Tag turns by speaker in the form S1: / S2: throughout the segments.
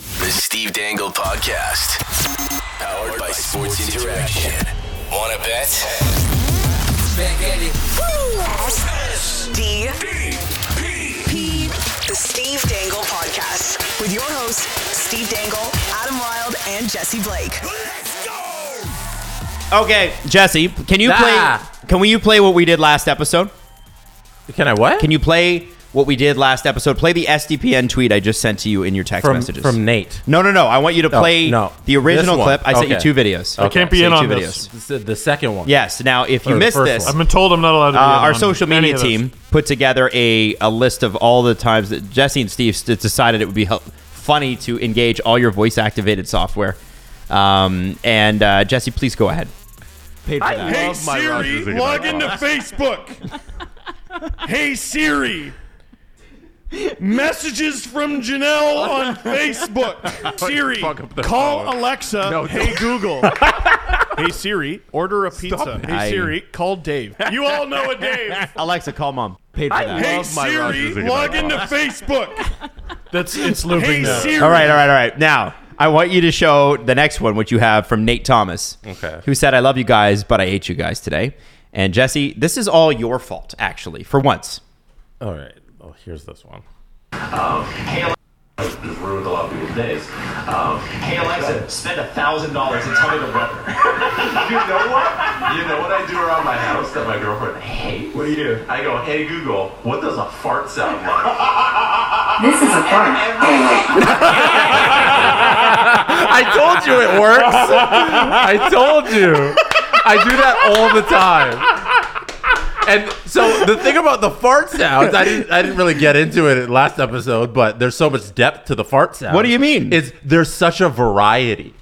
S1: Steve Dangle Podcast. Powered by Sports Interaction. Want to bet?
S2: back at it.
S3: D. P. The Steve Dangle Podcast with your hosts, Steve Dangle, Adam Wilde, and Jesse Blake.
S4: Okay, Jesse, can you
S2: Ah.
S4: play? Can we you play what we did last episode?
S5: Can I what?
S4: Can you play what we did last episode? Play the SDPN tweet I just sent to you in your text
S5: from
S4: messages.
S5: from Nate?
S4: no, no, no. I want you to
S5: No,
S4: play
S5: no.
S4: the original
S5: This one.
S4: clip. I sent you
S5: Okay.
S4: two videos.
S5: I
S6: can't be
S4: Sent
S6: in
S4: you
S6: on
S4: two
S6: this.
S4: videos.
S5: This is the second one.
S4: Yes. Now, if you
S5: Or the
S4: missed
S5: first
S4: this,
S5: one.
S6: I've been told I'm not allowed to. Be
S4: uh,
S6: in
S4: our
S6: on
S4: social
S6: any
S4: media
S6: of this.
S4: team put together a, a list of all the times that Jesse and Steve st- decided it would be help, funny to engage all your voice activated software. Um, and uh, Jesse, please go ahead. Paid for that.
S7: Hey Siri, log into Facebook. hey Siri, messages from Janelle on Facebook. Siri,
S5: fuck up the
S7: call
S5: phone.
S7: Alexa. hey Google. hey Siri, order a pizza. Hey
S4: I-
S7: Siri, call Dave. You all know a Dave.
S4: Alexa, call mom. Paid for that.
S7: hey
S5: my
S7: Siri,
S5: Rogers again.
S7: log into Facebook.
S6: That's it's looping
S7: Hey
S6: now.
S7: Siri.
S4: All right, all right, all right. Now, I want you to show the next one, which you have from Nate Thomas.
S5: Okay.
S4: Who said, I love you guys, but I hate you guys today. And Jesse, this is all your fault, actually, for once.
S5: All right. Oh, here's this one.
S8: has ruined a lot of people's days. Um, hey Alexa, spend a thousand dollars and tell me the weather. you know what? You know what I do around my house that my girlfriend hates. What do you do? I go, Hey Google, what does a fart sound like?
S9: This is a fart.
S5: I told you it works. I told you. I do that all the time. And so the thing about the fart sounds, I didn't, I didn't really get into it in last episode, but there's so much depth to the fart sound.
S4: What do you mean?
S5: Is there's such a variety.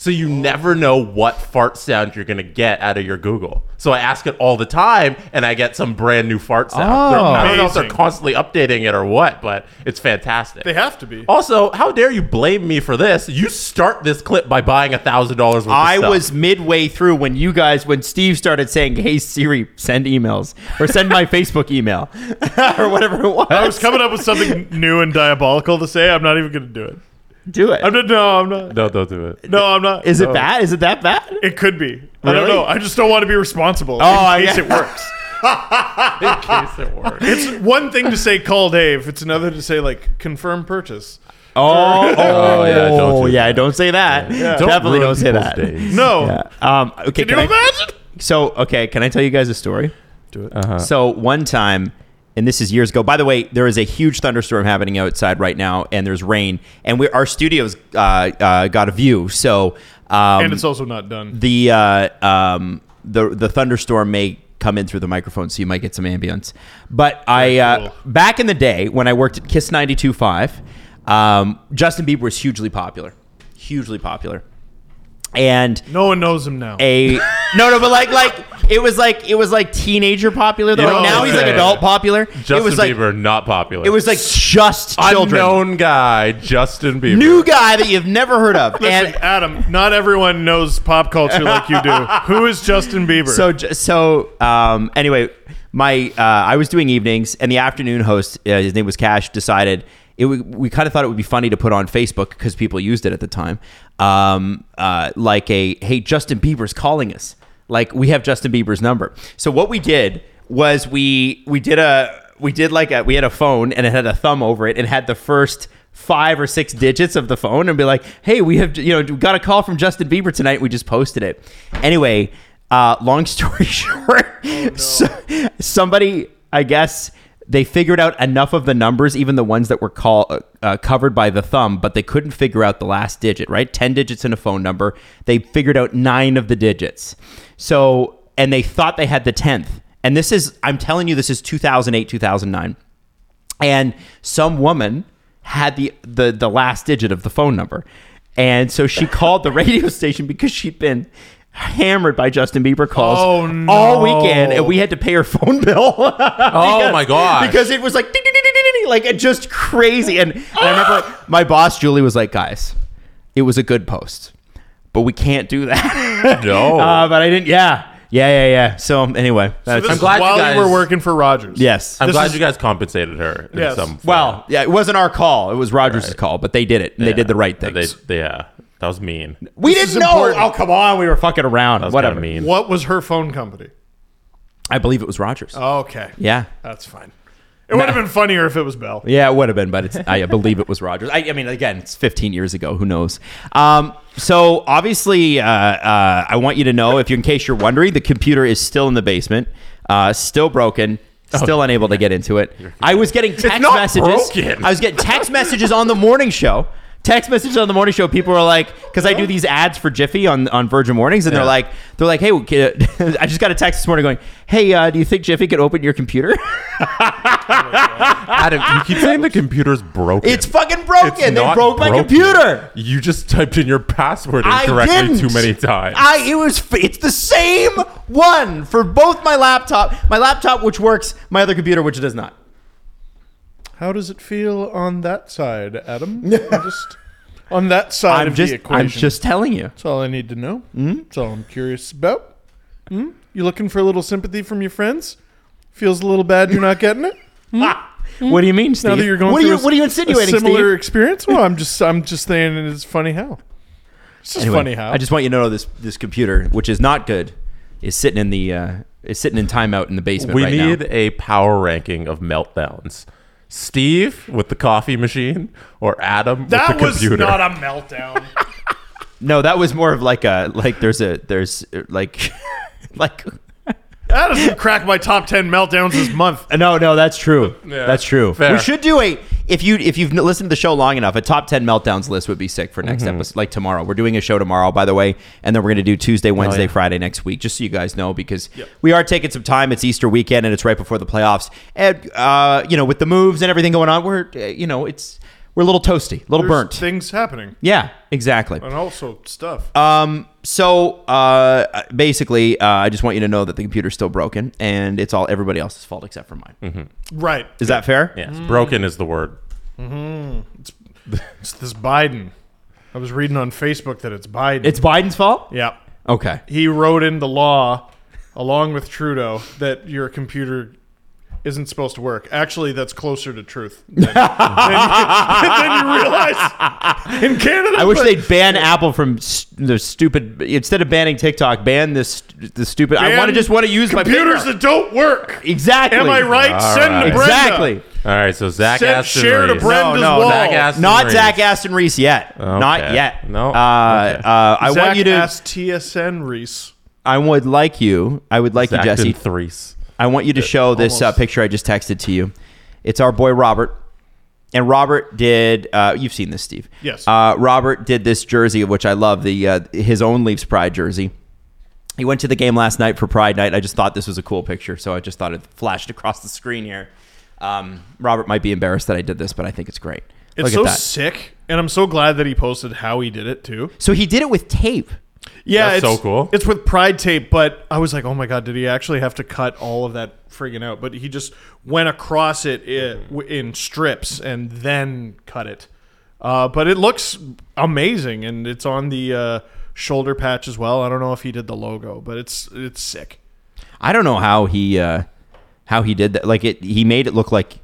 S5: So you never know what fart sound you're gonna get out of your Google. So I ask it all the time, and I get some brand new fart sound. They're-
S4: Oh.
S5: I don't know if they're
S7: Amazing.
S5: constantly updating it or what, but it's fantastic.
S7: They have to be.
S5: Also, how dare you blame me for this? You start this clip by buying a thousand dollars worth.
S4: I
S5: of stuff.
S4: was midway through when you guys, when Steve started saying, hey, Siri, send emails or send my Facebook email or whatever it was.
S7: I was coming up with something new and diabolical to say. I'm not even going to do it.
S4: Do it.
S7: I'm not, no, I'm not.
S5: no, don't do it.
S7: No, I'm not.
S4: is it bad? Is it that bad?
S7: It could be. I don't
S4: Really?
S7: know. I just don't want to be responsible
S4: Oh,
S7: in case
S4: yeah.
S7: it works.
S5: In case it works.
S7: It's one thing to say call Dave. It's another to say like confirm purchase.
S4: Oh, oh,
S5: yeah,
S4: yeah.
S5: don't
S4: Don't
S5: do
S4: yeah,
S5: that.
S4: don't say that.
S5: Don't
S4: Definitely
S5: ruin
S4: don't say
S5: people's
S4: that.
S5: days.
S7: No.
S4: Yeah. Um, okay,
S7: Can you
S4: I-
S7: imagine?
S4: So, okay, can I tell you guys a story? Do it.
S5: Uh-huh.
S10: Uh.
S4: So, one time, and this is years ago. By the way, there is a huge thunderstorm happening outside right now, and there's rain, and we our studios uh, uh, got a view. So, um,
S7: And it's also not done.
S4: the uh, um, the the thunderstorm may come in through the microphone, so you might get some ambience. But I uh,
S7: cool.
S4: back in the day when I worked at Kiss 92.5, um, Justin Bieber was hugely popular, hugely popular, and
S7: No one knows him now.
S4: a no no but like like it was like it was like teenager popular though
S5: You
S4: like
S5: know,
S4: now he's like
S5: okay.
S4: adult popular
S5: Oh, Justin
S4: it was like
S5: Bieber not popular.
S4: it was like just children
S5: unknown guy Justin Bieber.
S4: new guy that you've never heard of
S7: Listen,
S4: and
S7: Adam, not everyone knows pop culture like you do. Who is Justin Bieber?
S4: so j- so um anyway my uh I was doing evenings and the afternoon host uh, his name was Cash decided it w- we kind of thought it would be funny to put on Facebook because people used it at the time um uh like a hey Justin Bieber's calling us like we have Justin Bieber's number so what we did was we we did a we did like a we had a phone and it had a thumb over it and had the first five or six digits of the phone and be like hey we have you know we got a call from justin bieber tonight we just posted it anyway uh long story short so, somebody i guess they figured out enough of the numbers even the ones that were call, uh, uh, covered by the thumb but they couldn't figure out the last digit right 10 digits in a phone number they figured out nine of the digits so and they thought they had the 10th and this is i'm telling you this is 2008 2009 and some woman had the the the last digit of the phone number and so she called the radio station because she'd been hammered by Justin Bieber calls
S7: Oh, no.
S4: all weekend and we had to pay her phone bill. oh
S5: my gosh.
S4: Because it was like ding, ding, ding, ding, ding, ding, like it just crazy and, and I remember my boss Julie was like, "Guys, it was a good post, but we can't do that."
S5: No.
S4: Uh, but I didn't. Yeah, Yeah, yeah, yeah. So anyway, that's
S7: this
S5: I'm
S7: is
S5: glad you
S7: while
S5: guys-
S7: you were working for Rogers.
S4: yes.
S5: I'm
S7: This
S5: glad
S7: is-
S5: you guys compensated her in
S7: Yes.
S5: some form.
S4: well, yeah, it wasn't our call. It was Rogers' call, but they did it. And They
S5: Yeah.
S4: did the right
S5: Yeah,
S4: things.
S5: They, yeah, that was mean. That
S4: we didn't
S7: This is
S4: know.
S7: important.
S4: Oh, come on. We were fucking around.
S5: was
S4: Whatever.
S5: Whatever. Mean.
S7: What was her phone company?
S4: I believe it was Rogers.
S5: Oh.
S7: Okay.
S4: Yeah.
S7: That's fine. It would have been funnier if it was Bell.
S4: Yeah, it would have been, but it's, I believe it was Rogers. I, I mean, again, it's 15 years ago. Who knows? Um, so obviously, uh, uh, I want you to know, if you, in case you're wondering, the computer is still in the basement, uh, still broken.
S5: Oh.
S4: Still unable to get into it. I was getting text
S5: not
S4: messages.
S5: broken.
S4: I was getting text messages on the morning show. Text messages on the morning show. People were like, because I do these ads for Jiffy on, on Virgin Mornings, and they're
S5: Yeah.
S4: like, they're like, hey, kid, I just got a text this morning going, hey, uh, do you think Jiffy could open your computer?
S5: Adam, you keep saying the computer's broken.
S4: It's fucking broken.
S5: It's
S4: they
S5: not
S4: broke my
S5: broken.
S4: computer.
S5: You just typed in your password
S4: I
S5: incorrectly
S4: didn't.
S5: too many times.
S4: I it was f- it's the same one for both my laptop, my laptop which works, my other computer which does not.
S7: How does it feel on that side, Adam? I'm just on that side
S4: I'm
S7: of
S4: just
S7: the equation.
S4: I'm just telling you.
S7: That's all I need to know.
S4: Hmm?
S7: That's all I'm curious about. Mm? You looking for a little sympathy from your friends? Feels a little bad you're not getting it.
S4: Ah. What do you mean, Steve?
S7: Hmm? Now that you're going
S4: what, are
S7: through
S4: you,
S7: a s-
S4: what are you
S7: a
S4: insinuating,
S7: similar
S4: Steve?
S7: experience. Well, I'm just I'm just saying it's funny how. It's just
S4: Anyway,
S7: funny how.
S4: I just want you to know this this computer which is not good is sitting in the uh, is sitting in timeout in the basement
S5: we
S4: right now.
S5: need a power ranking of meltdowns. Steve with the coffee machine or Adam
S7: that
S5: with the
S7: was
S5: computer.
S7: not a meltdown.
S4: No, that was more of like a like there's a there's uh, like like
S7: that doesn't crack my top ten meltdowns this month.
S4: Uh, No, no, that's true.
S5: Yeah,
S4: that's true.
S5: fair.
S4: We should do a if you if you've listened to the show long enough, a top ten meltdowns list would be sick for next episode. Like tomorrow, we're doing a show tomorrow, by the way, and then we're gonna do Tuesday, Wednesday,
S5: yeah.
S4: Friday next week, just so you guys know, because we are taking some time. It's Easter weekend, and it's right before the playoffs, and uh, you know, with the moves and everything going on, we're uh, you know, it's we're a little toasty, a little
S7: There's
S4: burnt.
S7: things happening
S4: yeah, exactly.
S7: and also stuff.
S4: Uh, So uh, basically, uh, I just want you to know that the computer's still broken, and it's all everybody else's fault except for mine.
S7: right.
S4: Is that fair?
S5: Yes, broken is the word.
S7: It's this Biden. I was reading on Facebook that it's Biden.
S4: It's Biden's fault.
S7: yeah.
S4: Okay.
S7: He wrote in the law, along with Trudeau, that your computer isn't supposed to work. Actually, that's closer to truth than, than you, than you realize. In Canada,
S4: I wish
S7: but
S4: they'd ban Apple from st- the stupid. Instead of banning TikTok, ban this the stupid. I
S7: ban
S4: want to just want to use my
S7: computers
S4: finger.
S7: that don't work.
S4: exactly. Uh,
S7: Am I right?
S5: All
S7: Send
S5: right.
S7: to Brenda.
S4: Exactly.
S5: All right, so Zach
S7: Send
S5: Aston
S7: share to
S5: Reese.
S4: No,
S7: Brenda's
S4: no,
S7: wall.
S5: Zach Aston
S4: Not
S5: Reese.
S4: Zach Aston Reese yet. Not yet.
S5: No,
S4: Uh,
S5: okay.
S4: uh, I
S7: Zach
S4: want you to.
S7: asked TSN Reese.
S4: I would like you. I would like
S5: Zach
S4: you, Jesse.
S5: did threes.
S4: I want you to show this uh,
S7: almost.
S4: picture I just texted to you. It's our boy Robert. And Robert did. Uh, you've seen this, Steve.
S7: Yes.
S4: Uh, Robert did this jersey, which I love. The uh, his own Leafs Pride jersey. He went to the game last night for Pride Night. I just thought this was a cool picture, so I just thought it flashed across the screen here. Um, Robert might be embarrassed that I did this, but I think it's great.
S7: It's
S4: Look
S7: so
S4: at that.
S7: sick, and I'm so glad that he posted how he did it too.
S4: so he did it with tape.
S7: Yeah,
S5: That's
S7: it's,
S5: so cool.
S7: It's with pride tape, but I was like, oh my god, did he actually have to cut all of that friggin' out? But he just went across it i- w- in strips and then cut it. Uh, but it looks amazing, and it's on the uh, shoulder patch as well. I don't know if he did the logo, but it's it's sick.
S4: I don't know how he uh, how he did that. Like it, he made it look like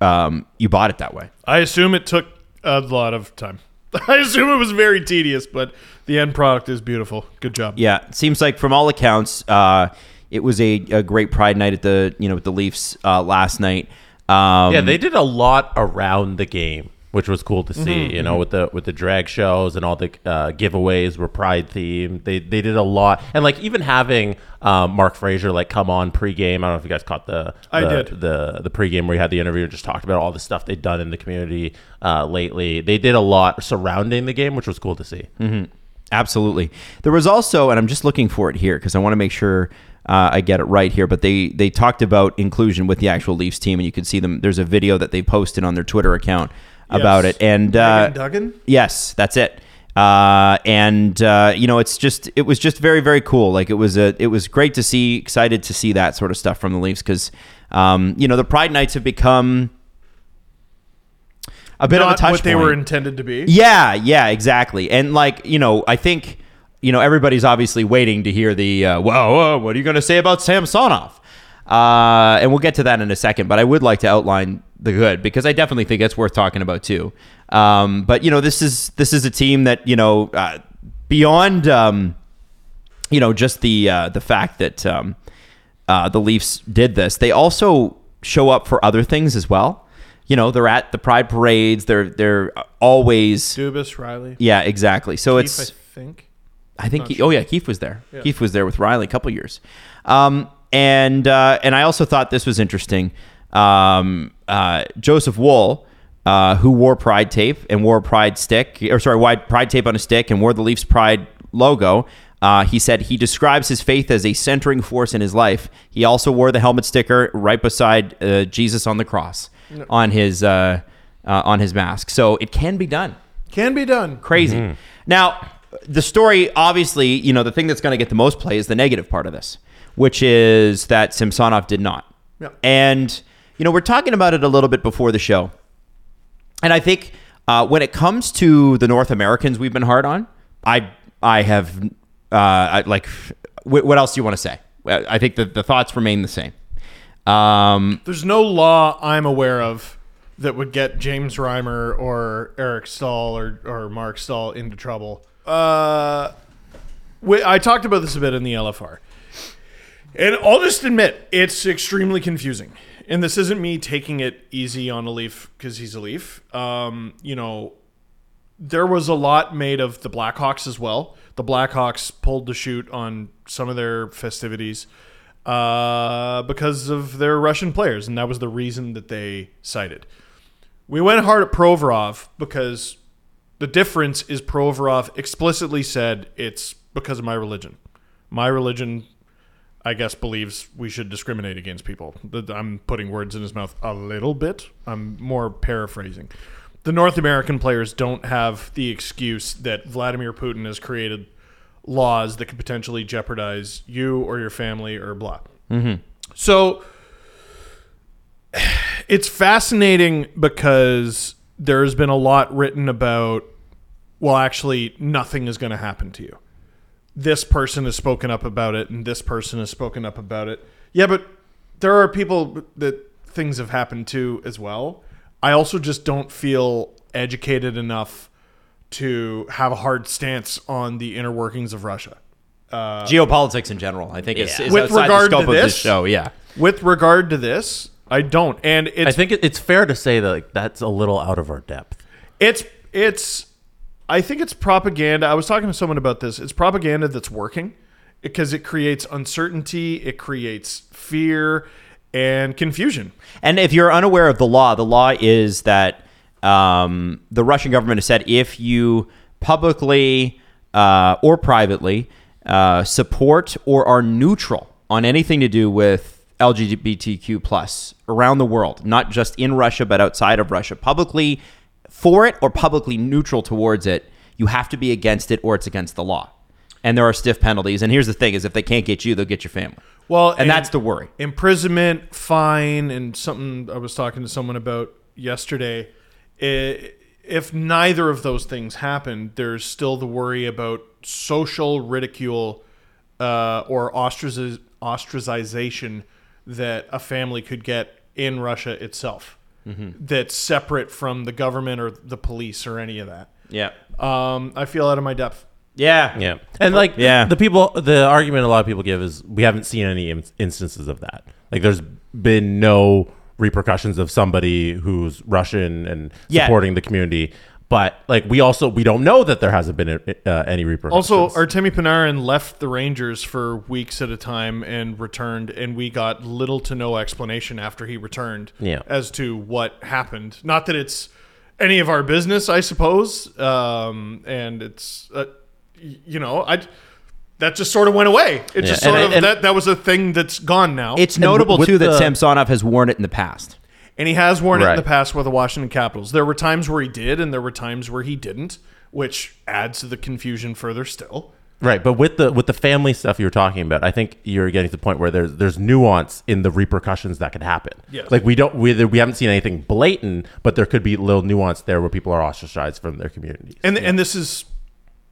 S4: um, you bought it that way.
S7: I assume it took a lot of time. I assume it was very tedious, but the end product is beautiful. Good job.
S4: Yeah, it seems like from all accounts, uh, it was a, a great Pride night at the you know with the Leafs uh, last night. Um,
S5: Yeah, they did a lot around the game, which was cool to see.
S7: Mm-hmm,
S5: you know, with the with the drag shows and all the uh, giveaways were pride themed. They they did a lot, and like even having um, Mark Frazier like come on pregame. I don't know if you guys caught the, the
S7: I did.
S5: the the pregame where he had the interview and just talked about all the stuff they'd done in the community uh, lately. They did a lot surrounding the game, which was cool to see.
S7: Mm-hmm.
S4: absolutely. There was also, and I'm just looking for it here because I want to make sure uh, I get it right here. But they they talked about inclusion with the actual Leafs team, and you can see them. There's a video that they posted on their Twitter account about
S7: Yes.
S4: it, and uh,
S7: Megan Duggan?
S4: Yes, that's it. Uh, and uh, you know, it's just it was just very very cool. Like it was a it was great to see, excited to see that sort of stuff from the Leafs because um, you know the Pride Nights have become a bit of a
S7: Not
S4: touch
S7: what they
S4: point.
S7: were intended to be.
S4: Yeah, yeah, exactly. And like you know, I think you know, everybody's obviously waiting to hear the, uh, whoa, whoa, what are you going to say about Samsonov? Uh, and we'll get to that in a second, but I would like to outline the good because I definitely think that's worth talking about too. Um, but you know, this is this is a team that you know uh, beyond um, you know just the uh, the fact that um, uh, the Leafs did this, they also show up for other things as well. You know, they're at the pride parades. They're they're always
S7: Dubas, Riley,
S4: yeah, exactly. So
S7: Keefe,
S4: it's
S7: I think.
S4: I think. He, oh yeah, Keith was there. Keith was there with Riley a couple years, um, and uh, and I also thought this was interesting. Um, uh, Joseph Wool, uh, who wore Pride tape and wore a Pride stick, or sorry, wide Pride tape on a stick, and wore the Leafs Pride logo. Uh, he said he describes his faith as a centering force in his life. He also wore the helmet sticker right beside uh, Jesus on the cross on his uh, uh, on his mask. So it can be done
S7: Can be done.
S4: crazy. Now, the story, obviously, you know, the thing that's going to get the most play is the negative part of this, which is that Simsonov did not.
S7: Yeah.
S4: And, you know, we're talking about it a little bit before the show. And I think uh, when it comes to the North Americans, we've been hard on. I I have uh, I, like wh- what else do you want to say? I I think that the thoughts remain the same. Um,
S7: There's no law I'm aware of that would get James Reimer or Eric Stahl or, or Mark Stahl into trouble. Uh, we, I talked about this a bit in the LFR. And I'll just admit, it's extremely confusing. And this isn't me taking it easy on a leaf because he's a leaf. Um, you know, there was a lot made of the Blackhawks as well. The Blackhawks pulled the shoot on some of their festivities uh, because of their Russian players, and that was the reason that they cited. We went hard at Provorov because the difference is Provorov explicitly said it's because of my religion. My religion, I guess, believes we should discriminate against people. Th- I'm putting words in his mouth a little bit. I'm more paraphrasing. The North American players don't have the excuse that Vladimir Putin has created laws that could potentially jeopardize you or your family or blah. So it's fascinating because there's been a lot written about, well, actually, nothing is going to happen to you. This person has spoken up about it, and this person has spoken up about it. Yeah, but there are people that things have happened to as well. I also just don't feel educated enough to have a hard stance on the inner workings of Russia.
S4: geopolitics in general, I think, is, is
S7: With
S4: outside the
S7: regard to
S4: scope of this
S7: this-
S4: show. Yeah.
S7: With regard to this, I don't, and it's
S5: I think it- it's fair to say that like, that's a little out of our depth.
S7: It's it's I think it's propaganda. I was talking to someone about this. It's propaganda that's working because it creates uncertainty, it creates fear and confusion.
S4: And if you're unaware of the law, the law is that um, the Russian government has said if you publicly uh, or privately uh, support or are neutral on anything to do with LGBTQ plus around the world, not just in Russia but outside of Russia, publicly for it or publicly neutral towards it, you have to be against it or it's against the law. And there are stiff penalties. And here's the thing: is if they can't get you, they'll get your family.
S7: Well,
S4: and that's the worry.
S7: Imprisonment, fine, and something I was talking to someone about yesterday. I- If neither of those things happen, there's still the worry about social ridicule uh, or ostraciz- ostracization that a family could get in Russia itself.
S4: Mm-hmm.
S7: That's separate from the government or the police or any of that.
S4: Yeah.
S7: Um, I feel out of my depth.
S4: Yeah.
S5: Yeah, and like
S4: Yeah.
S5: the people, the argument a lot of people give is we haven't seen any in- instances of that. Like there's been no repercussions of somebody who's Russian and
S4: Yeah.
S5: supporting the community, but like we also we don't know that there hasn't been uh, any repercussions.
S7: Also, Artemi Panarin left the Rangers for weeks at a time and returned, and we got little to no explanation after he returned
S5: Yeah.
S7: as to what happened. Not that it's any of our business, I suppose. Um, and it's, uh, y- you know, I that just sort of went away. It just
S5: Yeah.
S7: sort
S5: And-
S7: of
S5: and-
S7: that that was a thing that's gone now.
S4: It's notable
S5: with
S4: too that
S5: the-
S4: Samsonov has worn it in the past.
S7: and he has worn it
S4: Right.
S7: in the past with the Washington Capitals. There were times where he did, and there were times where he didn't, which adds to the confusion further still.
S5: Right, but with the with the family stuff you were talking about, I think you're getting to the point where there's there's nuance in the repercussions that could happen.
S7: Yes.
S5: Like we don't we, we haven't seen anything blatant, but there could be little nuance there where people are ostracized from their communities.
S7: and and this is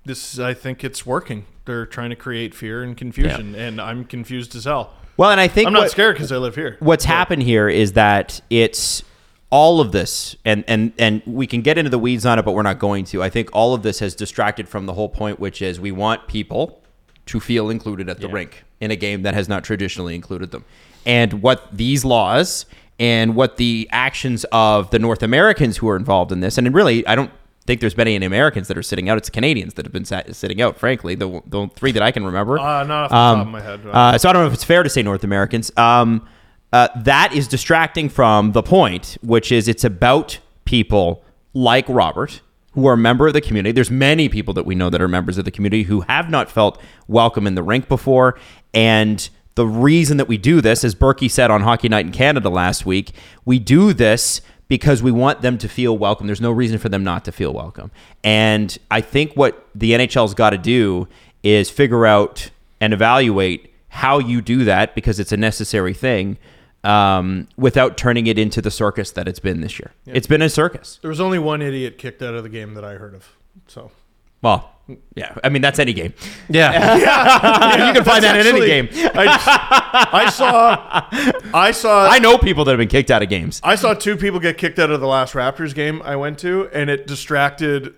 S7: this I think it's working. They're trying to create fear and confusion, and I'm confused as hell.
S4: Well, and I think
S7: I'm not
S4: what-
S7: scared because I live here.
S4: what's happened here is that it's all of this and and and we can get into the weeds on it but we're not going to i think all of this has distracted from the whole point which is we want people to feel included at the rink in a game that has not traditionally included them and what these laws and what the actions of the north americans who are involved in this and really i don't think there's been any americans that are sitting out it's canadians that have been sat, sitting out frankly the, the three that i can remember
S7: Uh, not off the top of my head.
S4: uh, so I don't know if it's fair to say North Americans. Um, uh, that is distracting from the point, which is it's about people like Robert who are a member of the community. There's many people that we know that are members of the community who have not felt welcome in the rink before, and the reason that we do this, as Berkey said on Hockey Night in Canada last week, we do this because we want them to feel welcome. There's no reason for them not to feel welcome. And I think what the NHL's got to do is figure out and evaluate how you do that because it's a necessary thing um, without turning it into the circus that it's been this year. It's been a circus.
S7: There was only one idiot kicked out of the game that I heard of. So
S4: Well, yeah. I mean, that's any game.
S5: Yeah.
S4: you can find that in any
S7: Actually,
S4: game.
S7: I, just- I saw, I saw,
S4: I know people that have been kicked out of games.
S7: I saw two people get kicked out of the last Raptors game I went to, and it distracted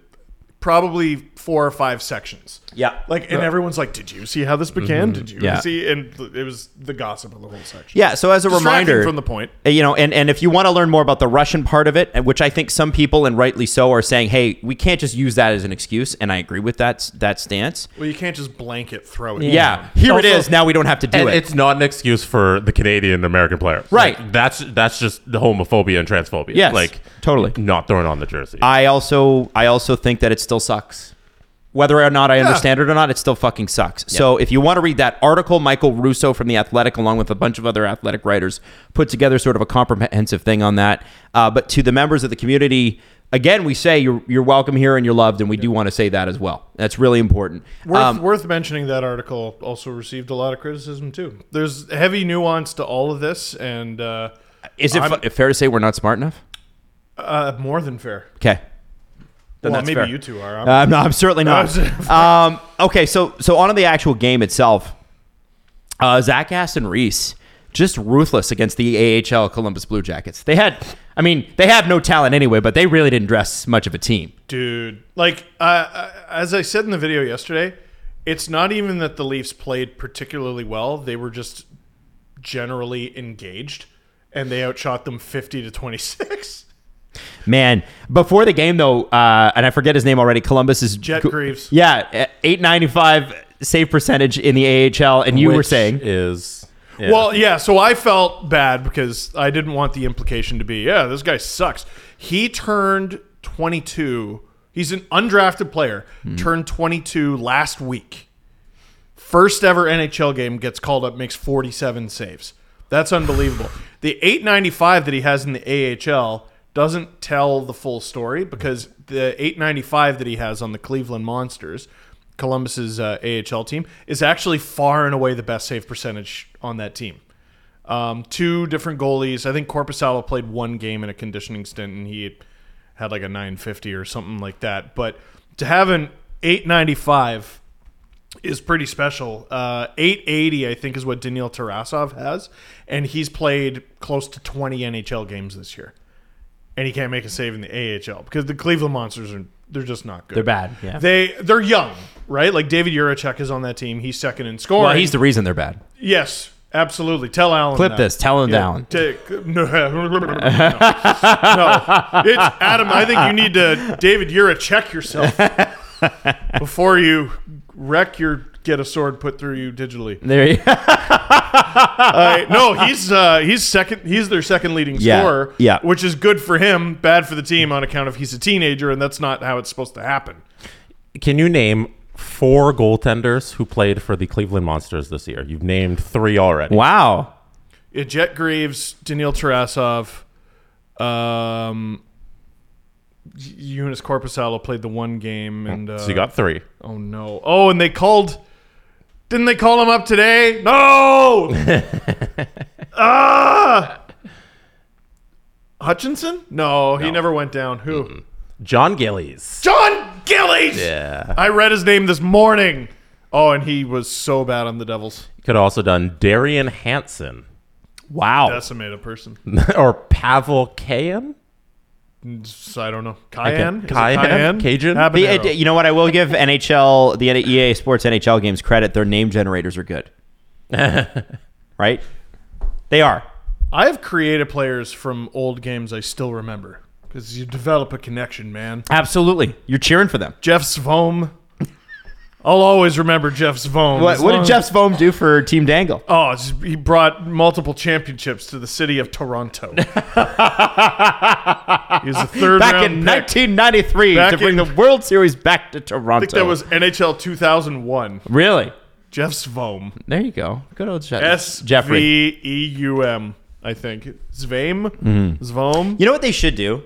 S7: probably four or five sections.
S4: Yeah.
S7: Like, and everyone's like, "Did you see how this began? Did you
S4: Yeah.
S7: see?" And th- it was the gossip of the whole section.
S4: Yeah. So as a
S7: Distracting
S4: reminder,
S7: from the point.
S4: Uh, you know, and and if you want to learn more about the Russian part of it, and which I think some people and rightly so are saying, hey, we can't just use that as an excuse, and I agree with that that stance.
S7: Well, you can't just blanket throw it.
S4: Yeah. Here it
S5: Also-
S4: is. Now we don't have to do
S5: And
S4: it.
S5: it's not an excuse for the Canadian American player.
S4: Right.
S5: Like, that's that's just the homophobia and transphobia.
S4: Yes,
S5: Like
S4: totally.
S5: not throwing on the jersey.
S4: I also I also think that it still sucks. Whether or not I understand it or not, it still fucking sucks. So if you want to read that article, Michael Russo from The Athletic, along with a bunch of other athletic writers, put together sort of a comprehensive thing on that. Uh, but to the members of the community, again, we say you're, you're welcome here and you're loved, and we do want to say that as well. That's really important.
S7: Worth,
S4: Um,
S7: worth mentioning that article also received a lot of criticism too. There's heavy nuance to all of this, and uh,
S4: is it
S7: I'm-
S4: fa- fair to say we're not smart enough?
S7: uh, more than fair.
S4: Okay. Then
S7: well,
S4: that's
S7: maybe
S4: fair.
S7: you two are. I'm-
S4: Uh, no, I'm certainly not. um, okay, so so on to the actual game itself. Uh, Zach Aston Reese just ruthless against the AHL Columbus Blue Jackets. They had, I mean, they have no talent anyway, but they really didn't dress much of a team.
S7: dude like uh, uh, as i said in the video yesterday it's not even that the leafs played particularly well they were just generally engaged and they outshot them 50 to 26
S4: Man, before the game though, uh, and I forget his name already. Columbus is
S7: Jet Greaves.
S4: Yeah, e, eight ninety five save percentage in the AHL, and you were
S5: Which
S4: saying
S5: is
S7: well yeah so i felt bad because i didn't want the implication to be yeah this guy sucks he turned 22 he's an undrafted player turned 22 last week first ever NHL game gets called up, makes 47 saves. That's unbelievable. the 895 that he has in the AHL doesn't tell the full story because the 895 that he has on the Cleveland Monsters, Columbus's uh, AHL team, is actually far and away the best save percentage on that team. Um, two different goalies. I think Corpusalo played one game in a conditioning stint, and he had like a 950 or something like that. But to have an 895 is pretty special. Uh, 880, I think, is what Daniil Tarasov has, and he's played close to 20 NHL games this year, and he can't make a save in the AHL because the Cleveland Monsters are they're just not good.
S4: they're bad. Yeah,
S7: They they're young, right? Like David Juracek is on that team. He's second in scoring.
S4: well, he's the reason they're bad.
S7: yes, absolutely. Tell Alan.
S4: Clip
S7: that.
S4: this. Tell him down.
S7: Take- no, no, it's Adam. I think you need to, David. You're a check yourself before you wreck your get a sword put through you digitally.
S4: There you.
S7: Uh, no, he's uh, he's second. He's their second leading
S4: Yeah,
S7: scorer.
S4: yeah.
S7: which is good for him, bad for the team on account of he's a teenager, and that's not how it's supposed to happen.
S5: Can you name four goaltenders who played for the Cleveland Monsters this year? You've named three already.
S4: wow.
S7: Yeah, Jet Graves, Daniil Tarasov, um, Eunice Corpusalo played the one game, and uh,
S5: So you got three.
S7: Oh no! Oh, and they called. Didn't they call him up today? No. ah. Hutchinson? No, he never went down. Who?
S5: John Gillies.
S7: John Gillies. right.
S10: Yeah.
S7: I read his name this morning. Oh, and he was so bad on the Devils.
S10: Could have also done Darian Hansen
S4: Wow.
S7: Decimated person.
S10: or Pavel Kayan.
S7: So I don't know. Cayenne? Is it
S10: Cayenne? Cajun?
S4: The-
S7: Habanero.
S4: uh, you know what? I will give NHL, the EA E Sports NHL games credit. Their name generators are good. right? They are.
S7: I have created players from old games I still remember because you develop a connection, man.
S4: Absolutely. You're cheering for them.
S7: Jeff Svom. I'll always remember Jeff Svom.
S4: What,
S7: As
S4: what
S7: long-
S4: did Jeff Bohm do for Team Dangle?
S7: Oh, it's- he brought multiple championships to the city of Toronto. he was the third
S4: Back
S7: round
S4: in
S7: pick.
S4: 1993 to
S7: Back
S4: bring
S7: in-
S4: the World Series back to Toronto.
S7: I think that was NHL 2001.
S4: really.
S7: Jeff Svom.
S4: There you go. Good old Jeff.
S7: S
S4: Jeffrey.
S7: V E U M. I think Zvame.
S4: Mm-hmm.
S7: Zvom.
S4: You know what they should do?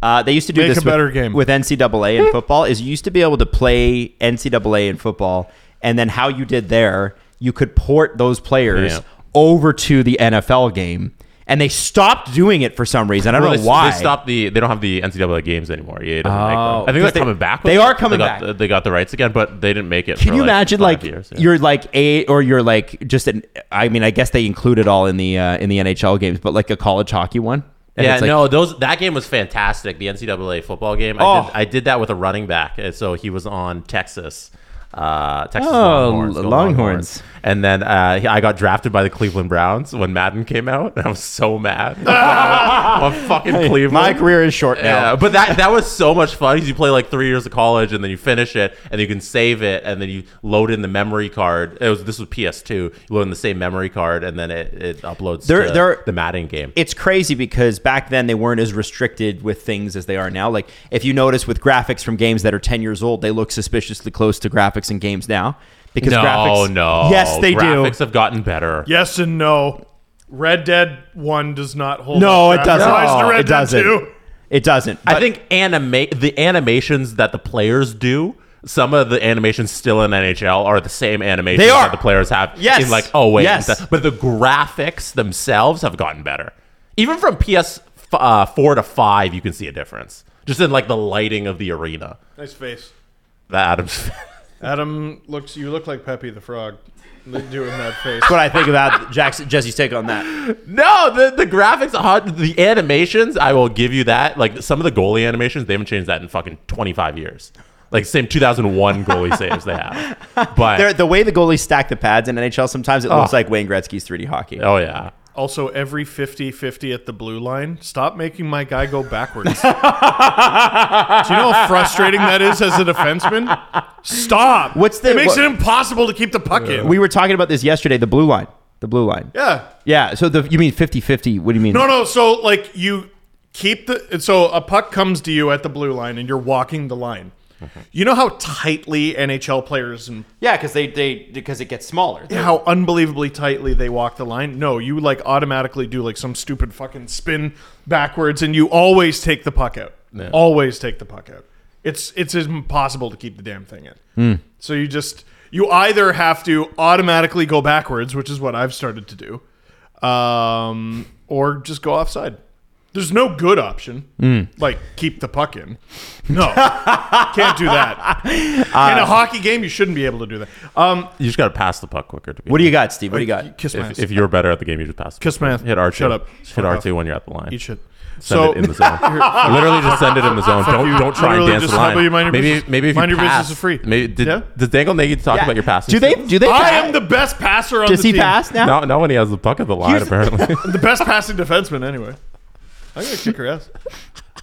S4: Uh, they used to do
S7: Make
S4: this
S7: a
S4: with,
S7: better game.
S4: with NCAA and football. Is you used to be able to play NCAA in football, and then how you did there, you could port those players
S10: Yeah.
S4: over to the NFL game, and they stopped doing it for some reason. I don't
S10: Well,
S4: know
S10: they,
S4: why.
S10: They stopped the. They don't have the NCAA games anymore. EA doesn't make them. I think
S4: Because
S10: they're
S4: they-
S10: coming back.
S4: they
S10: with
S4: are
S10: it.
S4: coming
S10: They got
S4: back.
S10: the- they got the rights again, but they didn't make it.
S4: Can
S10: for
S4: you
S10: like
S4: imagine
S10: five
S4: like
S10: years, yeah.
S4: you're like a or you're like just an I mean I guess they include it all in the uh, in the NHL games, but like a college hockey one. And
S10: yeah,
S4: it's like-
S10: no, those that game was fantastic. The NCAA football game. I,
S4: Oh.
S10: did, I did that with a running back, and so he was on Texas, uh, Texas
S4: Oh,
S10: Longhorns, go
S4: Longhorns.
S10: And then uh, he- I got drafted by the Cleveland Browns when Madden came out, and I was so mad. I'm fucking Cleveland.
S4: My career is short now.
S10: Yeah, but that that was so much fun because you play like three years of college and then you finish it and you can save it and then you load in the memory card. It was this was PS2. You load in the same memory card and then it, it uploads
S4: There-
S10: to
S4: there-
S10: the Madden game.
S4: it's crazy because back then they weren't as restricted with things as they are now. Like if you notice with graphics from games that are 10 years old, they look suspiciously close to graphics in games now. Because
S10: no,
S4: graphics,
S10: no.
S4: yes, they
S10: Graphics
S4: do.
S10: have gotten better.
S7: Yes and no. Red Dead One does not hold.
S4: No,
S7: up
S4: it doesn't.
S7: Why
S4: No,
S7: Red
S4: it
S7: Dead
S4: doesn't.
S7: 2?
S4: It doesn't.
S10: I
S4: But
S10: think anima- the animations that the players do. Some of the animations still in NHL are the same animations
S4: They are.
S10: that the players have
S4: Yes.
S10: in like oh wait,
S4: Yes.
S10: but the graphics themselves have gotten better. Even from PS uh, four to five, you can see a difference just in like the lighting of the arena.
S7: Nice face.
S10: The Adams.
S7: Adam looks. You look like Peppy the Frog. Doing that face.
S4: that's what I think about Jackson, Jesse's take on that.
S10: No, the, the graphics, uh, the animations, I will give you that. Like some of the goalie animations, they haven't changed that in fucking 25 years. Like same 2001 goalie saves they have. But
S4: They're, the way the goalies stack the pads in NHL, sometimes it looks
S10: Oh.
S4: like Wayne Gretzky's 3D hockey.
S10: oh yeah.
S7: Also, every 50-50 at the blue line, stop making my guy go backwards. Do you know how frustrating that is as a defenseman? Stop.
S4: What's the-
S7: It makes
S4: what-
S7: it impossible to keep the puck in.
S4: We were talking about this yesterday, the blue line. The blue line.
S7: yeah.
S4: Yeah, so the you mean 50-50. What do you mean?
S7: No, no. So like you keep the so a puck comes to you at the blue line and you're walking the line. You know how tightly NHL players and
S4: Yeah, because they, they, because it gets smaller.
S7: how unbelievably tightly they walk the line. No, you like automatically do like some stupid fucking spin backwards, and you always take the puck out. Always take the puck out. It's it's impossible to keep the damn thing in. So you just you either have to automatically go backwards, which is what I've started to do, um, or just go offside. There's no good option. Like keep the puck in. No, can't do that. in a hockey game, you shouldn't be able to do that. Um,
S10: You just got to pass the puck quicker. To be
S4: What do you got, Steve? What do you got?
S7: kiss my
S10: If,
S7: ass.
S10: if you're better at the game, you just pass. the
S7: Kiss
S10: puck.
S7: my ass.
S10: Hit R2.
S7: Shut up.
S10: Hit
S7: Fuck
S10: R2
S7: off.
S10: when you're at the line.
S7: Eat shit.
S10: Send
S7: so
S10: it in the zone. literally just send it in the zone. Don't
S7: you.
S10: don't try
S7: Literally
S10: and dance
S7: just
S10: the
S7: how about
S10: line.
S7: you mind your
S10: maybe
S7: business?
S10: maybe if
S7: Mind
S10: you
S7: your business
S10: pass-
S7: is free.
S10: Maybe did,
S7: Yeah?
S10: does Dangle Nagy talk about your passing?
S4: Do they?
S10: skills?
S4: Do they?
S7: I am the best passer on
S4: Does
S7: the
S4: he
S7: team.
S4: pass now?
S10: No, no. When he has the puck at the line,
S4: Here's-
S10: apparently.
S7: The best passing defenseman, anyway. I'm gonna kick her ass.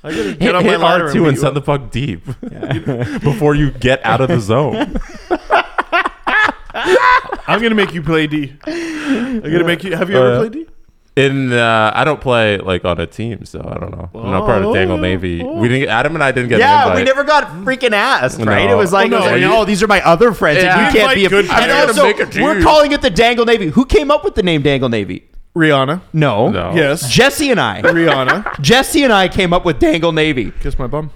S7: I gotta get
S10: hit,
S7: on my
S10: hit
S7: ladder
S10: R2 and
S7: beat you
S10: send the
S7: up.
S10: puck deep before you get out of the zone.
S7: I'm gonna make you play D. I'm gonna make you. Have you ever
S10: yeah.
S7: played D?
S10: In uh, I don't play like on a team, so I don't know. I'm not
S7: Oh,
S10: part of Dangle Navy. We didn't. Adam and I didn't get. an
S4: Yeah,
S10: invite.
S4: we never got freaking asked, right?
S10: No.
S4: It was like,
S7: Well,
S4: it was
S7: no,
S4: like,
S7: you-
S4: oh, these are my other friends. and
S10: Yeah.
S4: you can't
S7: Like
S4: be a
S7: good
S4: And
S7: players.
S4: also,
S10: Make a team.
S4: we're calling it the Dangle Navy. Who came up with the name Dangle Navy?
S7: Rihanna.
S4: No.
S10: No.
S7: Yes.
S4: Jesse and I.
S7: Rihanna.
S4: Jesse and I came up with Dangle Navy.
S7: Kiss my bum.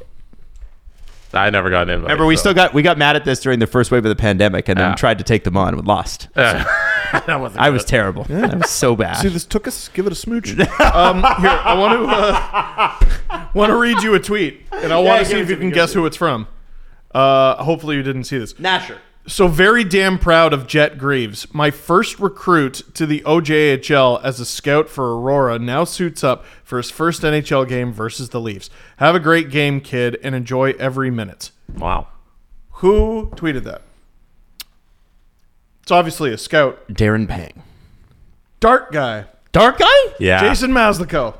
S10: I never got an invite.
S4: Remember, we
S10: so-
S4: still got we got mad at this during the first wave of the pandemic, and then
S10: Yeah.
S4: tried to take them on and lost.
S10: that wasn't
S4: I was terrible. I was so bad.
S7: See, this took us. Give it a smooch. um, here, I want to uh, want to read you a tweet, and I want
S4: give
S7: to see
S4: it
S7: if
S4: to
S7: you
S4: me,
S7: can
S4: give it
S7: guess
S4: to
S7: who it's from. Uh, hopefully you didn't see this.
S4: Nasher.
S7: So very damn proud of Jet Greaves. My first recruit to the OJHL as a scout for Aurora now suits up for his first NHL game versus the Leafs. Have a great game, kid, and enjoy every minute.
S10: Wow.
S7: Who tweeted that? It's obviously a scout.
S4: Darren Pang.
S7: Dart guy.
S4: Dark guy?
S10: Yeah.
S7: Jason Maslico.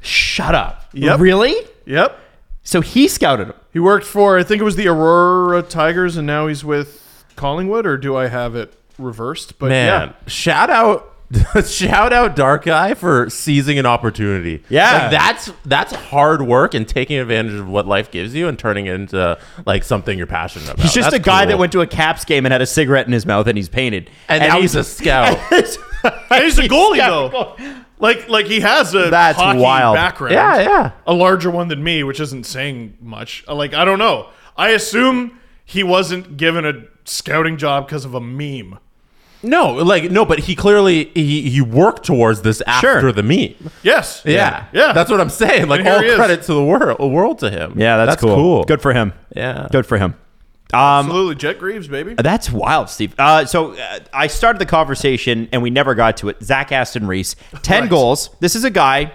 S4: Shut up.
S7: Yep.
S4: Really?
S7: Yep.
S4: So he scouted him.
S7: He worked for I think it was the Aurora Tigers and now he's with Collingwood or do I have it reversed? But
S10: Man, shout out shout out Dark Eye for seizing an opportunity.
S4: Yeah.
S10: Like, that's that's hard work and taking advantage of what life gives you and turning it into like something you're passionate about.
S4: He's just
S10: That's
S4: a guy
S10: cool.
S4: that went to a Caps game and had a cigarette in his mouth and he's painted.
S10: and, now he's a scout.
S7: yeah. He's a goalie though.
S4: though.
S7: Like like he has a
S4: That's
S7: hockey
S4: wild.
S7: background.
S10: yeah, yeah.
S7: A larger one than me, which isn't saying much. Uh, Like I don't know. I assume he wasn't given a scouting job because of a meme.
S10: No, like no, but he clearly he, he worked towards this after
S4: Sure.
S10: the meet.
S7: Yes.
S10: Yeah.
S7: Yeah.
S10: That's what I'm saying. Like
S7: And here
S10: all
S7: he is.
S10: credit to the world world to him.
S4: Yeah, that's, cool.
S10: cool.
S4: Good for him.
S10: Yeah.
S4: Good for him. Um,
S7: Absolutely, Jet Greaves, baby.
S4: That's wild, Steve. Uh, so uh, I started the conversation and we never got to it. Zach Aston Reese, 10
S7: Right.
S4: goals. This is a guy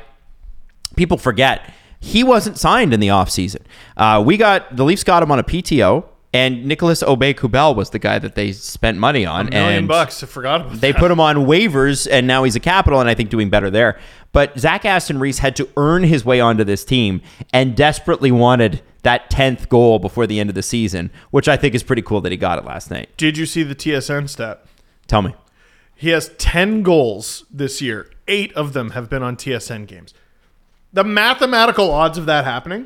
S4: people forget. He wasn't signed in the offseason. Uh, we got the Leafs got him on a PTO, and Nicholas Obey Kubel was the guy that they spent money on.
S7: Million
S4: and
S7: bucks. I forgot about
S4: They
S7: that.
S4: put him on waivers, and now he's a capital, and I think doing better there. But Zach Aston Reese had to earn his way onto this team and desperately wanted that 10th goal before the end of the season, which I think is pretty cool that he got it last night.
S7: Did you see the TSN stat?
S4: Tell me.
S7: He has 10 goals this year. Eight of them have been on TSN games. The mathematical odds of that happening,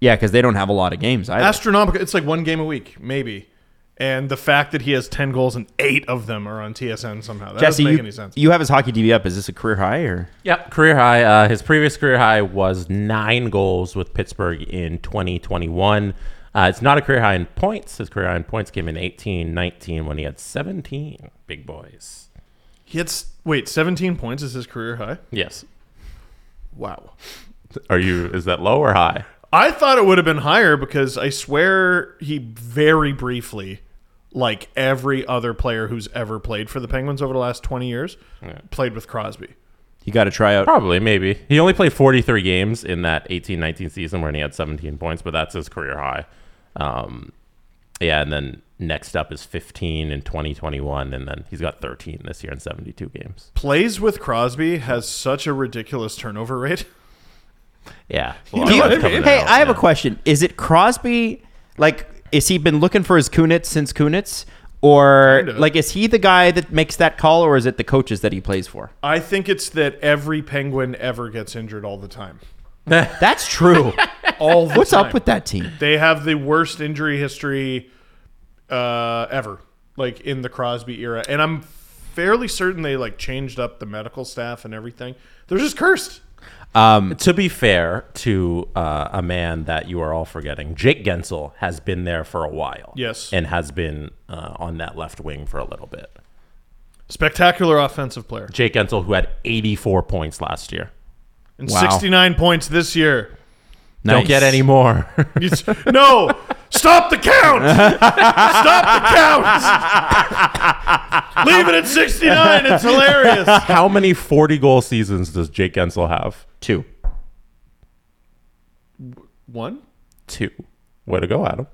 S4: Yeah, because they don't have a lot of games either.
S7: astronomical. It's like one game a week, maybe. And the fact that he has 10 goals and eight of them are on TSN somehow, that
S4: Jesse,
S7: doesn't make
S4: you,
S7: any sense.
S4: you have his hockey DB up. Is this a career high or?
S10: Yep, career high. Uh, his previous career high was nine goals with Pittsburgh in 2021. Uh, it's not a career high in points. His career high in points came in 18, 19 when he had 17 big boys.
S7: he hits, wait, 17 points is his career high?
S10: Yes.
S7: Wow.
S10: Are you? Is that low or high?
S7: I thought it would have been higher because I swear he very briefly, like every other player who's ever played for the Penguins over the last 20 years, played with Crosby.
S4: You got to try out.
S10: Probably, maybe. He only played 43 games in that 18, 19 season when he had 17 points, but that's his career high. Um, yeah, and then next up is 15 in 2021, and then he's got 13 this year in 72 games.
S7: plays with Crosby has such a ridiculous turnover rate.
S10: Yeah.
S4: Do you- hey, I have a question. Is it Crosby? Like, is he been looking for his Kunitz since Kunitz? Or
S7: Kinda.
S4: like, is he the guy that makes that call, or is it the coaches that he plays for?
S7: I think it's that every penguin ever gets injured all the time.
S4: That's true.
S7: All the
S4: What's
S7: time.
S4: up with that team?
S7: They have the worst injury history uh, ever, like in the Crosby era, and I'm fairly certain they like changed up the medical staff and everything. They're just cursed.
S10: To be fair to uh, a man that you are all forgetting, Jake Gensel has been there for a while.
S7: Yes.
S10: And has been uh, on that left wing for a little bit.
S7: Spectacular offensive player
S10: Jake Gensel, who had 84 points last year.
S7: and
S4: Wow.
S7: 69 points this year.
S10: Don't get any more.
S7: It's- no, stop the count! Stop the count! Leave it at 69. It's hilarious.
S10: How many 40 goal seasons does Jake Gensel have?
S4: two.
S7: One.
S10: Two. Way to go, Adam.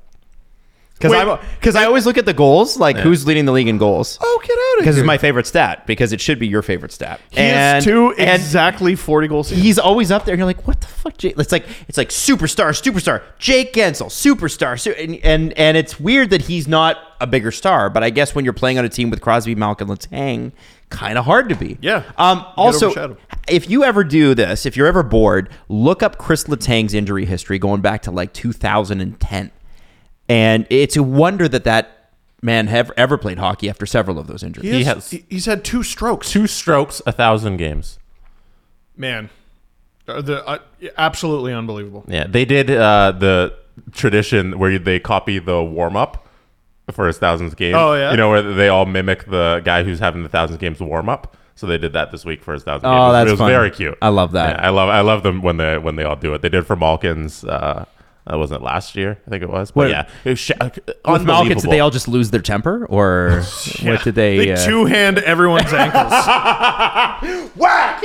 S4: Because
S7: Wait.
S4: I because I always look at the goals, like who's leading the league in goals.
S7: Oh, get out
S4: Because it's my favorite stat. Because it should be your favorite stat.
S7: He has two
S4: and
S7: exactly 40 goals.
S4: he's always up there. You're like, what the fuck, Jake? It's like it's like superstar, superstar, Jake Gensel, superstar, su- and and and it's weird that he's not a bigger star. But I guess when you're playing on a team with Crosby, Malkin, Letang, kind of hard to be.
S7: Yeah.
S4: Um. Also,
S7: overshadowed.
S4: if you ever do this, if you're ever bored, look up Chris Letang's injury history going back to like 2010, and it's a wonder that that man have ever played hockey after several of those injuries.
S7: He
S10: has-
S7: has, he- he's had two strokes.
S10: Two strokes, a thousand games.
S7: Man, Uh, the, uh, absolutely unbelievable.
S10: Yeah, they did uh, the tradition where they copy the warm up for his thousands game.
S7: Oh, yeah?
S10: you know where they all mimic the guy who's having the thousands games warm up. So they did that this week for his thousand.
S4: Oh,
S10: games. It was-
S4: that's
S10: it was
S4: fun.
S10: very cute.
S4: I love that.
S10: Yeah, I love I love them when they when they all do it. They did for Malkin's uh, uh, That wasn't last year. I think it was. But
S4: What-
S10: yeah, it was sh- uh,
S4: With Malkins,
S10: unbelievable.
S4: did they all just lose their temper, or what did they?
S7: They
S4: uh,
S7: two hand everyone's ankles. Whack! Whack!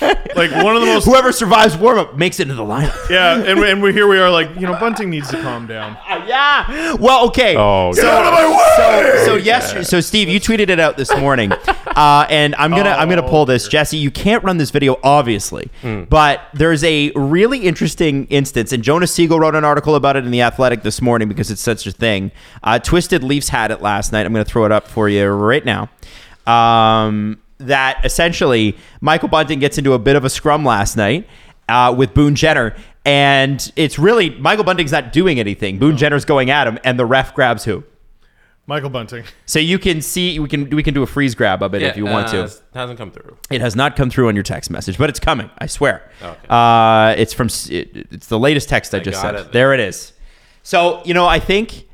S7: Like one of the most.
S4: whoever survives warm up makes it into the lineup.
S7: Yeah, and, we- and we, here we are like, you know, Bunting needs to calm down.
S4: yeah. Well, okay.
S10: Oh,
S4: so,
S10: God.
S4: So, so yesterday, so Steve, you tweeted it out this morning, uh, and I'm gonna I'm gonna pull this, Jesse. You can't run this video, obviously, but there's a really interesting instance, and Jonas Siegel wrote an article about it in the Athletic this morning because it's such a thing. Uh, Twisted Leafs had it last night. I'm gonna throw it up for you right now. Um, that essentially Michael Bunting gets into a bit of a scrum last night uh, with Boone Jenner. And it's really Michael Bunting's not doing anything. Boone Jenner's going at him, and the ref grabs who?
S7: Michael Bunting.
S4: So you can see we can we can do a freeze grab of it if you want to.
S10: Uh, hasn't come through.
S4: It has not come through on your text message, but it's coming. I swear. Uh, it's from s- it, it's the latest text I, just
S10: got
S4: sent.
S10: it.
S4: there it is. So you know, I think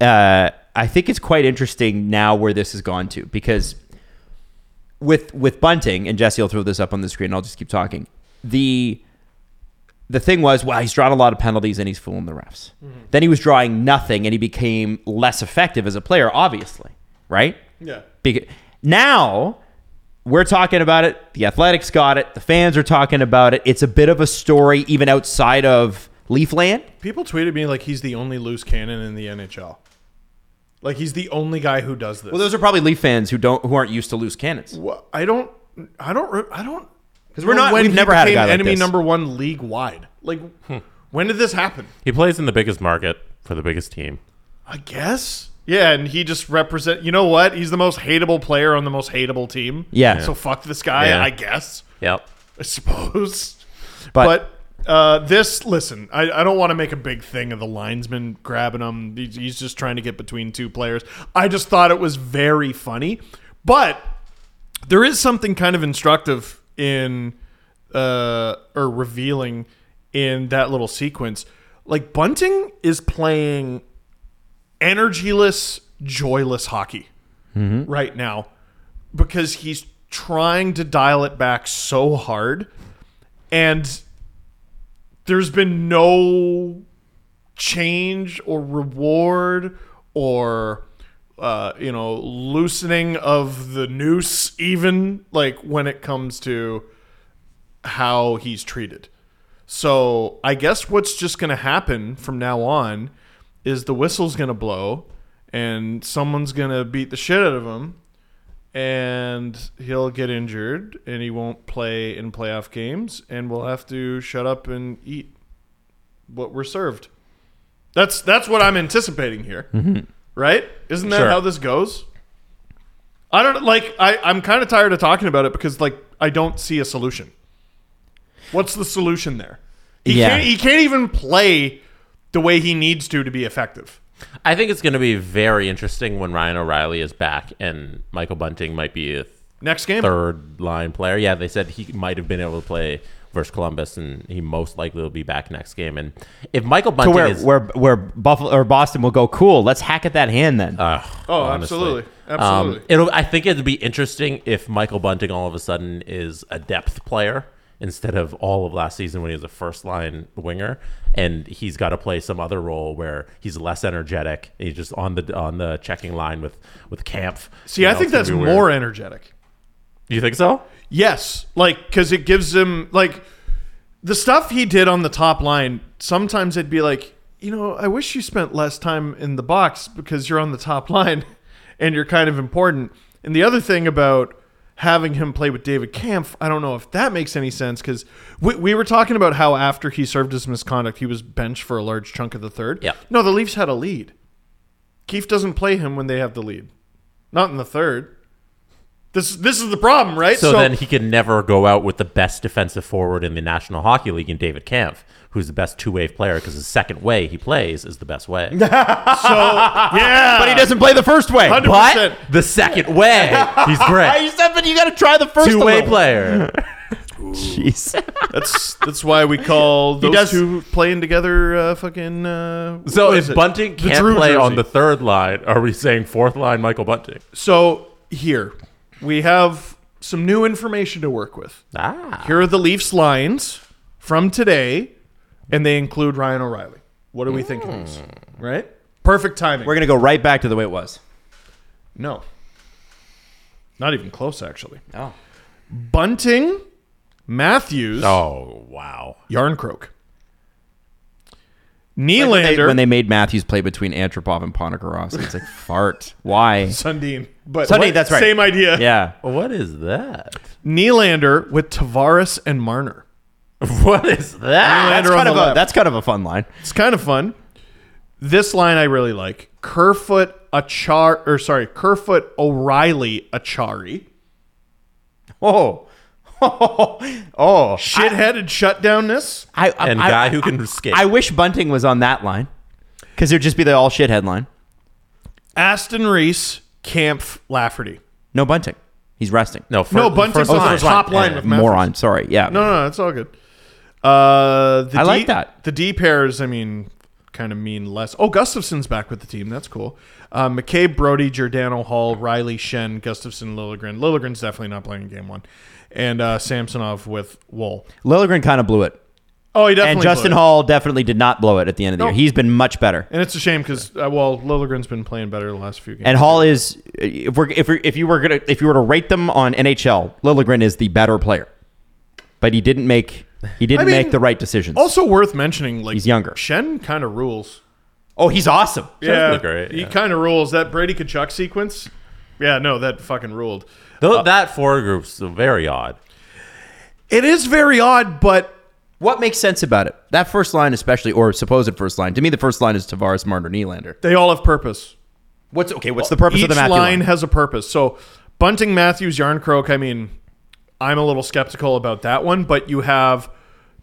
S4: uh, I think it's quite interesting now where this has gone to because with with Bunting and Jesse, I'll throw this up on the screen. I'll just keep talking. The the thing was, wow, he's drawn a lot of penalties and he's fooling the refs.
S10: Mm-hmm.
S4: Then he was drawing nothing and he became less effective as a player, obviously, right?
S7: Yeah.
S4: Beca- now we're talking about it. The Athletics got it. The fans are talking about it. It's a bit of a story even outside of Leafland.
S7: People tweeted me like he's the only loose cannon in the NHL. Like he's the only guy who does this.
S4: Well, those are probably Leaf fans who don't who aren't used to loose cannons.
S7: Wha- I don't. I don't. re- I don't. Because
S4: we're not- we've never had a guy like
S7: enemy
S4: this. Hmm.
S7: number one league wide. Like, when did this happen?
S10: He plays in the biggest market for the biggest team.
S7: I guess. Yeah, and he just represent. You know what? He's the most hateable player on the most hateable team.
S4: Yeah.
S7: So fuck this guy.
S10: Yeah.
S7: I guess.
S10: Yep.
S7: I suppose.
S4: But,
S7: But uh, this, listen, I, I don't want to make a big thing of the linesman grabbing him. He's, he's just trying to get between two players. I just thought it was very funny. But there is something kind of instructive in, uh, or revealing in that little sequence. Like, Bunting is playing energyless, joyless hockey right now because he's trying to dial it back so hard and there's been no change or reward or uh, you know loosening of the noose even like when it comes to how he's treated so i guess what's just going to happen from now on is the whistle's going to blow and someone's going to beat the shit out of him and he'll get injured and he won't play in playoff games and we'll have to shut up and eat what we're served. That's that's what I'm anticipating here.
S10: Mm-hmm.
S7: Right? Isn't that how this goes? I don't like I, I'm kind of tired of talking about it because like I don't see a solution. What's the solution there? He
S4: Yeah.
S7: can't he can't even play the way he needs to to be effective.
S10: I think it's going to be very interesting when Ryan O'Reilly is back and Michael Bunting might be a
S7: Next game.
S10: third line player. Yeah, they said he might have been able to play versus Columbus and he most likely will be back next game. And if Michael
S4: to
S10: Bunting
S4: where
S10: is
S4: where where Buffalo or Boston will go, cool. Let's hack at that hand then.
S7: Oh,
S10: honestly.
S7: absolutely.
S10: uh, Um,
S7: Absolutely.
S10: it'll. I think it'd be interesting if Michael Bunting all of a sudden is a depth player instead of all of last season when he was a first line winger, and he's got to play some other role where he's less energetic. and He's just on the on the checking line with with Camp.
S7: See, I think that's more energetic.
S10: You think so?
S7: Yes, like because it gives him like the stuff he did on the top line. Sometimes it'd be like, you know, I wish you spent less time in the box because you're on the top line and you're kind of important. And the other thing about having him play with David Kampf, I don't know if that makes any sense because we, we were talking about how after he served his misconduct, he was benched for a large chunk of the third.
S10: Yeah.
S7: No, the Leafs had a lead. Keefe doesn't play him when they have the lead, not in the third. This, this is the problem, right?
S10: So, then he can never go out with the best defensive forward in the National Hockey League in David Camp, who's the best two way player because the second way he plays is the best way.
S7: yeah,
S4: but he doesn't play the first way.
S7: 100%.
S10: But the second way, he's great.
S4: You said, but you got to try the first
S10: Two way
S4: of them.
S10: player.
S4: Jeez.
S7: That's that's why we call those
S4: does-
S7: two playing together uh, fucking. Uh,
S10: So
S7: what is
S10: if
S7: it?
S10: Bunting
S7: The
S10: can't
S7: Drew
S10: play on
S7: jersey.
S10: the third line, are we saying fourth line Michael Bunting?
S7: so here we have some new information to work with.
S10: Ah.
S7: Here are the Leafs lines from today, and they include Ryan O'Reilly. What do we think of these? Right? Perfect timing.
S4: We're gonna go right back to the way it was.
S7: no. Not even close, actually.
S4: Oh.
S7: Bunting, Matthews,
S5: Oh wow.
S7: Yarncroke.
S4: Like when, they,
S7: Nylander,
S4: when they made Matthews play between Antropov and Ponikaros, it's like fart. Why?
S7: Sundin. But
S4: Sundin,
S7: what-
S4: that's right.
S7: Same idea.
S4: Yeah.
S5: What is that?
S7: Nylander with Tavares and Marner.
S5: What is that?
S4: That's
S7: on
S4: kind
S7: the
S4: of a
S7: left.
S4: that's kind of a fun line.
S7: It's kind of fun. This line I really like. Kerfoot Achar or sorry, Kerfoot O'Reilly Achari.
S4: Oh. Oh, oh.
S7: Shitheaded shutdownness.
S4: I, I,
S5: And
S4: I-
S5: guy who can skate.
S4: I wish Bunting was on that line, because there'd just be the all shit headline.
S7: Aston Reese, Camp Lafferty.
S4: No Bunting, he's resting.
S5: no, fir-
S7: No, Bunting's
S5: first
S7: on the
S5: line.
S7: top line with Matthews.
S4: moron. Sorry. Yeah.
S7: No, no, no, it's all good. Uh, the
S4: I
S7: D-
S4: like that.
S7: The D pairs, I mean, kind of mean less. Oh, Gustafson's back with the team. That's cool. Uh, McCabe, Brody, Giordano, Hall, Riley, Shen, Gustafson, Lilligren. Lilligren's definitely not playing game one. And uh, Samsonov with Wool.
S4: Lilligren kind of blew it,
S7: Oh, he definitely.
S4: and
S7: blew
S4: Justin
S7: it.
S4: Hall definitely did not blow it at the end of the
S7: Nope.
S4: year. He's been much better.
S7: And it's a shame because uh, well, Lilligren's been playing better the last few games.
S4: And Hall is if we're if, we're, if you were gonna if you were to rate them on NHL, Lilligren is the better player, but he didn't make he didn't
S7: I mean,
S4: make the right decisions.
S7: also worth mentioning, like
S4: He's younger.
S7: Shen kind of rules.
S4: oh, he's awesome.
S7: Yeah,
S5: great,
S7: he
S5: yeah.
S7: kind of rules that Brady Kachuk sequence. Yeah, no, that fucking ruled.
S10: Uh,
S5: Though that four group's very odd.
S7: It is very odd, but
S4: What makes sense about it? That first line, especially or supposed first line. To me, the first line is Tavares, Marner, Nylander.
S7: they all have purpose.
S4: What's okay? What's the purpose
S7: Each
S4: of the Matthew
S7: line
S4: line?
S7: has a purpose. So Bunting, Matthews, Yarncroke. I mean, I'm a little skeptical about that one, but you have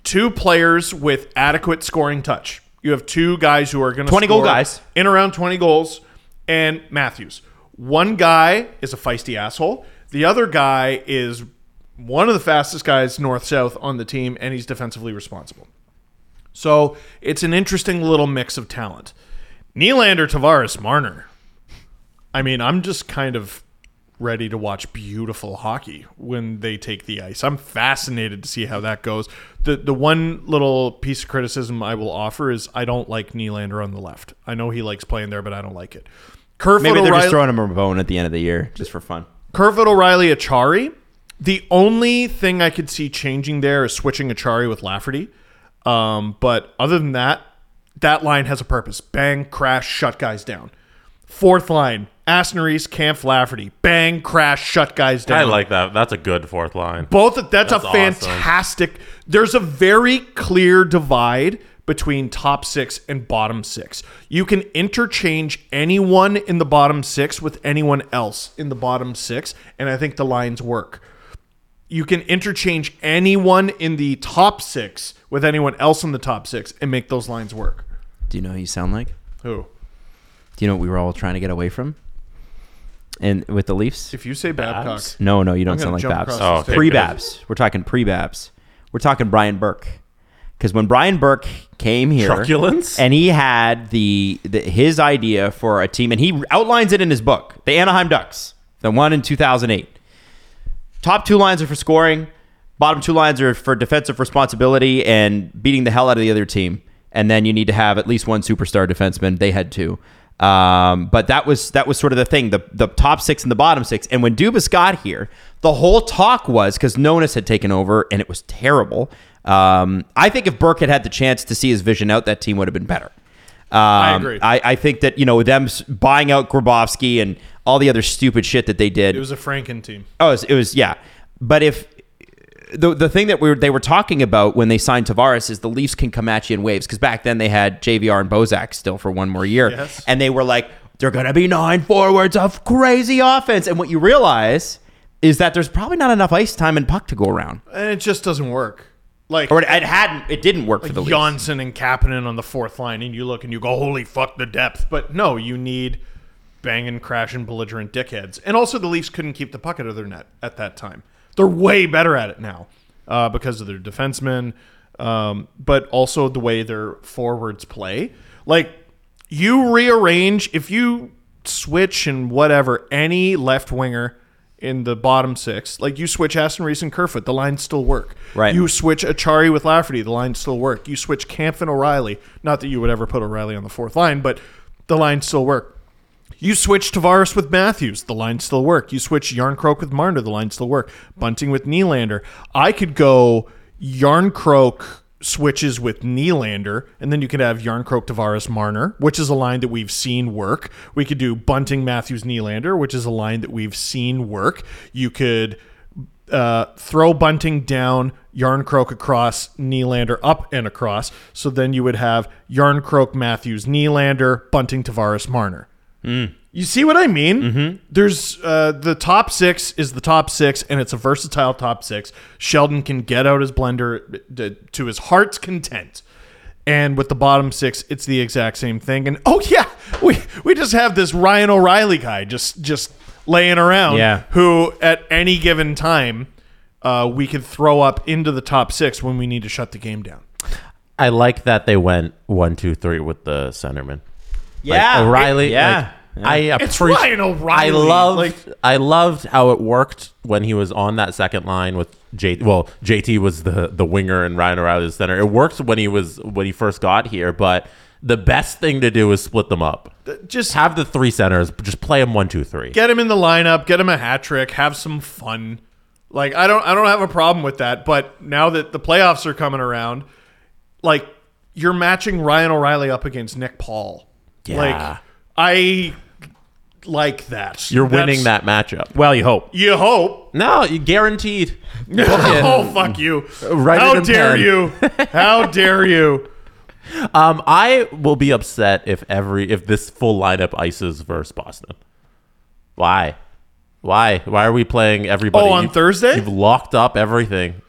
S7: two players with adequate scoring touch. You have two guys who are going to
S4: 20 goal guys.
S7: in around 20 goals, and Matthews. One guy is a feisty asshole. The other guy is one of the fastest guys north south on the team, and he's defensively responsible. So it's an interesting little mix of talent. Nylander, Tavares, Marner. I mean, I'm just kind of ready to watch beautiful hockey when they take the ice. I'm fascinated to see how that goes. The the one little piece of criticism I will offer is I don't like Nylander on the left. I know he likes playing there, but I don't like it. Kerfoot
S4: Maybe they're
S7: O'Reilly,
S4: just throwing him a bone at the end of the year just for fun.
S7: Kerfoot O'Reilly, Achari. The only thing I could see changing there is switching Achari with Lafferty. Um, but other than that, that line has a purpose. Bang, crash, shut guys down. Fourth line, Asneris, Camp Lafferty. Bang, crash, shut guys down.
S5: I like that. That's a good fourth line.
S7: both. of- That's,
S5: That's
S7: a
S5: awesome.
S7: fantastic. There's a very clear divide between top six and bottom six. You can interchange anyone in the bottom six with anyone else in the bottom six, and I think the lines work you can interchange anyone in the top six with anyone else in the top six and make those lines work.
S4: Do you know who you sound like?
S7: Who?
S4: Do you know what we were all trying to get away from? And with the Leafs?
S7: If you say Babcock,
S5: Babs?
S4: No, no, you don't sound
S7: gonna
S4: like
S7: jump
S4: Babs.
S7: across
S5: the stage.
S4: pre Babs. We're talking pre Babs. We're talking Brian Burke. Because when Brian Burke came here,
S5: Truculence?
S4: and he had the, the his idea for a team, and he outlines it in his book, the Anaheim Ducks, the one in 2008. Top two lines are for scoring, bottom two lines are for defensive responsibility and beating the hell out of the other team. And then you need to have at least one superstar defenseman. They had two. Um, but that was that was sort of the thing, the the top six and the bottom six. And when Dubas got here, the whole talk was because Nonis had taken over and it was terrible. Um, I think if Burke had had the chance to see his vision out, that team would have been better. Um, I
S7: agree.
S4: I, think that you know them s- buying out Grabowski and all the other stupid shit that they did.
S7: it was a Franken team.
S4: Oh, it was, it was yeah. But if the the thing that we were, they were talking about when they signed Tavares is the Leafs can come at you in waves because back then they had JVR and Bozak still for one more year,
S7: Yes.
S4: and they were like they're gonna be nine forwards of crazy offense, and what you realize is that there's probably not enough ice time and puck to go around,
S7: And it just doesn't work. Like
S4: or it, it hadn't, it didn't work for the Leafs.
S7: Janssen and Kapanen on the fourth line, and you look and you go, holy fuck, the depth. But no, you need banging, crashing, belligerent dickheads. And also, the Leafs couldn't keep the puck out of their net at that time. They're way better at it now uh, because of their defensemen, um, but also the way their forwards play. Like, you rearrange, if you switch and whatever, any left winger in the bottom six. Like you switch Aston Reese and Kerfoot, the lines still work.
S4: Right.
S7: You switch Achari with Lafferty, the lines still work. You switch Camp and O'Reilly. Not that you would ever put O'Reilly on the fourth line, but the lines still work. You switch Tavares with Matthews, the lines still work. You switch Yarncroak with Marner, the lines still work. Bunting with Nylander. I could go Yarncroak switches with Nylander, and then you could have Yarncroak, Tavares, Marner, which is a line that we've seen work. We could do Bunting, Matthews, Nylander, which is a line that we've seen work. You could uh, throw Bunting down, Yarncroak across, Nylander up and across. So then you would have Yarncroak, Matthews, Nylander, Bunting, Tavares, Marner. You see what I mean? Mm-hmm. There's uh, the top six is the top six, and it's a versatile top six. Sheldon can get out his blender d- to his heart's content. And with the bottom six, it's the exact same thing. And oh yeah, we we just have this Ryan O'Reilly guy just just laying around,
S4: Yeah.
S7: who at any given time uh, we could throw up into the top six when we need to shut the game down.
S10: I like that they went one, two, three with the centerman.
S4: Yeah.
S10: like O'Reilly.
S4: Yeah.
S10: like, I
S7: It's
S10: appreciate.
S7: Ryan
S10: I
S7: O'Reilly.
S10: loved.
S7: like
S10: I loved how it worked when he was on that second line with J. Well, JT was the the winger and Ryan O'Reilly was the center. It worked when he was when he first got here, but the best thing to do is split them up.
S7: just
S10: Have the three centers. but Just play them one, two, three.
S7: get him in the lineup, get him a hat trick, have some fun. Like I don't I don't have a problem with that, but now that the playoffs are coming around, like you're matching Ryan O'Reilly up against Nick Paul.
S10: Yeah.
S7: Like I like that.
S10: You're winning
S7: That's-
S10: that matchup.
S4: Well, you hope.
S7: You hope.
S10: No, you guaranteed.
S7: oh fuck you.
S10: Write it
S7: How
S10: in
S7: dare
S10: pen.
S7: you? How dare you?
S10: Um, I will be upset if every if this full lineup ices versus Boston. Why? Why? Why are we playing everybody?
S7: Oh, on
S10: You've-
S7: Thursday?
S10: You've locked up everything.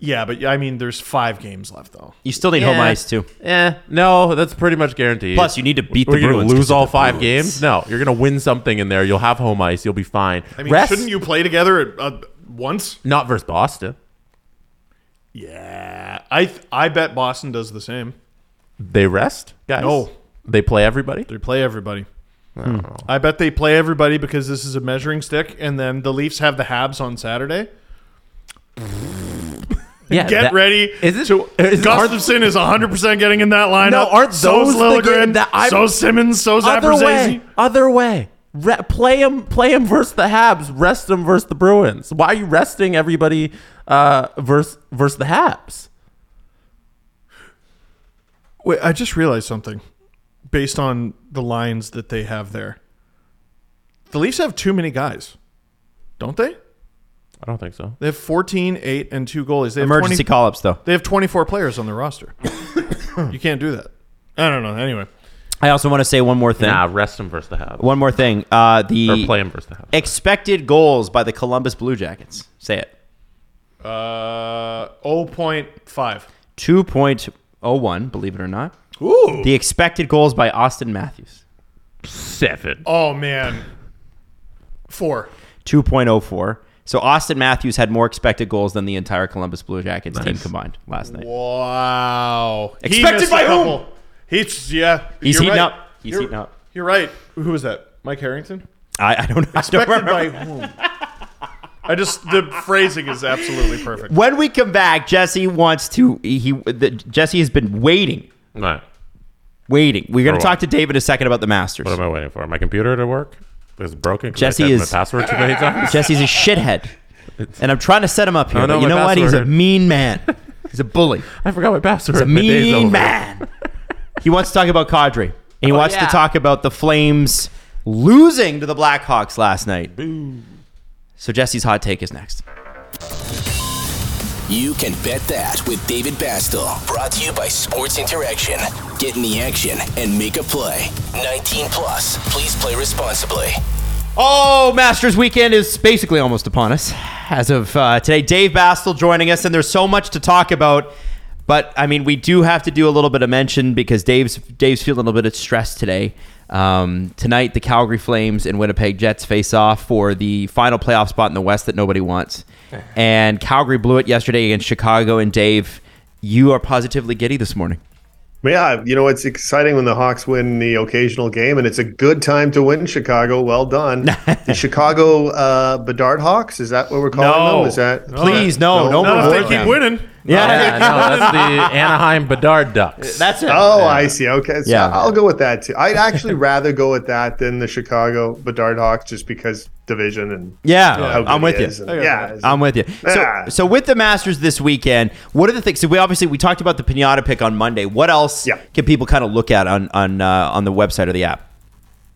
S7: Yeah, but I mean there's 5 games left though.
S4: You still need home
S10: Yeah.
S4: ice too.
S10: Eh, no, that's pretty much guaranteed.
S4: Plus, you need to beat
S10: We're
S4: the
S10: gonna
S4: Bruins. 'cause
S10: lose all
S4: it's the
S10: five
S4: Bruins.
S10: games. No, you're gonna win something in there. You'll have home ice. You'll be fine.
S7: I mean, shouldn't you play together at uh, once?
S10: Not versus Boston.
S7: Yeah. I th- I bet Boston does the same.
S10: They rest, guys.
S7: No.
S10: they play everybody.
S7: They play everybody.
S10: Hmm.
S7: I bet they play everybody because this is a measuring stick, and then the Leafs have the Habs on Saturday.
S10: Yeah,
S7: Get
S10: that-
S7: ready.
S10: Is it?
S7: to,
S10: is it-
S7: Gustafson is 100% getting in that lineup.
S10: No, aren't those
S7: so's
S10: the game
S7: Lilligren,
S10: that I-
S7: so Simmons, so's
S10: other way,
S7: Aberzazi.
S10: other way. Re- play him, play him versus the Habs. Rest him versus the Bruins. Why are you resting everybody uh, versus versus the Habs?
S7: Wait, I just realized something based on the lines that they have there. The Leafs have too many guys, don't they?
S10: I don't think so.
S7: They have 14, 8, and 2 goalies. They have
S4: Emergency
S7: 20
S4: call ups though.
S7: They have 24 players on their roster. you can't do that. I don't know. Anyway.
S4: I also want to say one more thing.
S10: Nah, rest him versus the Habs.
S4: One more thing. Uh, the
S10: or play him versus the Habs.
S4: expected goals by the Columbus Blue Jackets. Say it.
S7: Uh, 0.5.
S4: 2.01, believe it or not.
S7: Ooh.
S4: The expected goals by Austin Matthews.
S10: Seven.
S7: Oh, man. Four.
S4: 2.04. So Austin Matthews had more expected goals than the entire Columbus Blue Jackets team combined last night.
S7: Wow. He
S4: Expected
S7: missed a
S4: by whom?
S7: couple. He's, yeah.
S4: He's
S7: you're
S4: heating
S7: right.
S4: up. He's
S7: You're-
S4: heating up.
S7: You're right. Who was that? Mike Harrington?
S4: I, I don't know. I don't
S7: Expected
S4: remember.
S7: by whom? I just, the phrasing is absolutely perfect.
S4: When we come back, Jesse wants to. He the, Jesse has been waiting,
S10: Right.
S4: waiting. We're going
S10: For
S4: to
S10: what?
S4: talk to David a second about the Masters.
S10: What am I waiting for? My computer to work is broken. 'cause I
S4: Jesse
S10: typed
S4: is-
S10: my password too many times.
S4: Jesse's a shithead, and I'm trying to set him up here.
S10: I know
S4: but you
S10: my
S4: know what? He's a
S10: password.
S4: mean man. He's a bully.
S10: I forgot my password.
S4: He's a
S10: My day's over.
S4: mean man. Oh, He wants to talk about Kadri. He wants to talk about the Flames losing to the Blackhawks last night. So Jesse's hot take is next.
S1: You can bet that with David Bastel. Brought to you by Sports Interaction. Get in the action and make a play. 19 plus. Please play responsibly.
S4: Oh, Masters weekend is basically almost upon us as of uh, today. Dave Bastel joining us, and there's so much to talk about. But I mean, we do have to do a little bit of mention because Dave's Dave's feeling a little bit of stress today. Um, tonight, the Calgary Flames and Winnipeg Jets face off for the final playoff spot in the West that nobody wants. And Calgary blew it yesterday against Chicago. And Dave, you are positively giddy this morning.
S11: But yeah, you know, it's exciting when the Hawks win the occasional game, and it's a good time to win in Chicago. Well done. the Chicago uh, Bedard Hawks, is that what we're calling
S4: No.
S11: them? Is that
S4: Please, no, don't
S7: Not
S4: reward
S7: if they keep
S4: them.
S7: winning.
S10: Yeah, no, that's the Anaheim Bedard Ducks.
S4: That's it.
S11: Oh, I see. Okay. So
S4: Yeah.
S11: I'll go with that too. I'd actually rather go with that than the Chicago Bedard Hawks just because division and
S4: Yeah,
S11: how good
S4: I'm
S11: he
S4: with
S11: is.
S4: you.
S11: And, yeah.
S4: I'm with you. So,
S11: Yeah.
S4: so with the Masters this weekend, what are the things? So we obviously we talked about the pinata pick on Monday. What else
S11: Yeah.
S4: can people kind of look at on on uh, on the website or the app?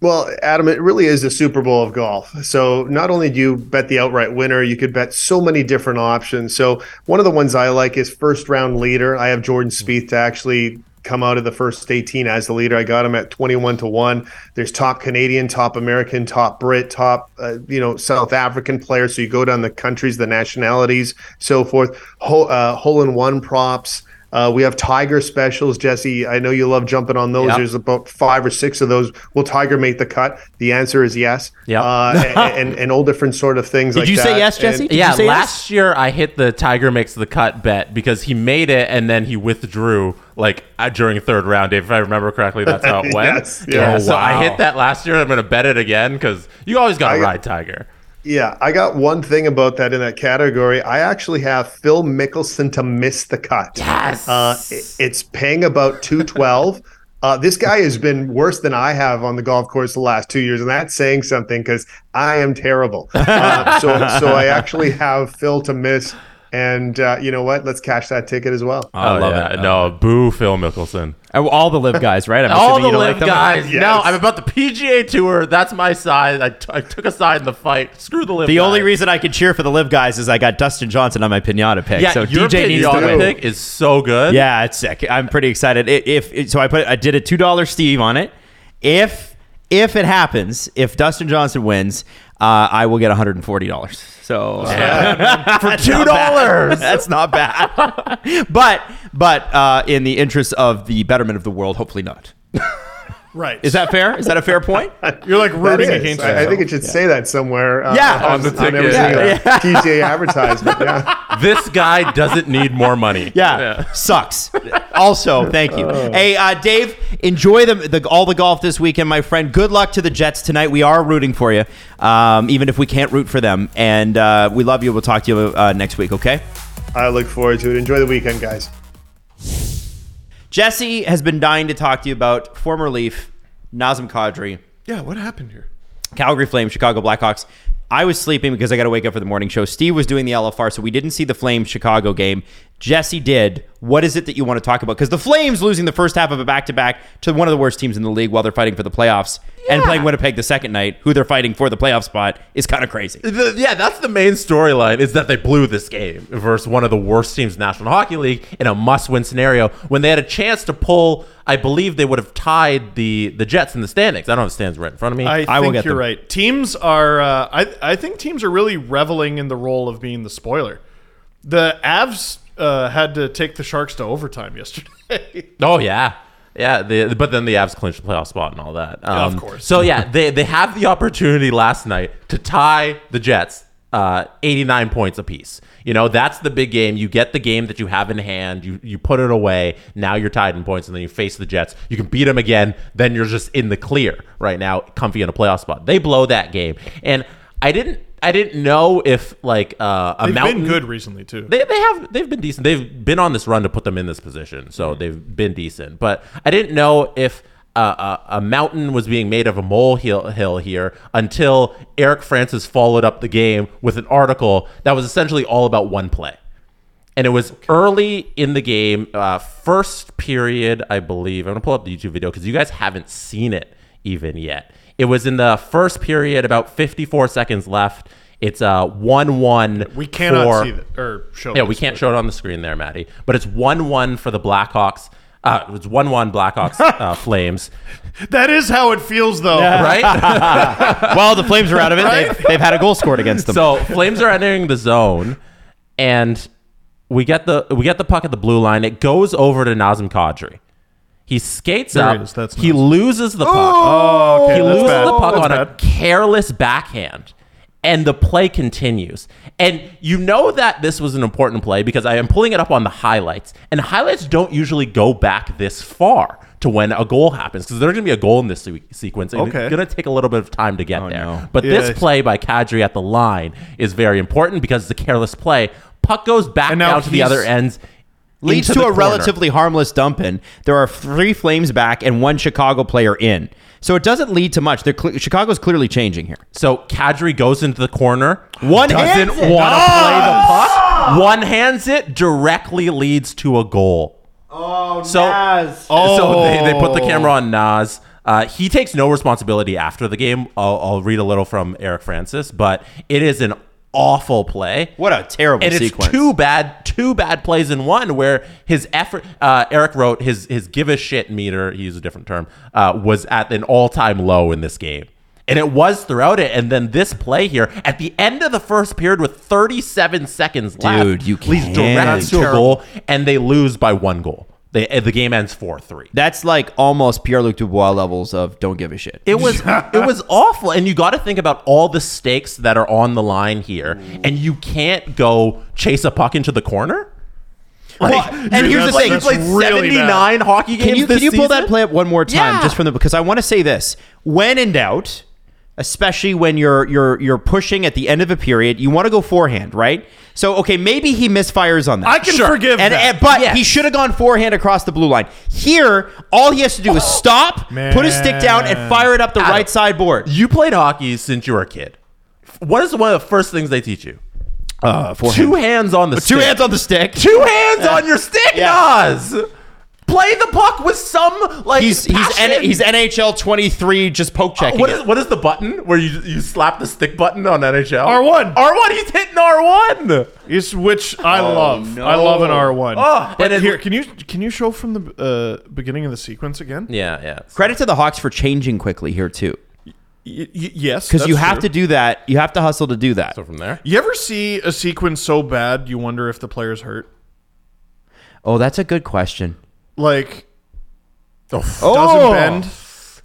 S11: Well, Adam, it really is the Super Bowl of golf. So not only do you bet the outright winner, you could bet so many different options. So one of the ones I like is first round leader. I have Jordan Spieth to actually come out of the first 18 as the leader. I got him at 21 to 1. There's top Canadian, top American, top Brit, top uh, you know, South African players. So you go down the countries, the nationalities, so forth. Hole, uh, hole in one props. Uh, we have Tiger specials, Jesse. I know you love jumping on those.
S4: Yep.
S11: There's about five or six of those. Will Tiger make the cut? The answer is yes.
S10: Yep.
S11: Uh, and, and, and all different sort of things.
S4: Did
S11: like
S4: you say
S11: that.
S4: yes, Jesse?
S11: And-
S4: Did
S10: yeah,
S4: you say
S10: last year I hit the Tiger makes the cut bet because he made it and then he withdrew like uh, during third round. If I remember correctly, that's how it went.
S11: Yes, yeah.
S10: Yeah, so I
S4: wow.
S10: hit that last year. I'm gonna bet it again because you always gotta
S11: I-
S10: ride Tiger.
S11: yeah, I got one thing about that in that category. I actually have Phil Mickelson to miss the cut.
S10: Yes.
S11: Uh, it- it's paying about 212. Uh, this guy has been worse than I have on the golf course the last two years, and that's saying something because I am terrible. Uh, so, so I actually have Phil to miss, and uh, you know what? Let's cash that ticket as well.
S7: Uh,
S10: I love
S4: yeah.
S10: that. No, boo, Phil Mickelson.
S4: Oh, All the live guys, right? I'm
S10: All
S4: assuming
S10: the
S4: you don't
S10: live
S4: them?
S10: guys.
S11: Yes.
S10: No, I'm about the PGA Tour. That's my side. I, t- I took a side in the fight. Screw the live.
S4: The only
S10: guys.
S4: reason I could cheer for the live guys is I got Dustin Johnson on my pinata pick.
S10: yeah,
S4: so
S10: your
S4: DJ needs to
S10: pinata
S4: win.
S10: pick is so good.
S4: Yeah, it's sick. I'm pretty excited. It, if it, so, I put I did a two dollar Steve on it. If if it happens, if Dustin Johnson wins, uh, I will get 140 dollars. So uh, for two
S10: $2.
S4: that's not bad. but but uh, in the interest of the betterment of the world, hopefully not.
S7: Right.
S4: Is that fair? Is that a fair point?
S7: You're like
S11: That
S7: rooting
S11: is.
S7: against
S11: I, I
S7: yourself.
S11: think it should say that somewhere. Uh,
S4: Yeah.
S11: on,
S4: On the
S11: on every
S10: ticket.
S11: single
S4: Yeah.
S11: PGA advertisement. Yeah.
S10: This guy doesn't need more money.
S4: Yeah, sucks. Also, thank you. Hey, uh, Dave, enjoy the, the all the golf this weekend, my friend. Good luck to the Jets tonight. We are rooting for you, um, even if we can't root for them. And uh, we love you. We'll talk to you uh, next week. Okay.
S11: I look forward to it. Enjoy the weekend, guys.
S4: Jesse has been dying to talk to you about former Leaf Nazem Kadri,
S7: yeah, what happened here?
S4: Calgary Flames, Chicago Blackhawks. I was sleeping because I got to wake up for the morning show. Steve was doing the LFR, so we didn't see the Flames Chicago game. Jesse did. What is it that you want to talk about? Because the Flames losing the first half of a back to back to one of the worst teams in the league while they're fighting for the playoffs and playing Winnipeg the second night, who they're fighting for the playoff spot, is kind of crazy.
S10: The- yeah, that's the main storyline is that they blew this game versus one of the worst teams in the National Hockey League in a must-win scenario when they had a chance to pull. I believe they would have tied the the Jets in the standings. I don't have the standings right in front of me.
S7: I,
S4: I will
S7: think
S4: get
S7: you're
S4: them.
S7: right. Teams are. Uh, I I think teams are really reveling in the role of being the spoiler. The Avs uh, had to take the Sharks to overtime yesterday.
S10: Oh yeah, yeah. The, but then the Avs clinched the playoff spot and all that. Um,
S7: of course.
S10: So yeah, they they have the opportunity last night to tie the Jets, uh, eighty nine points apiece. You know that's the big game. You get the game that you have in hand. You you put it away. Now you're tied in points, and then you face the Jets. You can beat them again. Then you're just in the clear right now, comfy in a playoff spot. They blow that game, and I didn't. I didn't know if like uh, a
S7: They've
S10: mountain
S7: been good recently too.
S10: they, they have they've been decent. They've been on this run to put them in this position,
S7: Mm-hmm.
S10: so they've been decent. But I didn't know if uh, a, a mountain was being made of a molehill hill here until Eric Francis followed up the game with an article that was essentially all about one play, and it was early in the game, uh, first period, I believe. I'm gonna pull up the YouTube video because you guys haven't seen it even yet. It was in the first period, about 54 seconds left. It's uh, one-one.
S7: we cannot
S10: for-
S7: see that or show.
S10: yeah,
S7: this,
S10: we can't show it on the screen there, Maddie. But it's one-one for the Blackhawks. Uh, it's one-one Blackhawks uh, Flames,
S7: but- That is how it feels though.
S10: right?
S4: well, the Flames are out of it. They've, they've had a goal scored against them.
S10: so Flames are entering the zone, and we get the we get the puck at the blue line. It goes over to Nazem Kadri. He skates
S7: There
S10: up.
S7: it is. That's
S10: he
S7: Nazem.
S10: loses the puck.
S7: Oh, okay.
S10: he
S7: that's
S10: loses
S7: bad.
S10: the puck
S7: That's
S10: on
S7: bad.
S10: a careless backhand. and the play continues. And you know that this was an important play because I am pulling it up on the highlights. And highlights don't usually go back this far to when a goal happens because there's going to be a goal in this se- sequence. And
S5: Okay.
S10: It's going to take a little bit of time to get there. But
S5: Yes.
S10: this play by Kadri at the line is very important because it's a careless play. Puck goes back
S4: now
S10: down to the
S4: he's-
S10: other ends.
S4: leads to
S10: into the
S4: a
S10: corner.
S4: relatively harmless dump in. There are three Flames back and one Chicago player in. So it doesn't lead to much. They're cle Chicago's clearly changing here.
S10: So Kadri goes into the corner.
S4: One
S10: doesn't
S4: hands it.
S10: want to play the
S4: Oh!
S10: puck. One hands it directly leads to a goal. Oh, so,
S7: Oh.
S10: So they, they put the
S4: Oh.
S10: camera on Nas. Uh, he takes no responsibility after the game. I'll, I'll read a little from Eric Francis, but it is an awful play.
S4: What a terrible
S10: and
S4: sequence.
S10: It's two bad, two bad plays in one where his effort. Uh, Eric wrote his his give a shit meter. He used a different term. Uh, was at an all time low in this game. And it was throughout it, and then this play here at the end of the first period with 37 seconds left,
S4: Dude, you
S10: leads
S4: can't.
S10: direct to a goal, and they lose by one goal. They, eh, the game ends four three.
S4: That's like almost Pierre Luc Dubois levels of don't give a shit.
S10: It was it was awful, and you got to think about all the stakes that are on the line here, and you can't go chase a puck into the corner.
S4: and here's the
S10: like,
S4: thing:
S10: you played seventy nine hockey games.
S4: Can you
S10: this
S4: can you pull that
S10: season?
S4: play up one more time,
S10: Yeah.
S4: just from the because I want to say this: when in doubt, especially when you're you're you're pushing at the end of a period, you want to go forehand, right? So okay, maybe he misfires on that.
S7: I can Sure. forgive
S4: and,
S7: that.
S4: and- but
S7: Yes.
S4: he should have gone forehand across the blue line. Here, all he has to do is stop, put his stick down, and fire it up the
S10: Adam,
S4: right side board.
S10: You played hockey since you were a kid. What is one of the first things they teach you?
S4: Uh,
S10: Two hands on the
S4: Two
S10: stick.
S4: hands on the stick. Uh,
S10: Two hands on your stick,
S4: Yeah.
S10: Nas. Play the puck with some like
S4: He's he's, N-
S10: passion.
S4: he's NHL 23 just poke checking.
S10: What
S4: it.
S10: is what is the button where you you slap the stick button on NHL?
S7: R1.
S10: R1. He's hitting R1.
S7: It's which I love.
S10: Oh, no.
S7: I love an R1.
S10: Oh,
S7: but
S10: and it-
S7: here, can you can you show from the uh, beginning of the sequence again?
S10: Yeah, yeah.
S4: Credit to the Hawks for changing quickly here too,
S7: Y- y- yes,
S4: because you
S7: that's
S4: have to
S7: true.
S4: do that. You have to hustle to do that.
S10: So from there,
S7: You ever see a sequence so bad you wonder if the player's hurt?
S4: Oh, that's a good question.
S7: Like
S10: Oh.
S7: doesn't bend.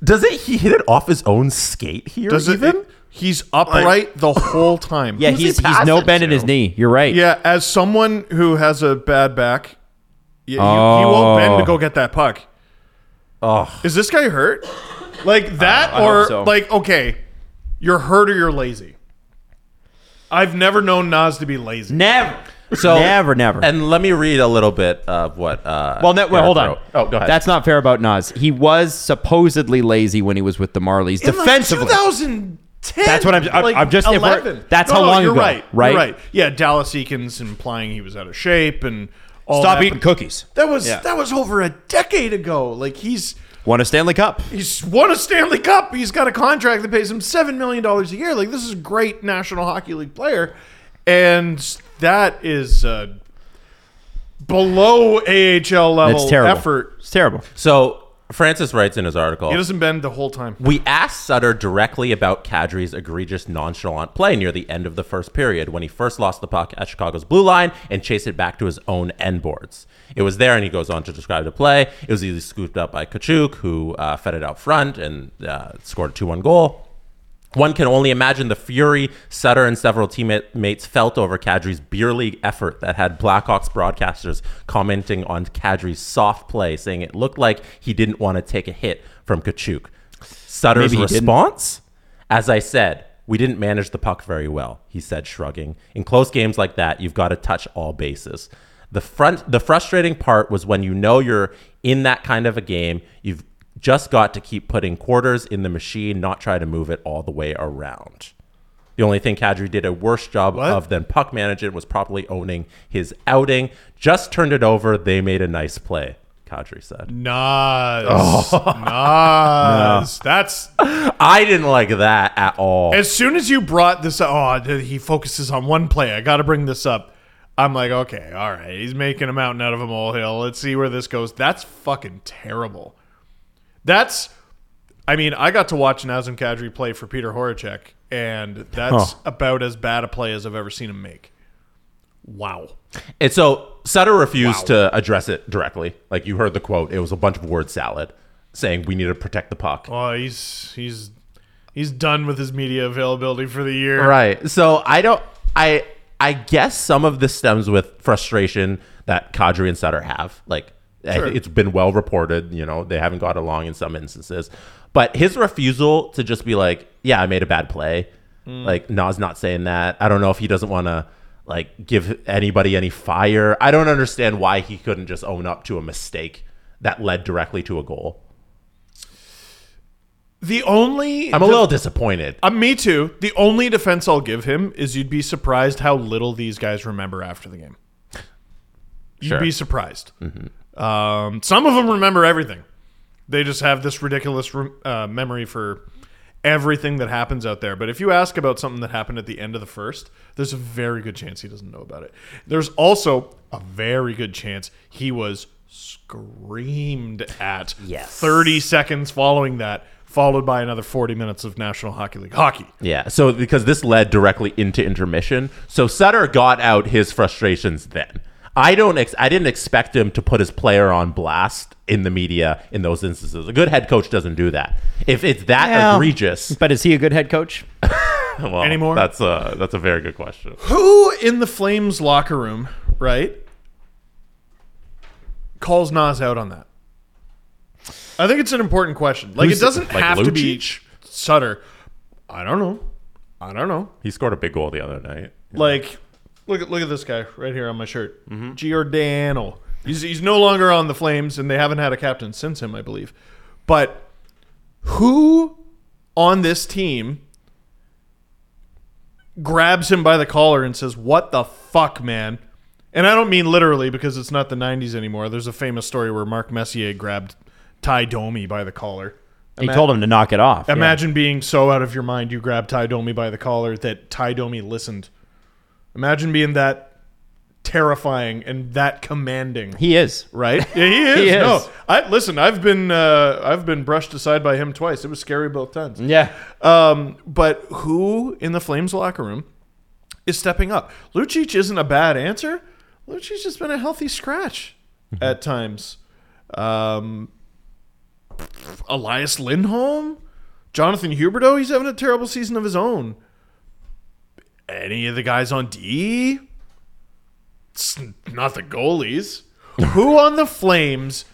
S10: does it? He hit it off his own skate here.
S7: Does it,
S10: even?
S7: it- He's upright the whole time.
S4: Yeah, he's he's no bend in his knee. You're right.
S7: Yeah, as someone who has a bad back, y- you, he won't bend to go get that puck.
S10: Oh.
S7: Is this guy hurt? Like that,
S4: I
S7: or
S4: hope so.
S7: like okay, you're hurt or you're lazy. I've never known Nas to be lazy.
S4: Never.
S10: So
S4: never, never.
S10: And let me read a little bit of what. Uh,
S4: well, no, well,
S10: Gareth
S4: hold on.
S10: wrote. Oh, go ahead.
S4: That's not fair about Nas. He was supposedly lazy when he was with the Marlies
S7: In,
S4: defensively.
S7: like 2010.
S4: That's what I'm- I'm-
S7: like,
S4: I'm just- if we're-
S7: 11.
S4: that's
S7: No,
S4: how
S7: no,
S4: long
S7: you're
S4: ago,
S7: Right,
S4: right?
S7: You're right. Yeah, Dallas Eakins implying he was out of shape and all
S4: Stop
S7: Oh, that,
S4: eating
S7: but
S4: cookies.
S7: That was
S4: Yeah.
S7: that was over a decade ago. Like he's
S4: Won a Stanley Cup.
S7: he's won a Stanley Cup. He's got a contract that pays him seven million dollars a year. Like this is a great National Hockey League player, and that is uh, below AHL level
S4: That's terrible.
S7: Oh, effort.
S4: It's terrible.
S10: so Francis writes in his article.
S7: He doesn't bend the whole time.
S10: We asked Sutter directly about Kadri's egregious nonchalant play near the end of the first period when he first lost the puck at Chicago's blue line and chased it back to his own end boards. It was there, and he goes on to describe the play. It was easily scooped up by Kachuk, who uh, fed it out front and uh, scored a 2 1 goal. One can only imagine the fury Sutter and several teammates felt over Kadri's beer league effort that had Blackhawks broadcasters commenting on Kadri's soft play, saying it looked like he didn't want to take a hit from Kachuk. Sutter's
S4: Maybe he didn't.
S10: response? As I said, we didn't manage the puck very well, he said, shrugging. In close games like that, you've got to touch all bases. The front the frustrating part was when you know you're in that kind of a game, you've just got to keep putting quarters in the machine, not try to move it all the way around. The only thing Kadri did a worse job of than puck management was properly owning his outing. Just turned it over. They made a nice play, Kadri
S4: Mm.
S10: said.
S7: Nas, Nas, that's
S10: I didn't like that at all.
S7: As soon as you brought this up, oh, th- he focuses on one play. I got to bring this up. I'm like, okay, all right. He's making a mountain out of a molehill. Let's see where this goes. That's fucking terrible. That's, I mean, I got to watch Nazem Kadri play for Peter Horacek, and that's
S4: Huh.
S7: about as bad a play as I've ever seen him make. Wow.
S10: And so Sutter refused to address it directly. Like you heard the quote, it was a bunch of word salad saying we need to protect the puck.
S7: Oh, Uh, he's he's He's done with his media availability for the year.
S10: Right. So I don't. I I guess some of this stems with frustration that Kadri and Sutter have. Like I
S5: Sure.
S10: think it's been well reported. You know they haven't got along in some instances, but his refusal to just be like, "Yeah, I made a bad play."
S5: Mm.
S10: Like Nas not saying that. I don't know if he doesn't want to like give anybody any fire. I don't understand why he couldn't just own up to a mistake that led directly to a goal.
S7: The only
S10: I'm a little disappointed.
S7: Uh, me too. The only defense I'll give him is you'd be surprised how little these guys remember after the game. You'd
S10: Sure.
S7: be surprised. Um, some of them remember everything. They just have this ridiculous rem- uh, memory for everything that happens out there. But if you ask about something that happened at the end of the first, there's a very good chance he doesn't know about it. There's also a very good chance he was screamed at
S10: Yes.
S7: 30 seconds following that, followed by another 40 minutes of National Hockey League hockey.
S10: Yeah. So because this led directly into intermission, so Sutter got out his frustrations then. I don't. Ex- I didn't expect him to put his player on blast in the media in those instances. A good head coach doesn't do that. If it's that
S4: Well,
S10: egregious,
S4: but is he a good head coach
S10: well,
S7: Anymore?
S10: That's a that's a very good question.
S7: Who in the Flames locker room, right, calls Nas out on that? I think it's an important question. Like
S10: Who's-
S7: it doesn't
S10: like
S7: have to be
S10: Lucic?
S7: Sutter. I don't know. I don't know.
S10: He scored a big goal the other night.
S7: Like look at look at this guy right here on my shirt, Giordano. He's he's no longer on the Flames, and they haven't had a captain since him, I believe. But who on this team grabs him by the collar and says, "What the fuck, man?" And I don't mean literally because it's not the '90s anymore. There's a famous story where Mark Messier grabbed Ty Domi by the collar.
S4: He told him to knock it off, yeah.
S7: Imagine being so out of your mind you grabbed Ty Domi by the collar that Ty Domi listened. Imagine being that terrifying and that commanding.
S4: He is
S7: right. Yeah, he is.
S4: He is.
S7: No, I listen. I've been uh, I've been brushed aside by him twice. It was scary both times.
S4: Yeah.
S7: Um, but who in the Flames locker room is stepping up? Lucic isn't a bad answer. Lucic's just been a healthy scratch at times. Um, Elias Lindholm, Jonathan Huberto, he's having a terrible season of his own. Any of the guys on D? It's not the goalies. Who on the Flames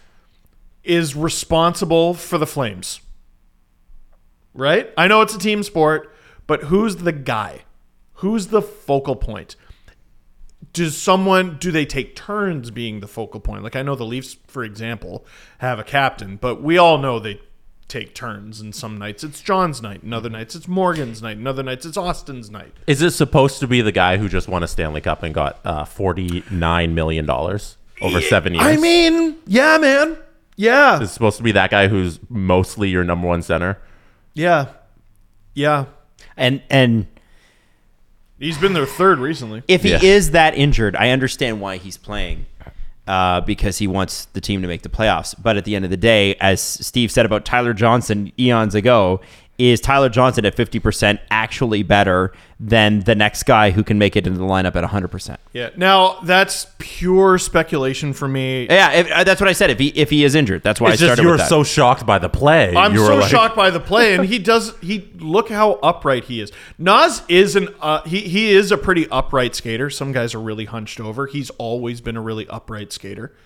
S7: is responsible for the Flames? Right? I know it's a team sport, but who's the guy? Who's the focal point? does someone do they take turns being the focal point like i know the leafs for example have a captain but we all know they take turns and some nights it's john's night and other nights it's morgan's night and other nights it's austin's night
S10: Is it supposed to be the guy who just won a Stanley Cup and got uh, forty nine million dollars over seven years?
S7: i mean yeah man yeah
S10: is it supposed to be that guy who's mostly your number one center?
S7: yeah yeah
S4: and and
S7: he's been their third recently
S4: If he is that injured, I understand why he's playing uh, because he wants the team to make the playoffs. But at the end of the day, as Steve said about Tyler Johnson eons ago, is Tyler Johnson at 50% actually better than the next guy who can make it into the lineup at 100%?
S7: yeah now that's pure speculation for me
S4: Yeah, if, uh, that's what I said. If he if he is injured, that's why
S10: It's
S4: I
S10: just
S4: started
S10: you
S4: with
S10: were
S4: that.
S10: so shocked by the play.
S7: I'm
S10: you were
S7: so
S10: like-
S7: shocked by the play, and he does. He look how upright he is. Nas is an uh, he he is a pretty upright skater. Some guys are really hunched over. He's always been a really upright skater.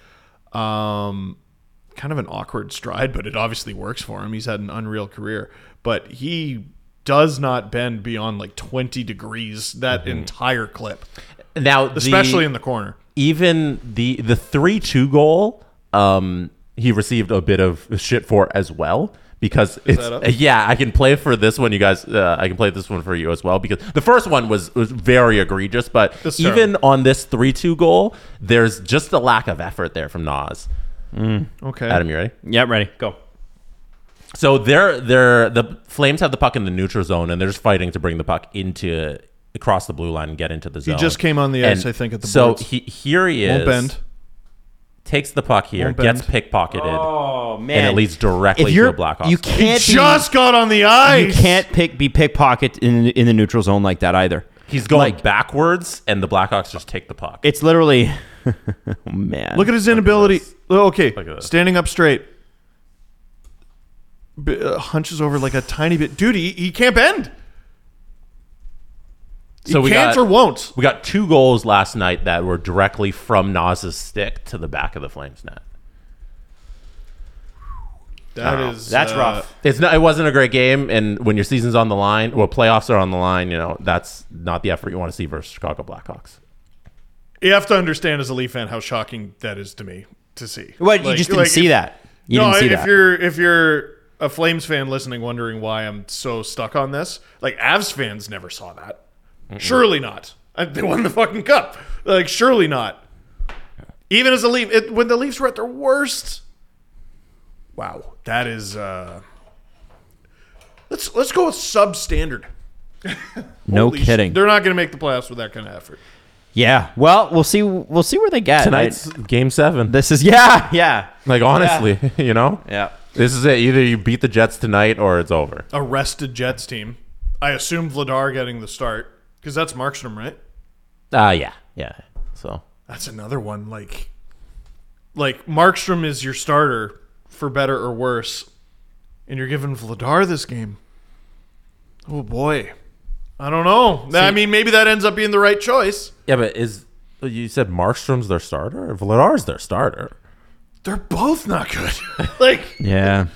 S7: Um, kind of an awkward stride, but it obviously works for him. He's had an unreal career, but he does not bend beyond like 20 degrees that
S10: Mm-hmm.
S7: entire clip.
S10: Now,
S7: especially in the corner.
S10: Even the the three two goal, um, he received a bit of shit for as well because it's
S5: that up?
S10: yeah. I can play for this one, you guys. Uh, I can play this one for you as well because the first one was was very egregious, but
S5: That's
S10: even
S5: terrible.
S10: on this three two goal, there's just a lack of effort there from Nas.
S7: Okay.
S10: Adam, you ready?
S4: Yeah, I'm ready. Go.
S10: So they're they're the Flames have the puck in the neutral zone, and they're just fighting to bring the puck into across the blue line and get into the
S7: He
S10: zone.
S7: just came on the
S10: And
S7: ice, I think, at the
S10: so
S7: boards.
S10: he here he
S7: Won't
S10: is.
S7: bend.
S10: Takes the puck here,
S7: Won't bend.
S10: gets pickpocketed.
S4: Oh
S10: And it leads directly to a Blackhawks.
S4: You can't be-
S7: just got on the ice.
S4: You can't pick be pickpocket in in the neutral zone like that either.
S10: He's going backwards, and the Blackhawks just take the puck.
S4: It's literally, oh, man.
S7: Look at his inability. Oh, okay,
S10: at this.
S7: standing up straight. b- uh, hunches over like a tiny bit. Dude, he, he can't bend.
S10: So we
S7: can't
S10: got,
S7: or won't.
S10: We got two goals last night that were directly from Nas's stick to the back of the Flames net.
S7: That
S10: Wow.
S7: is
S4: That's
S7: uh,
S4: rough.
S10: It's not. It wasn't a great game, and when your season's on the line, well, playoffs are on the line. You know that's not the effort you want to see versus Chicago Blackhawks.
S7: You have to understand as a Leaf fan how shocking that is to me to see.
S4: What, you just didn't see that. You
S7: no,
S4: didn't see
S7: if
S4: that.
S7: you're if you're a Flames fan listening, wondering why I'm so stuck on this, like Avs fans never saw that. Surely not. I- They won the fucking cup. Like surely not. Even as a Leaf, it, when the Leafs were at their worst, wow, that is. uh Let's let's go with substandard.
S4: No
S7: Holy sh-
S4: kidding.
S7: they're not going to make the playoffs with that kind of effort.
S4: Yeah. Well, we'll see. We'll see where they get
S10: Tonight's game seven.
S4: This is yeah, yeah.
S10: Like honestly, you know,
S4: Yeah.
S10: this is it. Either you beat the Jets tonight or it's over.
S7: Arrested Jets team. I assume Vladar getting the start because that's Markstrom, right?
S10: Ah, yeah, yeah. So
S7: That's another one. Like, like Markstrom is your starter for better or worse, and you're giving Vladar this game. Oh boy, I don't know. I mean, maybe that ends up being the right choice.
S10: yeah, but is you said Markstrom's their starter? Vladar's their starter.
S7: They're both not good. like,
S4: Yeah.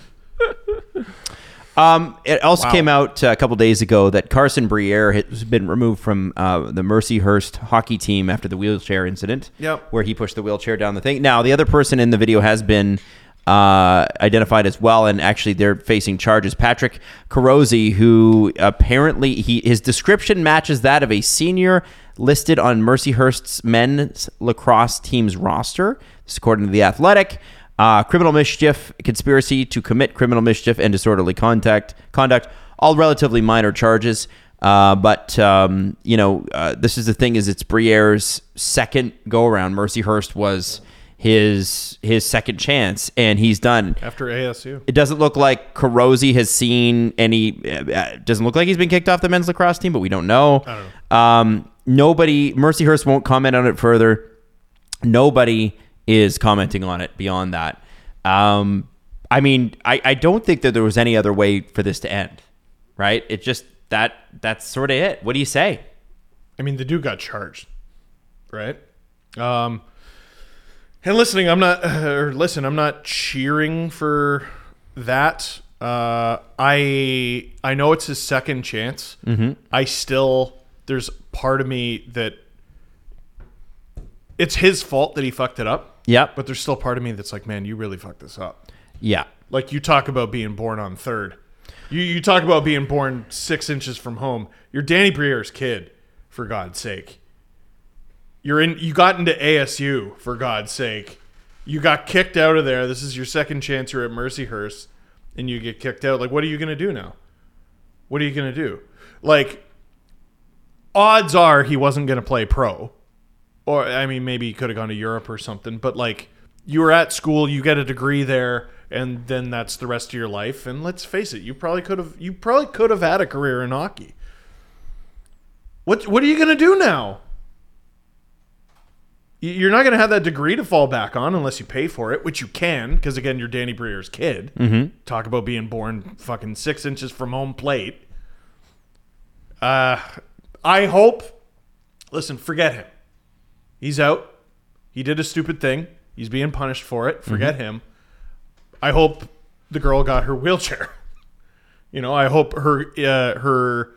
S4: um, it also
S7: Wow.
S4: came out uh, a couple days ago that Carson Briere has been removed from uh, the Mercyhurst hockey team after the wheelchair incident,
S7: Yep.
S4: where he pushed the wheelchair down the thing. Now, the other person in the video has been uh, identified as well, and actually they're facing charges. Patrick Carosi, who apparently he his description matches that of a senior listed on Mercyhurst's men's lacrosse team's roster. This is according to The Athletic. Uh, criminal mischief, conspiracy to commit criminal mischief, and disorderly contact, conduct, all relatively minor charges. Uh, but um, you know, uh, this is the thing: is it's Briere's second go around. Mercyhurst was his his second chance, and he's done.
S7: after ASU,
S4: It doesn't look like Carosi has seen any. uh, Uh, doesn't look like he's been kicked off the men's lacrosse team, but we don't know. I don't know. Um, nobody. Mercyhurst won't comment on it further. Nobody is commenting on it beyond that. Um, I mean, I, I don't think that there was any other way for this to end, right? It just that that's sort of it. What do you say?
S7: I mean, the dude got charged, right? Um, and listening, I'm not, uh, or listen, I'm not cheering for that. Uh, I I know it's his second chance. I still there's part of me that it's his fault that he fucked it up.
S4: Yep.
S7: But there's still part of me that's like, man, you really fucked this up.
S4: Yeah.
S7: Like you talk about being born on third. You you talk about being born six inches from home. You're Danny Breer's kid, for God's sake. You're in you got into ASU, for God's sake. You got kicked out of there. This is your second chance you're at Mercyhurst and you get kicked out. Like, what are you gonna do now? What are you gonna do? Like odds are he wasn't gonna play pro or I mean, maybe you could have gone to Europe or something. But like, you were at school, you get a degree there, and then that's the rest of your life. And let's face it, you probably could have you probably could have had a career in hockey. What what are you gonna do now? Y- You're not gonna have that degree to fall back on unless you pay for it, which you can, because again, you're Danny Breer's kid. Mm-hmm. Talk about being born fucking six inches from home plate. Uh, I hope. Listen, forget him. He's out. He did a stupid thing. He's being punished for it. Forget
S4: Mm-hmm.
S7: him. I hope the girl got her wheelchair. You know, I hope her uh, her
S4: a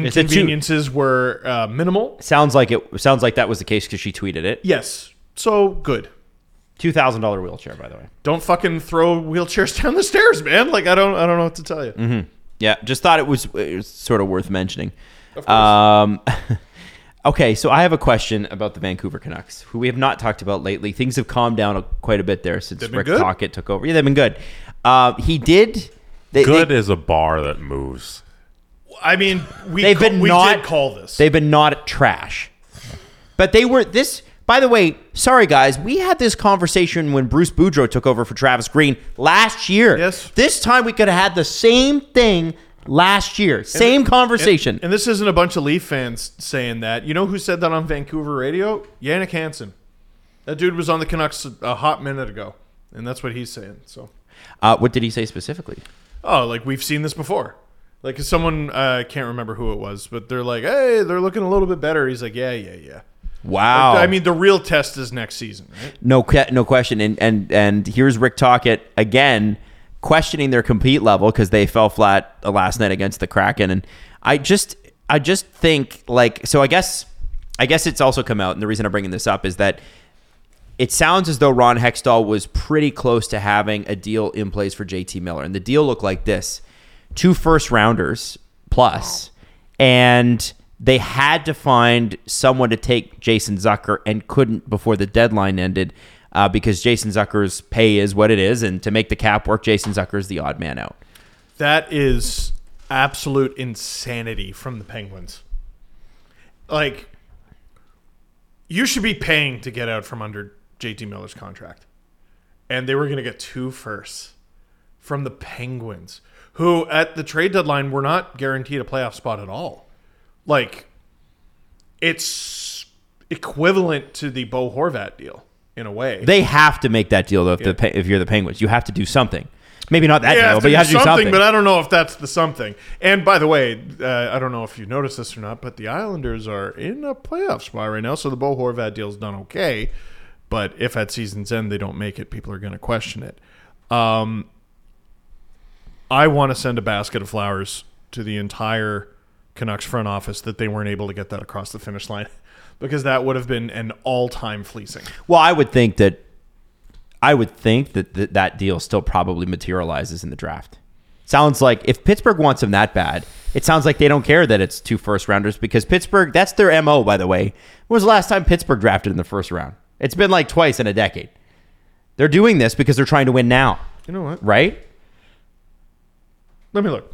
S4: toot.
S7: inconveniences were uh, minimal.
S4: Sounds like it. Sounds like that was the case because she tweeted it.
S7: Yes, so good.
S4: Two thousand dollar wheelchair, by the way.
S7: Don't fucking throw wheelchairs down the stairs, man. Like I don't I don't know what to tell you.
S4: Mm-hmm. Yeah, just thought it was, it was sort of worth mentioning. Um, okay, so I have a question about the Vancouver Canucks, who we have not talked about lately. Things have calmed down a- quite a bit there since
S7: They've been
S4: Rick
S7: good?
S4: Tockett took over. Yeah, they've been good. Uh, he did. They,
S10: Good
S4: They,
S10: is a bar that moves.
S7: I mean, we
S4: They've
S7: ca-
S4: been
S7: we
S4: not-
S7: did call this.
S4: they've been not trash, but they were this. By the way, sorry guys, we had this conversation when Bruce Boudreau took over for Travis Green last year.
S7: Yes.
S4: This time we could have had the same thing last year, same conversation.
S7: And this isn't a bunch of Leaf fans saying that. You know who said that on Vancouver radio? Yannick Hansen. That dude was on the Canucks a hot minute ago, and that's what he's saying. So
S4: uh, what did he say specifically?
S7: oh, like we've seen this before. Like 'cause someone uh, I can't remember who it was, but they're like, hey, they're looking a little bit better. He's like, yeah, yeah, yeah.
S4: Wow.
S7: I mean, the real test is next season. Right?
S4: No, que- no question. And and and here's Rick Tockett again questioning their compete level because they fell flat uh, last night against the Kraken. And I just I just think like so. I guess I guess it's also come out, and the reason I'm bringing this up is that it sounds as though Ron Hextall was pretty close to having a deal in place for JT Miller, and the deal looked like this: two first rounders plus, and they had to find someone to take Jason Zucker and couldn't before the deadline ended. Uh, because Jason Zucker's pay is what it is, and to make the cap work, Jason Zucker is the odd man out.
S7: That is absolute insanity from the Penguins. Like, you should be paying to get out from under JT Miller's contract. And they were going to get two firsts from the Penguins, who at the trade deadline were not guaranteed a playoff spot at all. Like, it's equivalent to the Bo Horvat deal in a way.
S4: They have to make that deal though. If, the the, if you're the Penguins, you have to do something. Maybe not that
S7: Yeah,
S4: deal, but you have to do something.
S7: But I don't know if that's the something. And by the way, uh, I don't know if you noticed this or not, but the Islanders are in a playoff spot right now. So the Bo Horvat deal's done okay. But if at season's end they don't make it, people are going to question it. Um, I want to send a basket of flowers to the entire Canucks front office that they weren't able to get that across the finish line because that would have been an all-time fleecing.
S4: Well, I would think that I would think that th- that deal still probably materializes in the draft. Sounds like if Pittsburgh wants him that bad, it sounds like they don't care that it's two first rounders because Pittsburgh, that's their MO, by the way. When was the last time Pittsburgh drafted in the first round? It's been like twice in a decade. They're doing this because they're trying to win now,
S7: You know what?
S4: right?
S7: Let me look.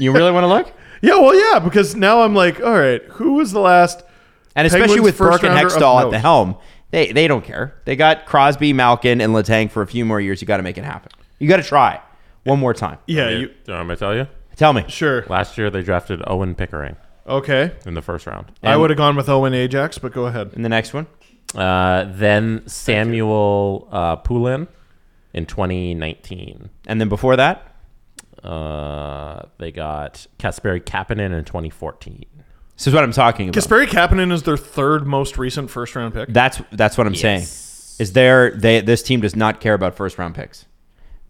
S4: You really want to look?
S7: Yeah, well, yeah, because now I'm like, all right, who was the last?
S4: And especially
S7: Penguins
S4: with Burke
S7: first
S4: and
S7: rounder of
S4: Hextall at the
S7: note?
S4: helm, they, they don't care. They got Crosby, Malkin, and Latang for a few more years. You got to make it happen. You got to try one more time.
S7: Yeah,
S10: You,
S7: you,
S10: you want me to tell you?
S4: Tell me.
S7: sure.
S10: Last year they drafted Owen Pickering
S7: Okay,
S10: in the first round.
S7: I would have gone with Owen Ajax, but go ahead.
S4: And the next one?
S10: Uh, then Samuel uh, Poulin in 2019.
S4: And then before that?
S10: Uh, they got Kasperi Kapanen in 2014.
S4: This is what I'm talking about.
S7: Kasperi Kapanen is their third most recent first round pick.
S4: That's that's what I'm saying. Is there they this team does not care about first round picks.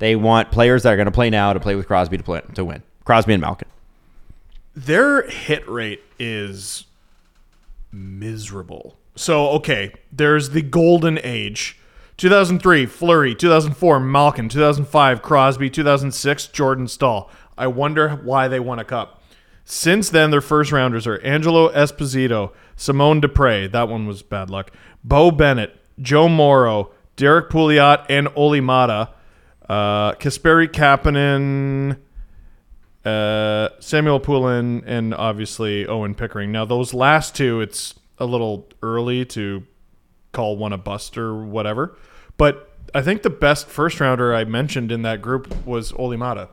S4: They want players that are going to play now to play with Crosby to play, to win. Crosby and Malkin.
S7: Their hit rate is miserable. So okay, there's the golden age. 2003, Flurry. 2004, Malkin. 2005, Crosby. 2006, Jordan Stahl. I wonder why they won a cup. Since then, their first rounders are Angelo Esposito, Simone Dupre. That one was bad luck. Bo Bennett, Joe Morrow, Derek Pouliot, and Oli Mata. Uh, Kasperi Kapanen, uh, Samuel Poulin, and obviously Owen Pickering. Now, those last two, it's a little early to call one a bust or whatever. But I think the best first rounder I mentioned in that group was Olimata.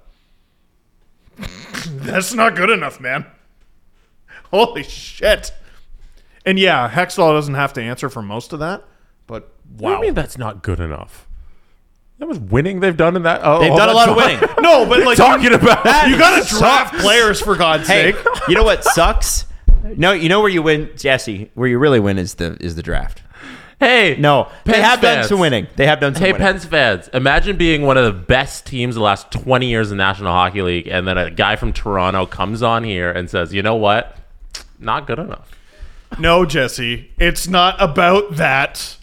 S7: That's not good enough, man. Holy shit. And yeah, Hextall doesn't have to answer for most of that, but
S10: Wow. What do you mean that's not good enough? That was winning they've done in that. Oh,
S4: They've
S10: all
S4: done a
S10: that
S4: lot of
S10: time.
S4: winning.
S7: no, but like
S10: Talking about
S7: you gotta draft players for God's
S4: Hey,
S7: sake.
S4: you know what sucks? No, you know where you win, Jesse. Where you really win is the is the draft.
S10: Hey,
S4: No, they
S10: Pens
S4: have done
S10: fans.
S4: some winning. They have done some
S10: Hey,
S4: winning.
S10: Pens fans, imagine being one of the best teams the last 20 years in the National Hockey League, and then a guy from Toronto comes on here and says, you know what? Not good enough.
S7: No, Jesse, it's not about that.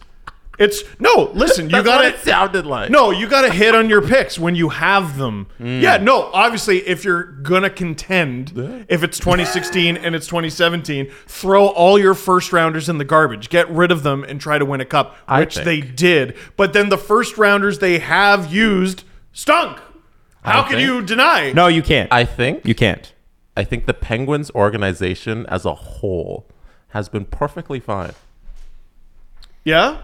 S7: It's no. Listen, you
S10: That's what
S7: got
S10: it sounded like.
S7: No, you got to hit on your picks when you have them.
S10: Mm.
S7: Yeah, no. Obviously, if you're gonna contend, if it's 2016 and it's 2017, throw all your first rounders in the garbage. Get rid of them and try to win a cup, which
S10: think-
S7: they did. But then the first rounders they have used stunk. How can
S10: think-
S7: you deny?
S4: no, you can't.
S10: I think
S4: you can't.
S10: I think the Penguins organization as a whole has been perfectly fine.
S7: Yeah.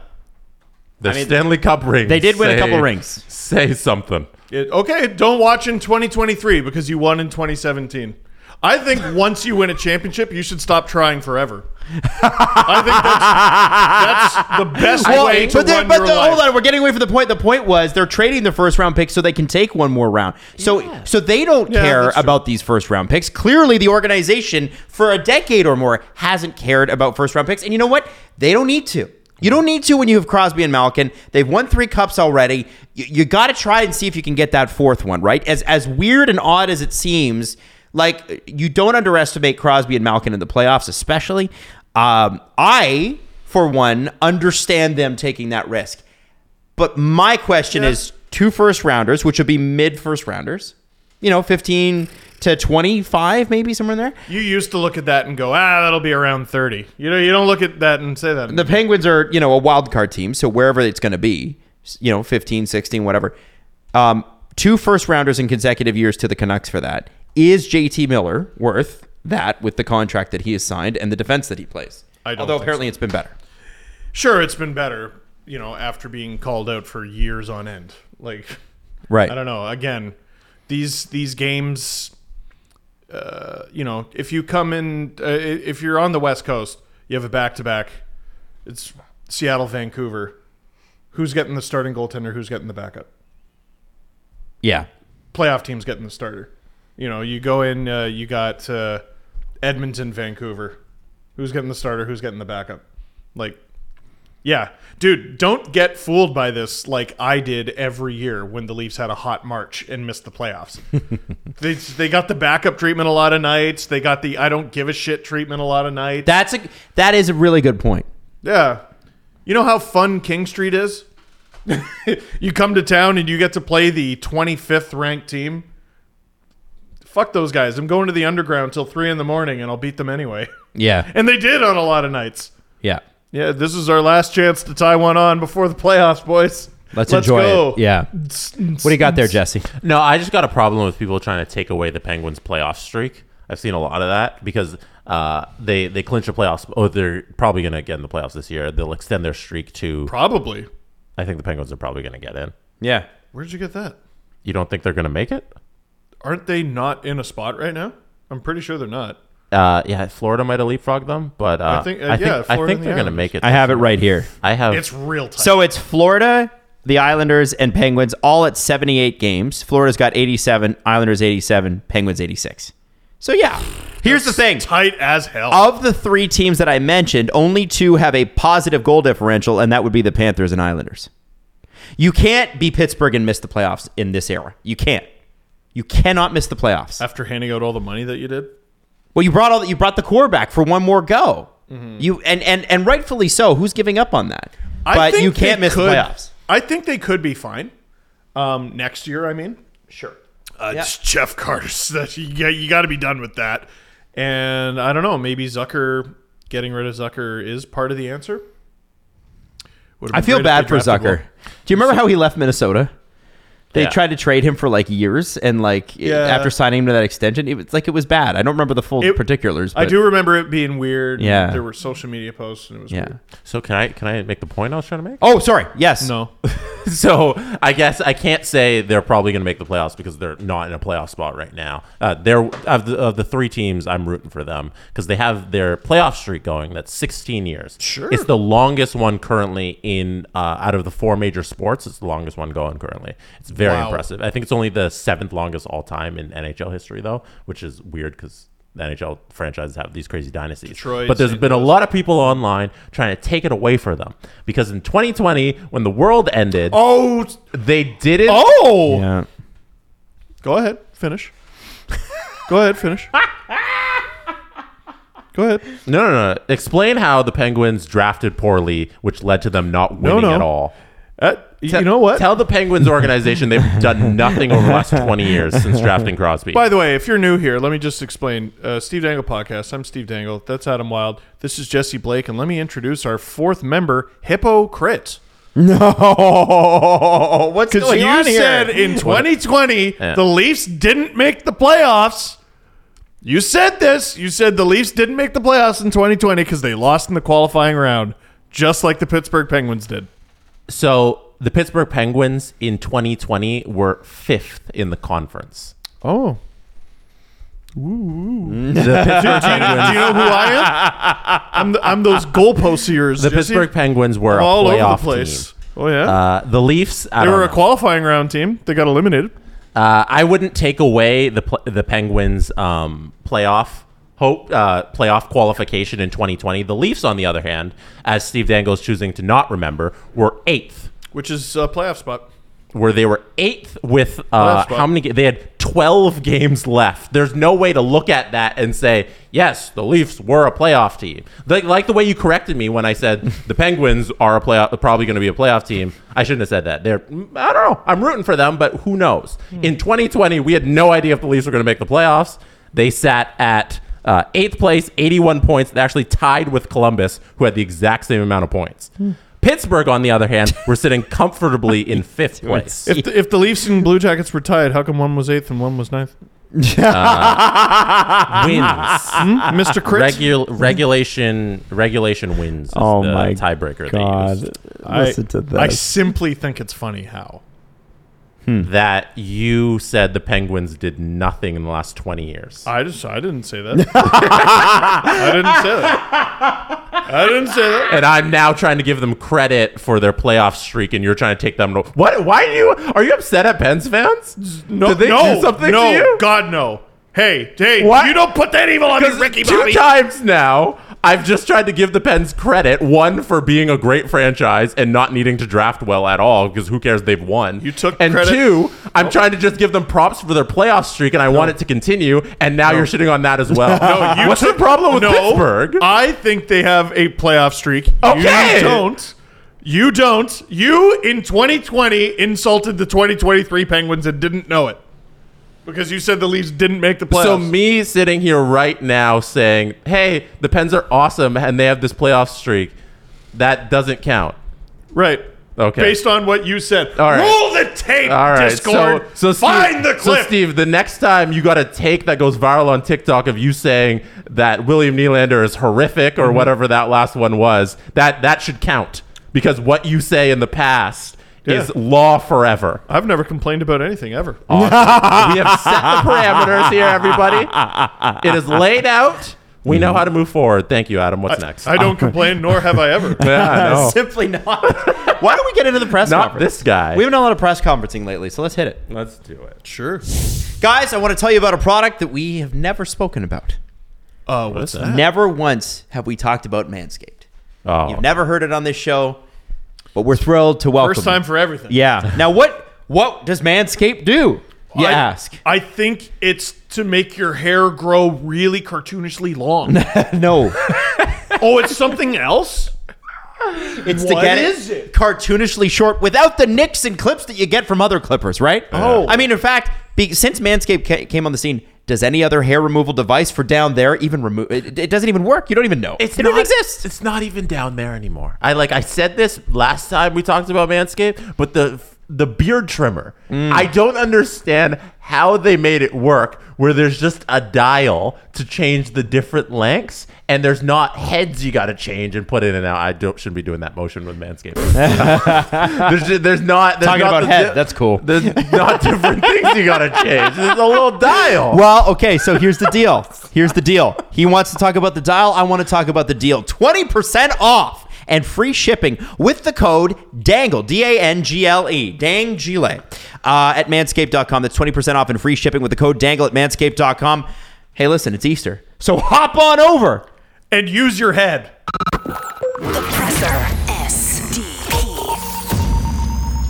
S10: The Stanley Cup rings.
S4: they did win a
S10: say-
S4: couple rings.
S10: Say something.
S7: It, okay, don't watch in 2023 because you won in 2017. I think once you win a championship, you should stop trying forever. I think that's, that's the best
S4: Well,
S7: way to
S4: but then-
S7: run
S4: but
S7: your
S4: the-
S7: life.
S4: hold on, we're getting away from the point. The point was they're trading the first round pick so they can take one more round. So so they don't care about these first round picks. Clearly, the organization for a decade or more hasn't cared about first round picks. And you know what? They don't need to. You don't need to when you have Crosby and Malkin. They've won three cups already. You, you got to try and see if you can get that fourth one right. As as weird and odd as it seems, like you don't underestimate Crosby and Malkin in the playoffs, especially. Um, I, for one, understand them taking that risk. But my question is two first rounders, which would be mid first rounders, you know, 15 to 25, maybe somewhere in there.
S7: You used to look at that and go, ah, that'll be around thirty. You know, you don't look at that and say that.
S4: The Penguins are, you know, a wild card team. So wherever it's going to be, you know, 15, 16, whatever. Um, two first rounders in consecutive years to the Canucks for that. Is JT Miller worth that with the contract that he has signed and the defense that he plays?
S7: I don't
S4: Although
S7: think
S4: apparently it's been better.
S7: Sure, it's been better, you know, after being called out for years on end. Like,
S4: Right.
S7: I don't know. Again, these these games, uh, you know, if you come in, uh, if you're on the West Coast, you have a back to back. It's Seattle, Vancouver. Who's getting the starting goaltender? Who's getting the backup?
S4: Yeah.
S7: playoff teams getting the starter. You know, you go in, uh, you got uh, Edmonton, Vancouver. Who's getting the starter? Who's getting the backup? Like, yeah, dude, don't get fooled by this like I did every year when the Leafs had a hot March and missed the playoffs. they they got the backup treatment a lot of nights. They got the I don't give a shit treatment a lot of nights.
S4: That's a that is a really good point.
S7: Yeah. You know how fun King Street is? you come to town and you get to play the 25th ranked team. Fuck those guys. I'm going to the underground till 3 in the morning and I'll beat them anyway.
S4: Yeah.
S7: And they did on a lot of nights.
S4: Yeah.
S7: Yeah, this is our last chance to tie one on before the playoffs, boys.
S4: Let's, enjoy
S7: go.
S4: it. Yeah. What do you got there, Jesse?
S10: No, I just got a problem with people trying to take away the Penguins' playoff streak. I've seen a lot of that because uh, they they clinch a playoffs. Oh, they're probably going to get in the playoffs this year. They'll extend their streak to.
S7: Probably.
S10: I think the Penguins are probably going to get in.
S4: Yeah.
S7: Where'd you get that?
S10: You don't think they're going to make it?
S7: Aren't they not in a spot right now? I'm pretty sure they're not.
S10: Uh, yeah, Florida might have leapfrogged them, but uh, I think,
S7: think- uh,
S10: I think,
S7: yeah, Florida and the
S10: they're going to
S7: Islanders.
S10: make it.
S4: I have it right here.
S10: I have.
S7: It's real tight.
S4: So it's Florida, the Islanders, and Penguins all at 78 games. Florida's got 87, Islanders 87, Penguins 86. So yeah, here's the thing.
S7: tight as hell.
S4: Of the three teams that I mentioned, only two have a positive goal differential, and that would be the Panthers and Islanders. You can't be Pittsburgh and miss the playoffs in this era. You can't. You cannot miss the playoffs.
S7: After handing out all the money that you did?
S4: Well, you brought all that. You brought the core back for one more go.
S7: Mm-hmm.
S4: You and and and rightfully so. Who's giving up on that? but you
S7: they
S4: can't miss
S7: could-
S4: the playoffs.
S7: I think they could be fine um, next year. I mean, sure. Uh, It's Jeff Carter's. That you, got- you got to be done with that. And I don't know. Maybe Zucker getting rid of Zucker is part of the answer. Would've
S4: I
S7: been
S4: feel
S7: great if
S4: bad for
S7: they drafted
S4: Zucker. Do you remember how he left Minnesota? They
S10: Yeah.
S4: tried to trade him for like years, and like
S7: Yeah.
S4: after signing him to that extension, it was like it was bad. I don't remember the full
S7: It-
S4: particulars.
S7: Lowell. I
S4: but-
S7: do remember it being weird. and
S4: Yeah.
S7: there were social media posts, and it was
S4: Yeah.
S7: weird.
S10: so can I can I make the point I was trying to make?
S4: Oh, sorry. Yes.
S7: No,
S10: So I guess I can't say they're probably going to make the playoffs because they're not in a playoff spot right now. Uh, they're of the, of the three teams, I'm rooting for them because they have their playoff streak going. That's 16 years. Sure, it's the longest one currently in uh, out of the four major sports. It's the longest one going currently. It's very
S7: Wow.
S10: impressive. I think it's only the seventh longest all time in NHL history though, which is weird because. The NHL franchises have these crazy dynasties,
S7: Detroit,
S10: but there's
S7: St.
S10: been a lot of people online trying to take it away for them because in 2020, when the world ended,
S7: Oh,
S10: they did it.
S7: oh.
S4: Yeah.
S7: Go ahead, finish. Go ahead, finish. Go ahead.
S10: No, no, no. Explain how the Penguins drafted poorly, which led to them not winning
S7: no.
S10: at all.
S7: Uh, you know what?
S10: Tell the Penguins organization they've done nothing over the last 20 years since drafting Crosby.
S7: By the way, if you're new here, let me just explain. Uh, Steve Dangle podcast. I'm Steve Dangle. That's Adam Wild. This is Jesse Blake, and let me introduce our fourth member, Hypocrite.
S4: No. What's
S7: Because
S4: going
S7: you
S4: on here?
S7: said in 2020
S10: Yeah.
S7: the Leafs didn't make the playoffs. You said this. You said the Leafs didn't make the playoffs in 2020 because they lost in the qualifying round, just like the Pittsburgh Penguins did.
S10: so the Pittsburgh Penguins in 2020 were fifth in the conference.
S7: Oh, do, do you, do you know who I am? I'm, the, I'm those goalposters.
S10: The
S7: Jesse.
S10: Pittsburgh Penguins were
S7: I'm
S10: a
S7: all over the
S10: playoff
S7: place.
S10: team.
S7: Oh yeah,
S10: Uh, the Leafs. I
S7: they
S10: don't
S7: were a
S10: know.
S7: qualifying round team. They got eliminated.
S10: Uh, I wouldn't take away the pl- the Penguins' um, playoff hope uh, playoff qualification in 2020. The Leafs, on the other hand, as Steve Dangle's choosing to not remember, were eighth,
S7: which is a playoff spot.
S10: where they were eighth with
S7: Playoff
S10: uh,
S7: spot.
S10: how many? Ga- they had 12 games left. There's no way to look at that and say yes, the Leafs were a playoff team. Like, like the way you corrected me when I said the Penguins are a playoff, probably going to be a playoff team. I shouldn't have said that. They're I don't know. I'm rooting for them, but who knows? In 2020, we had no idea if the Leafs were going to make the playoffs. They sat at uh, eighth place, 81 points. They actually tied with Columbus, who had the exact same amount of points. Pittsburgh, on the other hand, were sitting comfortably in fifth place.
S7: If the, if the Leafs and Blue Jackets were tied, how come one was eighth and one was ninth?
S10: wins.
S7: Hmm? Mr. Crit?
S10: Regu- regulation regulation wins. Is
S4: Oh
S10: the
S4: my
S10: tiebreaker. They
S4: God.
S10: used.
S4: Listen to
S7: I
S4: this.
S7: simply think it's funny how.
S10: That you said the Penguins did nothing in the last twenty years.
S7: I just I didn't say that. I didn't say that. I didn't say that.
S10: And I'm now trying to give them credit for their playoff streak, and you're trying to take them. To, what? Why are you? Are you upset at Pens fans?
S7: No,
S10: Did they
S7: no,
S10: do something
S7: no,
S10: to you?
S7: God no. Hey, hey,
S10: What?
S7: you don't put that evil on me,
S10: Because
S7: Ricky
S10: two
S7: Bobby.
S10: times now, I've just tried to give the Pens credit. One for being a great franchise and not needing to draft well at all, because who cares? They've won. You
S7: took
S10: and
S7: credit-
S10: two, I'm trying to just give them props for their playoff streak, and I want it to continue. And now you're shitting on that as well.
S7: No, you
S10: What's
S7: took-
S10: the problem with
S7: no,
S10: Oh, Pittsburgh?
S7: I think they have a playoff streak.
S10: Okay.
S7: You don't. You don't. You in 2020 insulted the 2023 Penguins and didn't know it. Because you said the Leafs didn't make the playoffs.
S10: So me sitting here right now saying, "Hey, the Pens are awesome and they have this playoff streak," that doesn't count.
S7: right.
S10: Okay.
S7: Based on what you said.
S10: All right.
S7: Roll the tape,
S10: All right,
S7: Discord.
S10: so so Steve,
S7: Find the
S10: So
S7: clip.
S10: Steve, the next time you got a take that goes viral on TikTok of you saying that William Nylander is horrific
S7: Mm-hmm.
S10: or whatever that last one was, that that should count because what you say in the past is
S7: Yeah.
S10: law forever.
S7: I've never complained about anything ever.
S10: Oh, we have set the parameters here, everybody. It is laid out. We know how to move forward. Thank you, Adam. What's next?
S7: Mm-hmm. I don't complain, nor have I ever.
S10: Yeah, I know.
S4: Simply not. Why don't we get into the press
S10: Not
S4: conference?
S10: this guy.
S4: We haven't done a lot of press conferencing lately, so let's hit it.
S10: Let's do it.
S7: Sure.
S4: Guys, I want to tell you about a product that we have never spoken about.
S7: Uh, what's that?
S4: Never once have we talked about Manscaped.
S10: Oh,
S4: You've never heard it on this show, but we're thrilled to welcome.
S7: First time
S4: you.
S7: for everything.
S4: Yeah. Now, what what does Manscaped do? You
S7: I-
S4: ask.
S7: I think it's to make your hair grow really cartoonishly long.
S4: no,
S7: oh, it's something else?
S4: it's to
S7: What
S4: get
S7: is it?
S4: cartoonishly short without the nicks and clips that you get from other clippers, right?
S7: Oh.
S4: I mean, in fact, be, since Manscaped ca- came on the scene, does any other hair removal device for down there even remove? It, it doesn't even work. You don't even know. it doesn't exist.
S10: It's not even down there anymore. I like I said this last time we talked about Manscaped, but the the beard trimmer.
S4: Mm.
S10: I don't understand how they made it work where there's just a dial to change the different lengths and there's not heads you got to change and put in and out. I don't shouldn't be doing that motion with Manscaped. there's ju- there's not there's
S4: Talking
S10: not
S4: about
S10: the
S4: head, that's cool.
S10: There's not different things you got to change. There's a little dial.
S4: Well, okay, so here's the deal. Here's the deal. He wants to talk about the dial. I want to talk about the deal. 20% off and free shipping with the code DANGLE, D A N G L E, Dang Gile, uh, at manscaped.com. That's 20% off and free shipping with the code DANGLE at manscaped.com. Hey, listen, it's Easter. So hop on over.
S7: And use your head.
S3: The presser. SDP.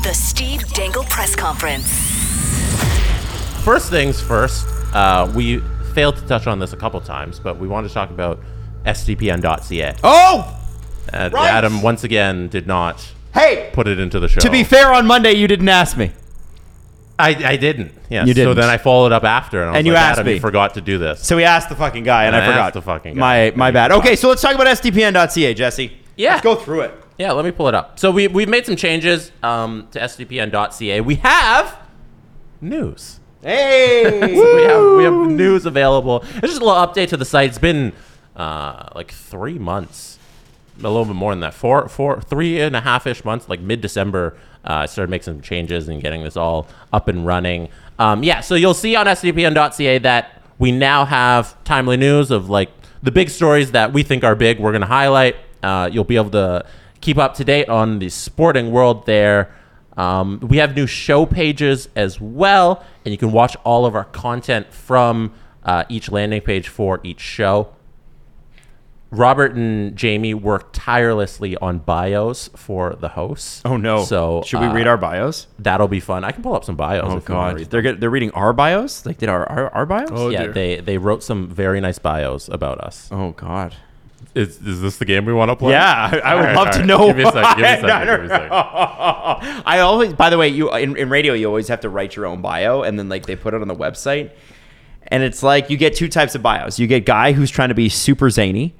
S3: The Steve Dangle Press Conference.
S10: First things first, uh, we failed to touch on this a couple times, but we wanted to talk about sdpn.ca.
S4: Oh,
S10: and
S4: right.
S10: Uh, Adam, once again, did not
S4: hey,
S10: put it into the show.
S4: to be fair, on Monday, you didn't ask me.
S10: I, I didn't. Yes.
S4: You
S10: So
S4: didn't.
S10: then I followed up after, and I was
S4: And you
S10: like,
S4: asked
S10: Adam,
S4: me.
S10: you forgot to do this.
S4: So we asked the fucking guy, and,
S10: And
S4: I,
S10: I
S4: forgot.
S10: asked the fucking guy.
S4: My, my bad. Okay, so let's talk about sdpn.ca, Jesse.
S10: Yeah.
S4: Let's go through it.
S10: Yeah, let me pull it up. So we, we've made some changes um, to sdpn.ca. We have news.
S4: Hey.
S10: So we have we have news available. It's just a little update to the site. It's been uh, like three months, a little bit more than that. Four, four, three and a half ish months. Like mid December, uh, I started making some changes and getting this all up and running. Um, yeah, so you'll see on sdpn.ca that We now have timely news of like the big stories that we think are big. We're going to highlight. Uh, you'll be able to keep up to date on the sporting world there. Um, we have new show pages as well, and you can watch all of our content from uh, each landing page for each show. Robert and Jamie worked tirelessly on bios for the hosts.
S4: Oh no!
S10: So uh,
S4: should we read our bios?
S10: That'll be fun. I can pull up some bios.
S4: Oh
S10: if you wanna
S4: god,
S10: read Oh,
S4: they're get, they're reading our bios. Like did our our, our bios?
S10: yeah, they they wrote some very nice bios about us.
S4: Oh God,
S10: is is this the game we want to play?
S4: Yeah, I, I
S10: All
S4: would
S10: right,
S4: love
S10: all
S4: to
S10: right.
S4: know.
S10: Give me a
S4: why.
S10: second. Give me a second. Give me a second.
S4: I always, by the way, you in, in radio, you always have to write your own bio, and then like they put it on the website, and it's like you get two types of bios. You get guy who's trying to be super zany,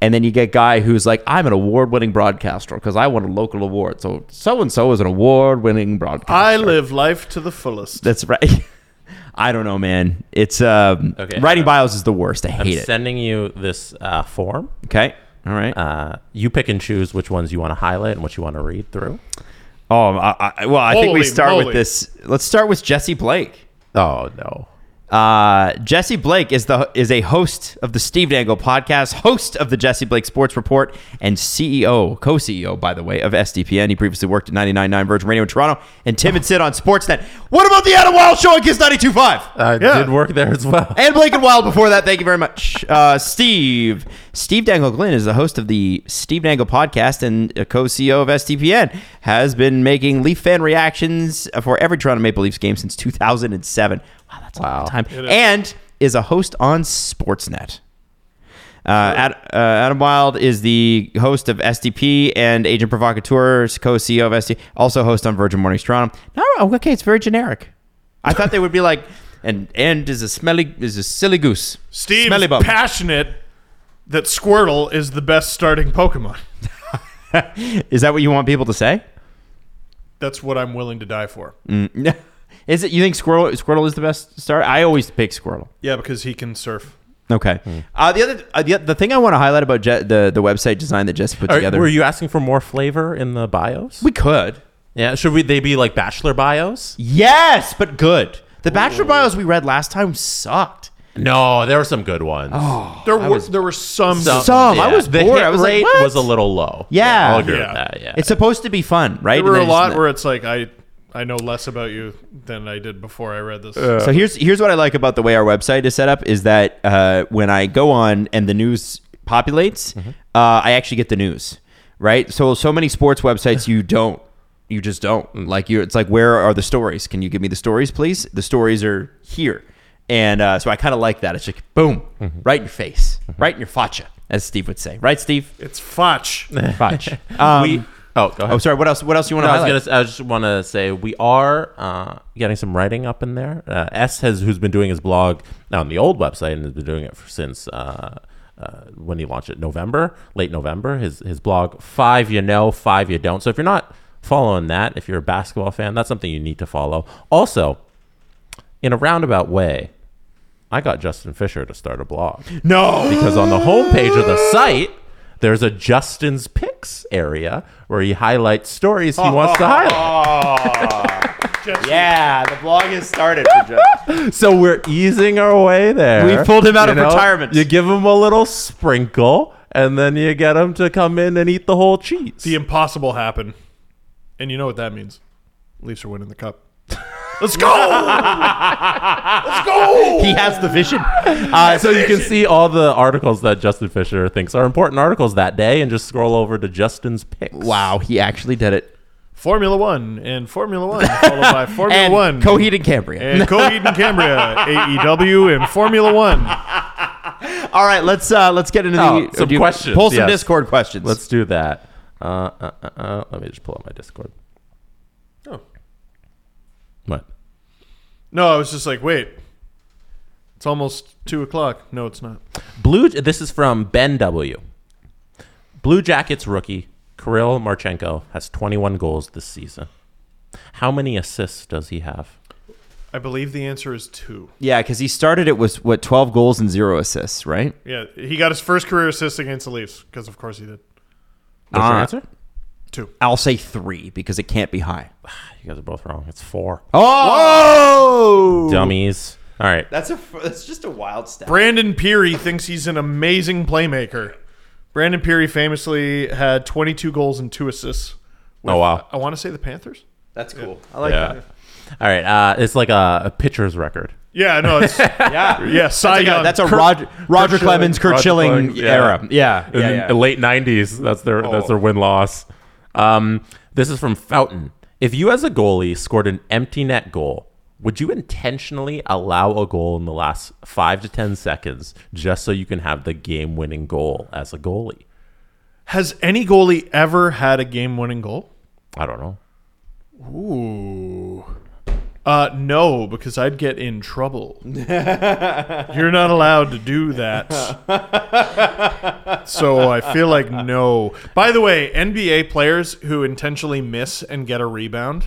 S4: and then you get guy who's like, I'm an award-winning broadcaster because I won a local award. So so and so is an award-winning broadcaster.
S7: I live life to the fullest.
S4: That's right. I don't know, man. It's um,
S10: Okay,
S4: writing
S10: uh,
S4: bios is the worst. I
S10: I'm
S4: hate it.
S10: sending you this uh, form.
S4: Okay. All right.
S10: Uh, you pick and choose which ones you want to highlight and what you want to read through.
S4: Oh, I, I, well, I think we
S10: Holy
S4: start with
S10: moly.
S4: this. Let's start with Jesse Blake.
S10: Oh no.
S4: Uh, Jesse Blake is the is a host of the Steve Dangle podcast, host of the Jesse Blake Sports Report, and E CEO, co-CEO, by the way, of SDPN. He previously worked at 99.9 Virgin Radio in Toronto and Tim and Sid on Sportsnet. What about the Adam Wild Show on Kiss 92.5?
S10: I did work there as well.
S4: and Blake and Wild before that. Thank you very much, uh, Steve. Steve Dangle Glynn is the host of the Steve Dangle podcast and a co-CEO of STPN. Has been making Leaf fan reactions for every Toronto Maple Leafs game since 2007. Wow, that's a long time.
S7: It is.
S4: And is a host on Sportsnet. Uh, Ad, uh, Adam Wild is the host of SDP and Agent Provocateur, co-CEO of SDP, also host on Virgin Mornings Toronto. No, oh, okay, it's very generic. I thought they would be like, and and is a smelly is a silly goose.
S7: Steve's
S4: smelly bum.
S7: passionate that Squirtle is the best starting Pokemon.
S4: is that what you want people to say?
S7: That's what I'm willing to die for.
S4: Mm. is it you think Squirtle Squirtle is the best star? I always pick Squirtle.
S7: Yeah, because he can surf.
S4: Okay.
S10: Hmm.
S4: Uh, the other uh, the, the thing I want to highlight about Je- the the website design that Jess put
S10: Are-
S4: together.
S10: were you asking for more flavor in the bios?
S4: We could.
S10: Yeah, should we? They be like bachelor bios?
S4: Yes, but good. The Bachelor bios we read last time sucked.
S10: No, there were some good ones. Oh,
S7: There were there were some.
S4: Some. Some. I was
S10: the
S4: bored.
S10: Hit
S4: I was like,
S10: rate
S4: what?
S10: was a little low.
S4: Yeah.
S10: I'll agree
S7: Yeah.
S10: with that. Yeah,
S4: It's supposed to be fun, right? And
S7: There were a
S4: then it's
S7: lot
S4: not.
S7: where it's like I I know less about you than I did before I read this.
S4: So here's here's what I like about the way our website is set up is that uh, when I go on and the news populates,
S10: Mm-hmm.
S4: uh, I actually get the news, right? So so many sports websites you don't, you just
S10: Mm.
S4: don't like you. It's like where are the stories? Can you give me the stories, please? The stories are here, and uh, so I kind of like that. It's like boom,
S10: Mm-hmm.
S4: right in your face, right in your facha, as Steve would say, right, Steve?
S7: It's fotch.
S4: Fotch.
S10: We- oh, go ahead.
S4: Oh, sorry. What else? What else you want
S10: No,
S4: to
S10: I, was
S4: highlight?
S10: gonna, s- I just want to say we are uh, getting some writing up in there. Uh, S has who's been doing his blog now on the old website and has been doing it for, since uh, uh, when he launched it November, late November. His his blog five you know five you don't. So if you're not following that, if you're a basketball fan, that's something you need to follow. Also, in a roundabout way, I got Justin Fisher to start a blog.
S7: No.
S10: Because on the homepage of the site, there's a Justin's Picks area where he highlights stories he wants to highlight.
S4: yeah, the blog has started for Jeff.
S10: so we're easing our way
S4: We
S10: there.
S4: pulled him out of retirement.
S10: You give him a little sprinkle, and then you get him to come in and eat the whole cheese.
S7: The impossible happened, and you know what that means. Leafs are winning the cup. Let's go. Let's go.
S4: He has the vision.
S10: Uh, so you can see all the articles that Justin Fisher thinks are important articles that day, and just scroll over to Justin's Picks.
S4: Wow, he actually did it.
S7: Formula One and Formula One followed by Formula
S4: and
S7: One
S4: Coheed and Cambria.
S7: and Coheed and Cambria, AEW and Formula One.
S4: All right, let's uh, let's get into
S10: Oh,
S4: the
S10: some
S4: do you-
S10: questions,
S4: Pull some
S10: yes.
S4: Discord questions.
S10: Let's do that. Uh, uh, uh, uh, let me just pull up my Discord.
S7: Oh.
S10: What?
S7: No, I was just like, wait. It's almost two o'clock. No, it's not.
S10: Blue. This is from Ben W. Blue Jackets rookie Kirill Marchenko has 21 goals this season. How many assists does he have?
S7: I believe the answer is two.
S4: yeah, because he started it with what twelve goals and zero assists, right?
S7: Yeah, he got his first career assist against the Leafs because, of course, he did.
S10: What's your
S4: Uh,
S10: answer?
S4: I'll say three because it can't be high.
S10: Oh. You guys are both wrong. It's four.
S4: Oh,
S10: Dummies. All right.
S4: That's a that's just a wild stat.
S7: Brandon Peary thinks he's an amazing playmaker. Brandon Peary famously had 22 goals and two assists. with-
S10: Oh, wow.
S7: I want to say the Panthers.
S4: That's cool. I
S10: yeah. All right. Uh, it's like a, a pitcher's record.
S7: Yeah, no, it's
S4: yeah,
S7: yeah. Cy
S4: like a-
S7: Young.
S4: that's a
S7: Kurt-
S4: Roger, Roger
S7: Kurt
S4: Clemens, Kurt
S10: Roger
S4: Schilling
S10: Clemens, yeah.
S4: era. Yeah,
S10: In
S4: yeah,
S10: the
S4: yeah.
S10: late '90s, that's their that's
S4: Oh.
S10: their win loss. Um, this is from Fountain. If you, as a goalie, scored an empty net goal, would you intentionally allow a goal in the last five to ten seconds just so you can have the game-winning goal as a goalie?
S7: Has any goalie ever had a game-winning goal?
S10: I don't know.
S7: Ooh. Uh, no, because I'd get in trouble. You're not allowed to do that. So I feel like no. By the way, NBA players who intentionally miss and get a rebound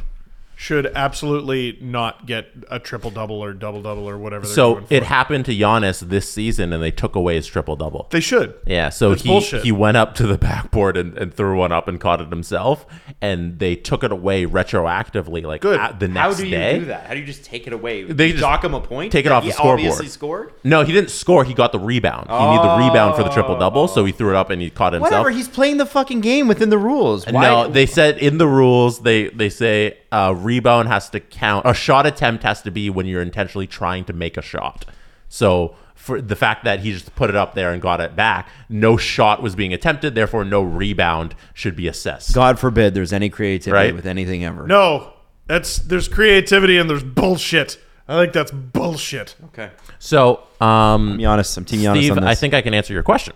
S7: should absolutely not get a triple double or double double or whatever. They're
S10: So
S7: going for.
S10: it happened to Giannis this season, and they took away his triple double.
S7: they should.
S10: Yeah, so
S7: That's
S10: he
S7: bullshit.
S10: he went up to the backboard and, and threw one up and caught it himself, and they took it away retroactively, like
S7: Good.
S10: at the
S4: How
S10: next
S4: do you
S10: day.
S4: do that? How do you just take it away?
S10: They
S4: They
S10: just
S4: dock him a point.
S10: Take it
S4: that
S10: off
S4: he
S10: the scoreboard.
S4: Obviously scored.
S10: No, he didn't score. He got the rebound. He needed the rebound for the triple double, so he threw it up and he caught it himself.
S4: Oh. Whatever. He's playing the fucking game within the rules. Why?
S10: No, they said in the rules they they say a rebound has to count. A shot attempt has to be when you're intentionally trying to make a shot. So for the fact that he just put it up there and got it back, no shot was being attempted. Therefore, no rebound should be assessed.
S4: God forbid there's any creativity
S10: Right?
S4: with anything ever.
S7: No, that's there's creativity and there's bullshit. I think that's bullshit.
S4: Okay.
S10: So, um,
S4: I'm Giannis. I'm Team Giannis
S10: Steve,
S4: on this.
S10: I think I can answer your question.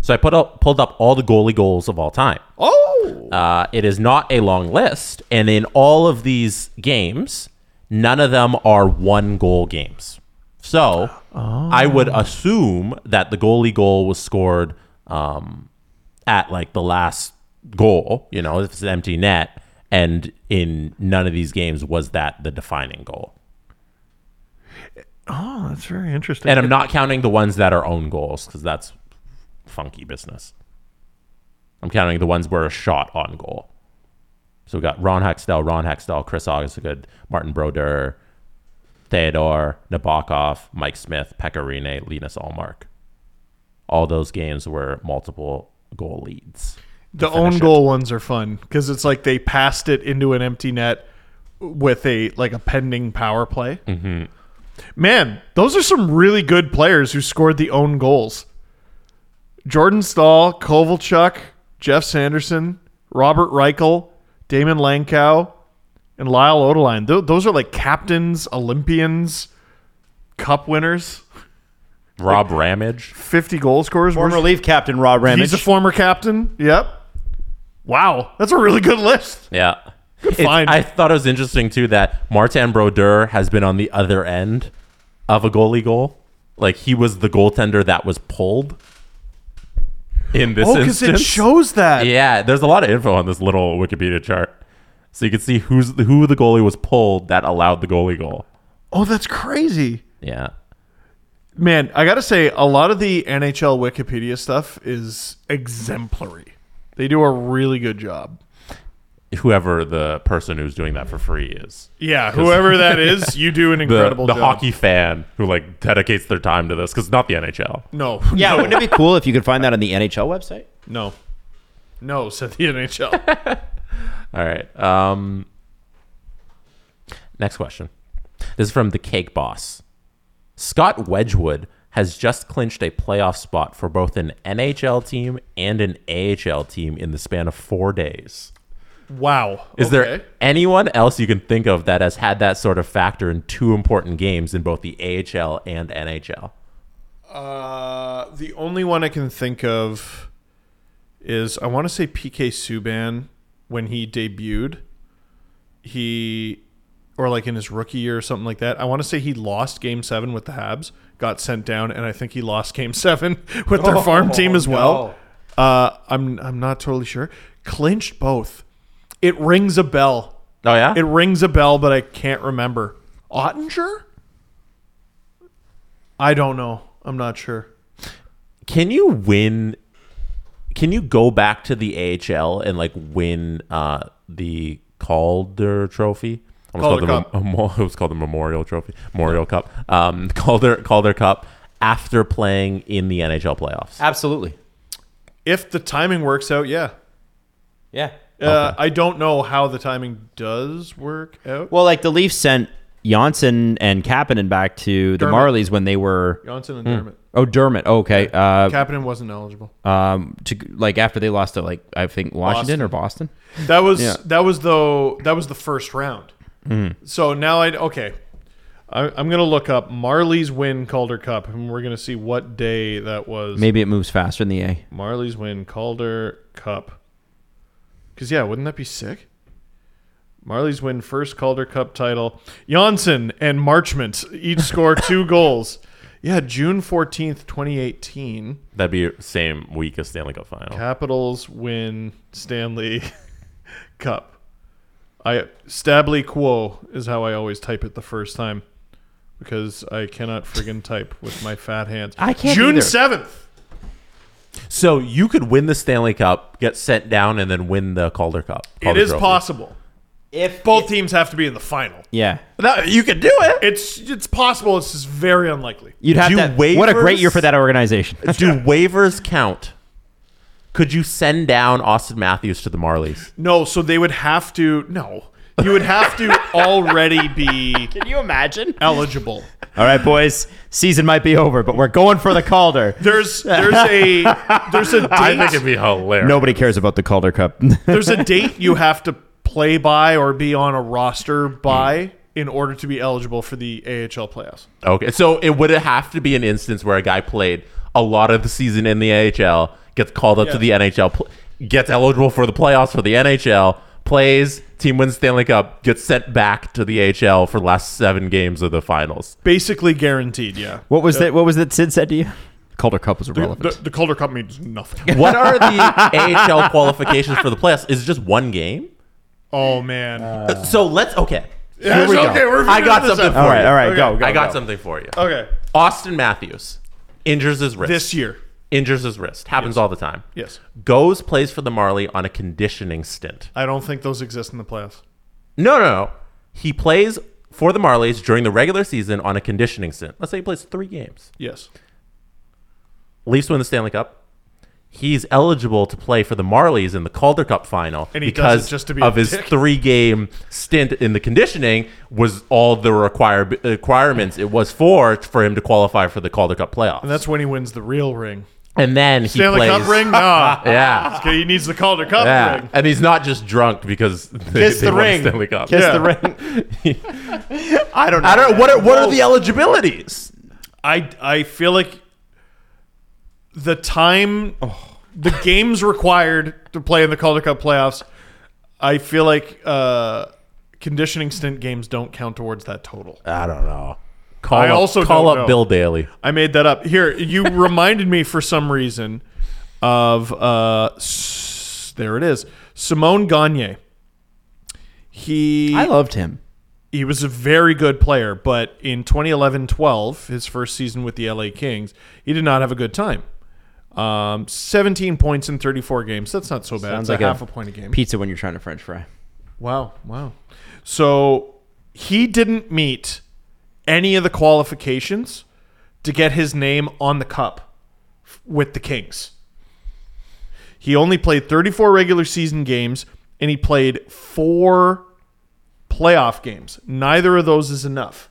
S10: So I put up, pulled up all the goalie goals of all time.
S4: Oh.
S10: Uh, it is not a long list, and in all of these games, none of them are one goal games. So I would assume that the goalie goal was scored um, at like the last goal. You know, if it's an empty net, and in none of these games was that the defining goal.
S7: Oh, that's very interesting.
S10: And I'm not counting the ones that are own goals because that's funky business. I'm counting the ones where a shot on goal. So we got Ron Hextell, Ron Hextell, Chris Augustgood, Martin Brodeur, Theodore, Nabokov, Mike Smith, Pecorine, Linus Allmark. All those games were multiple goal leads.
S7: The
S10: finish
S7: own
S10: it.
S7: goal ones are fun because it's like they passed it into an empty net with a like a pending power play. Mm-hmm. Man, those are some really good players who scored the own goals. Jordan Stahl, Kovalchuk, Jeff Sanderson, Robert Reichel, Damon Lankow, and Lyle Odeline. Tho- those are like captains, Olympians, cup winners,
S10: Rob Ramage.
S7: 50 goal scorers. We're-
S4: Former Leaf captain Rob Ramage.
S7: He's a former captain. Yep. Wow, that's a really good list.
S10: Yeah. It's-
S7: find.
S10: I thought it was interesting too that Martin Brodeur has been on the other end of a goalie goal. Like he was the goaltender that was pulled in this
S7: Oh, because
S10: instance.
S7: it shows that.
S10: yeah, there's a lot of info on this little Wikipedia chart. So you can see who's who the goalie was pulled that allowed the goalie goal.
S7: Oh, that's crazy.
S10: Yeah.
S7: Man, I got to say, a lot of the NHL Wikipedia stuff is exemplary. They do a really good job.
S10: Whoever the person who's doing that for free is.
S7: Yeah, whoever that is, you do an
S10: The,
S7: incredible
S10: the
S7: job.
S10: hockey fan who like dedicates their time to this because not the NHL.
S7: No.
S4: yeah,
S7: no,
S4: wouldn't it be cool if you could find that on the NHL website?
S7: no. No, said the NHL.
S10: All right. Um, next question. This is from the Cake Boss. Scott Wedgwood has just clinched a playoff spot for both an NHL team and an AHL team in the span of four days.
S7: wow.
S10: Is
S7: Okay.
S10: there anyone else you can think of that has had that sort of factor in two important games in both the AHL and NHL?
S7: Uh, the only one I can think of is I want to say PK Subban when he debuted. He or like in his rookie year or something like that. I want to say he lost game 7 with the Habs, got sent down and I think he lost game 7 with their farm team as well. Uh, I'm I'm not totally sure. Clinched both. It rings a bell.
S10: Oh yeah,
S7: It rings a bell, but I can't remember. Ottinger? I don't know. I'm not sure.
S10: can you win can you go back to the AHL and like win uh the Calder trophy almost
S5: Calder
S10: called the, mem- mo- it was called the Memorial Trophy, Memorial Cup. Um, Calder Calder Cup after playing in the NHL playoffs.
S4: Absolutely.
S7: If the timing works out, yeah.
S4: Yeah.
S7: Uh, I don't know how the timing does work out.
S4: Well, like the Leafs sent Janssen and Kapanen back to the
S7: Dermott.
S4: Marlies when they were
S7: Janssen and
S4: Hmm.
S7: Dermott.
S4: Oh, Dermott. Oh, okay. Uh,
S7: Kapanen wasn't eligible.
S4: Um, to like after they lost to like I think Washington or Boston.
S7: That was
S4: Yeah.
S7: that was though that was the first round.
S4: Mhm.
S7: So now I okay, I, I'm gonna look up Marley's win Calder Cup, and we're gonna see what day that was.
S4: Maybe it moves faster in the A.
S7: Marley's win Calder Cup. Because yeah, wouldn't that be sick? Marley's win first Calder Cup title. Janssen and Marchment each score two goals. Yeah, June fourteenth, twenty eighteen.
S10: That'd be same week as Stanley Cup final.
S7: Capitals win Stanley Cup. I stably quo is how I always type it the first time because I cannot friggin' type with my fat hands.
S5: I can't
S7: June
S5: either.
S7: seventh.
S10: So you could win the Stanley Cup, get sent down, and then win the Calder Cup.
S7: It
S10: Calder
S7: is
S10: Trophy.
S7: possible.
S4: If
S7: both teams have to be in the final,
S4: Yeah.
S7: that, you could do it. It's it's possible. It's just very unlikely.
S4: You'd have
S10: Do
S4: to. What a great
S10: waivers-
S4: year for that organization.
S10: Do waivers count? Could you send down Austin Matthews to the Marlies?
S7: No, so they would have to. No, you would have to already be. Can
S4: you imagine
S7: eligible?
S4: All right, boys. Season might be over, but we're going for the Calder.
S7: There's there's a there's a date.
S10: I think it'd be hilarious.
S4: Nobody cares about the Calder Cup.
S7: There's a date you have to play by or be on a roster by in order to be eligible for the AHL playoffs.
S10: Okay, so it would have to be an instance where a guy played a lot of the season in the AHL, gets called up to the
S7: Yeah.
S10: NHL, pl- gets eligible for the playoffs for the NHL, plays, team wins Stanley Cup, gets sent back to the AHL for the last seven games of the finals.
S7: Basically guaranteed, yeah.
S4: what was
S7: Yeah.
S4: that? What was that? Sid said to you. Calder Cup was irrelevant.
S7: The, the Calder Cup means nothing.
S10: What are the AHL qualifications for the playoffs? Is it just one game?
S7: Oh man.
S10: So let's okay.
S7: Yeah,
S10: Here we
S7: it's
S10: go.
S7: okay, we're
S10: I got
S7: figuring this
S10: something
S7: out.
S10: for
S7: All right,
S10: you.
S7: all right, go, Okay. go,
S10: I got
S7: go.
S10: something for you.
S7: Okay.
S10: Austin Matthews injures his wrist
S7: This year.
S10: Injures his wrist. Happens all the time.
S7: Yes.
S10: Goes plays for the Marley on a conditioning stint.
S7: I don't think those exist in the playoffs.
S10: No, no, no. He plays for the Marlies during the regular season on a conditioning stint. Let's say he plays three games.
S7: Yes.
S10: Leafs win the Stanley Cup. He's eligible to play for the Marlies in the Calder Cup final
S7: And he does it
S10: because
S7: just to be
S10: of
S7: a
S10: his
S7: dick.
S10: three-game stint in the conditioning was all the require, requirements it was for for him to qualify for the Calder Cup playoff.
S7: And that's when he wins the real ring.
S10: And then he
S7: Stanley
S10: plays,
S7: Cup ring? Nah.
S10: Yeah.
S7: Okay, he needs the Calder Cup
S10: yeah,
S7: ring.
S10: and he's not just drunk because they,
S7: Kiss
S10: they
S7: the
S10: won
S7: ring.
S10: Stanley Cup.
S7: Kiss the
S10: ring.
S7: I don't know.
S10: I don't. What are what are the eligibilities?
S7: I I feel like the time the games required to play in the Calder Cup playoffs, I feel like uh, conditioning stint games don't count towards that total.
S10: I don't know. Call
S7: I
S10: up,
S7: also
S10: call
S7: don't
S10: up
S7: know.
S10: Bill Daly.
S7: I made that up. Here, you reminded me for some reason of uh s- there it is. Simone Gagne. He
S4: I loved him.
S7: he was a very good player, but in 2011-12, his first season with the LA Kings, he did not have a good time. Um, 17 points in 34 games. That's not so bad. it's a half a, point a game.
S4: Pizza when you're trying to French fry.
S7: Wow, wow. So he didn't meet any of the qualifications to get his name on the cup f- with the Kings. He only played 34 regular season games and he played four playoff games. Neither of those is enough.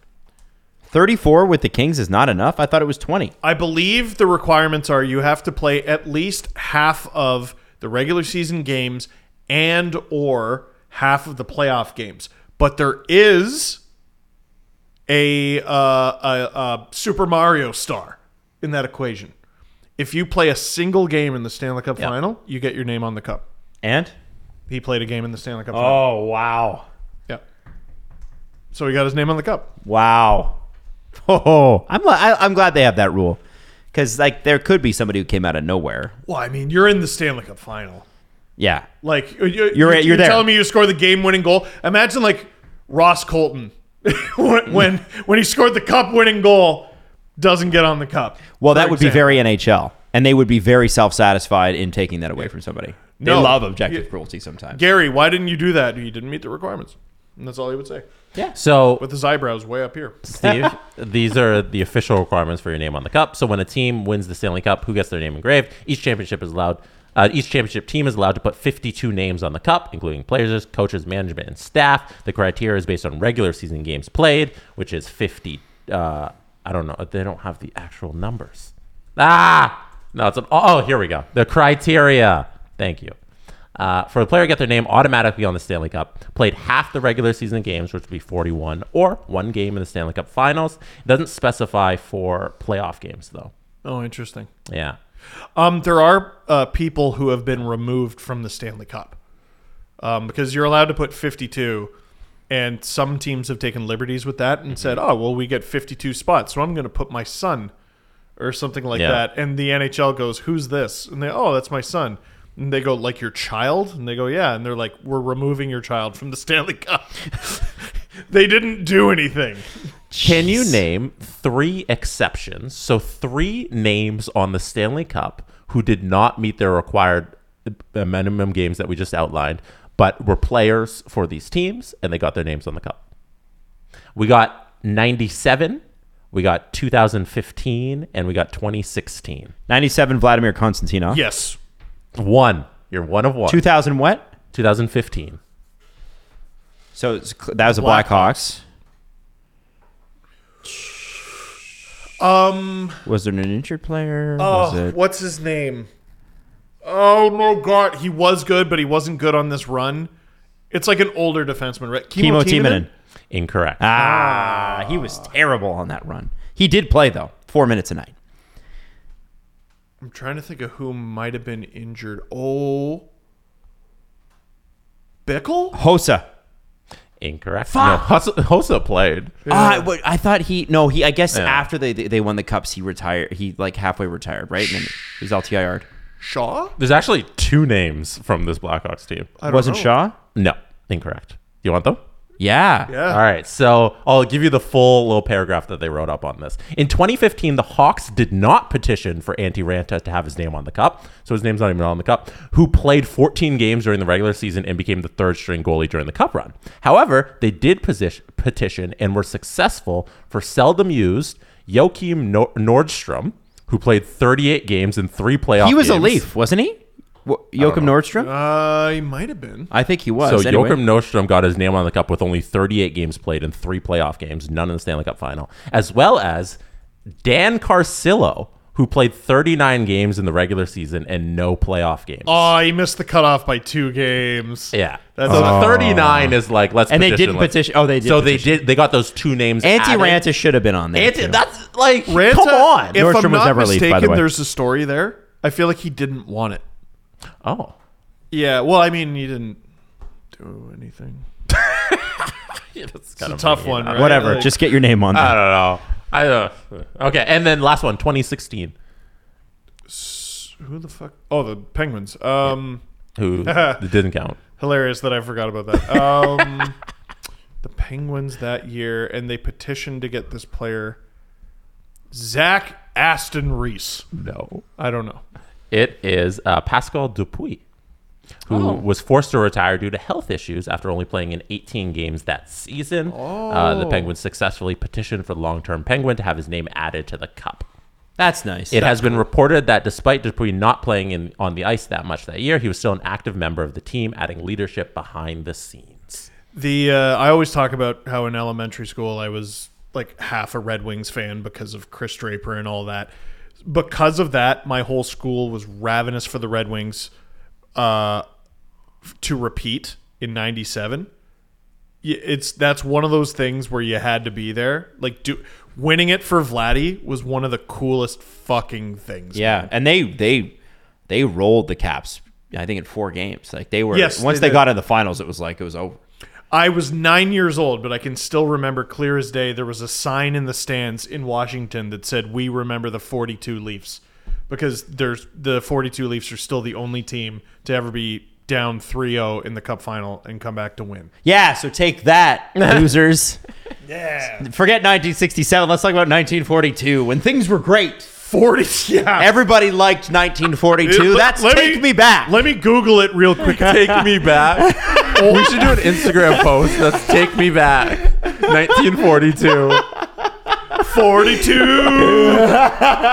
S4: 34 with the Kings is not enough. I thought it was 20.
S7: I believe the requirements are you have to play at least half of the regular season games and or half of the playoff games. But there is a, uh, a, a Super Mario star in that equation. If you play a single game in the Stanley Cup final, you get your name on the cup.
S4: And
S7: He played a game in the Stanley Cup final.
S4: oh wow,
S7: Yeah. So he got his name on the cup.
S4: wow. Oh, I'm li- I, I'm glad they have that rule because like there could be somebody who came out of nowhere.
S7: Well, I mean, you're in the Stanley Cup final.
S4: Yeah,
S7: Like you- you,
S4: You're
S7: you're,
S4: right, you're there.
S7: telling me you score the game-winning goal. Imagine like Ross Colton when, when when he scored the cup-winning goal doesn't get on the cup.
S4: Well,
S7: for
S4: that would be
S7: example.
S4: very NHL, and they would be very self satisfied in taking that away from somebody. They
S7: No.
S4: love objective
S7: Yeah.
S4: cruelty sometimes.
S7: Gary, why didn't you do that? You didn't meet the requirements. And that's all he would say.
S4: Yeah.
S10: So-
S7: with his eyebrows way up here,
S10: Steve, these are the official requirements for your name on the cup. So when a team wins the Stanley Cup, who gets their name engraved? Each championship is allowed. Uh, each championship team is allowed to put 52 names on the cup, including players, coaches, management, and staff. The criteria is based on regular season games played, which is 50. Uh, I don't know. They don't have the actual numbers. Ah, no, it's an, oh, here we go. The criteria. Thank you. Uh, for a player to get their name automatically on the Stanley Cup, played half the regular season games, which would be 41, or one game in the Stanley Cup Finals. It doesn't specify for playoff games though.
S7: Oh, interesting.
S10: Yeah,
S7: Um, there are uh, people who have been removed from the Stanley Cup um, because you're allowed to put 52, and some teams have taken liberties with that and said, "Oh, well, we get 52 spots, so I'm going to put my son or something like
S10: Yeah.
S7: that." And the NHL goes, "Who's this?" And they, "Oh, that's my son." And they go, "Like your child?" And they go, "Yeah." And they're like, "We're removing your child from the Stanley Cup." they didn't do anything.
S10: Can you name three exceptions? So three names on the Stanley Cup who did not meet their required uh, minimum games that we just outlined, but were players for these teams and they got their names on the cup. We got 97, we got 2015, and we got 2016.
S4: 97 Vladimir Konstantinov.
S7: Yes.
S10: One. You're one of one.
S4: 2000 what?
S10: 2015.
S4: So it's, cl- that was a Blackhawks.
S7: Blackhawks. Um.
S4: Was there an injured player? was
S7: Oh,
S4: it?
S7: what's his name? Oh no, God, he was good, but he wasn't good on this run. It's like an older defenseman, right?
S4: Kimo Timonen.
S10: Incorrect.
S4: Ah, he was terrible on that run. He did play though, four minutes a night.
S7: I'm trying to think of who might have been injured. Oh, Bickle.
S4: Hosa.
S10: Incorrect. No, Hossa, Hossa played.
S4: Ah, I- what- I thought he no he I guess
S10: Yeah.
S4: after they they won the cups he retired he like halfway retired right and then it was LTIR'd
S7: Shaw.
S10: There's actually two names from this Blackhawks team.
S7: I don't
S4: wasn't
S7: know.
S4: Shaw
S10: No, incorrect. Do you want them?
S4: yeah.
S7: Yeah.
S10: All right, so I'll give you the full little paragraph that they wrote up on this. In 2015, the Hawks did not petition for Antti Ranta to have his name on the cup, so his name's not even on the cup, who played 14 games during the regular season and became the third string goalie during the cup run. However, they did position, petition and were successful for seldom used Joachim Nor- Nordstrom, who played 38 games in three playoff
S4: he was a
S10: games.
S4: Leaf wasn't he Wha- Joachim Nordstrom
S7: Uh, he might have been.
S4: I think he was
S10: So
S4: anyway.
S10: Joachim Nordstrom got his name on the cup with only 38 games played in three playoff games, none in the Stanley Cup final, as well as Dan Carcillo, who played 39 games in the regular season and no playoff games.
S7: Oh, he missed the cutoff by two games.
S10: Yeah.
S7: That's
S10: so 39 is like let's
S4: and they
S10: petition,
S4: didn't
S10: let's-
S4: petition oh they did
S10: so they did they got those two names.
S4: Anti
S10: added.
S4: Ranta should have been on there
S10: Anti
S4: too.
S10: that's like
S7: Ranta,
S10: come on.
S7: If
S4: Nordstrom
S7: I'm
S4: was
S7: not
S4: never released, by
S7: mistaken,
S4: the way.
S7: there's a story there. I feel like he didn't want it.
S10: oh.
S7: Yeah. Well, I mean, he didn't do anything.
S10: It's
S7: It's a tough one, right?
S4: whatever
S7: Like-
S4: just get your name on
S10: I
S4: there
S10: don't know. I don't Okay, and then last one, 2016.
S7: Who the fuck? Oh, the Penguins. Um,
S10: Who didn't count.
S7: hilarious that I forgot about that. Um, the Penguins that year, and they petitioned to get this player, Zach Aston Reese.
S10: No.
S7: I don't know.
S10: It is uh, Pascal Dupuis,
S5: Oh.
S10: who was forced to retire due to health issues after only playing in 18 games that season. Uh,
S5: Oh.
S10: the Penguins successfully petitioned for the long term Penguin to have his name added to the cup.
S4: that's nice
S10: It has been reported that despite Dupuis not playing in, on the ice that much that year, he was still an active member of the team, adding leadership behind the scenes.
S7: The uh, I always talk about how in elementary school I was like half a Red Wings fan because of Chris Draper and all that. Because of that, my whole school was ravenous for the Red Wings uh, f- to repeat in '97. It's that's one of those things where you had to be there. Like, do winning it for Vladdy was one of the coolest fucking things.
S4: yeah and they they they rolled the Caps I think in four games like they were
S7: Yes,
S4: once
S7: they
S4: they,
S7: did.
S4: got in the finals it was like it was over
S7: I was nine years old, but I can still remember clear as day there was a sign in the stands in Washington that said, We remember the 42 Leafs. Because there's the 42 Leafs are still the only team to ever be down 3 0 in the cup final and come back to win.
S4: Yeah, so take that, losers. yeah. Forget 1967. Let's talk about 1942 when things were great.
S7: 40, yeah.
S4: Everybody liked 1942. That's
S7: Let
S4: take me, back.
S7: Let me Google it real quick.
S10: Take me back.
S5: Oh. we should do an Instagram post that's take me back 1942.
S7: 42.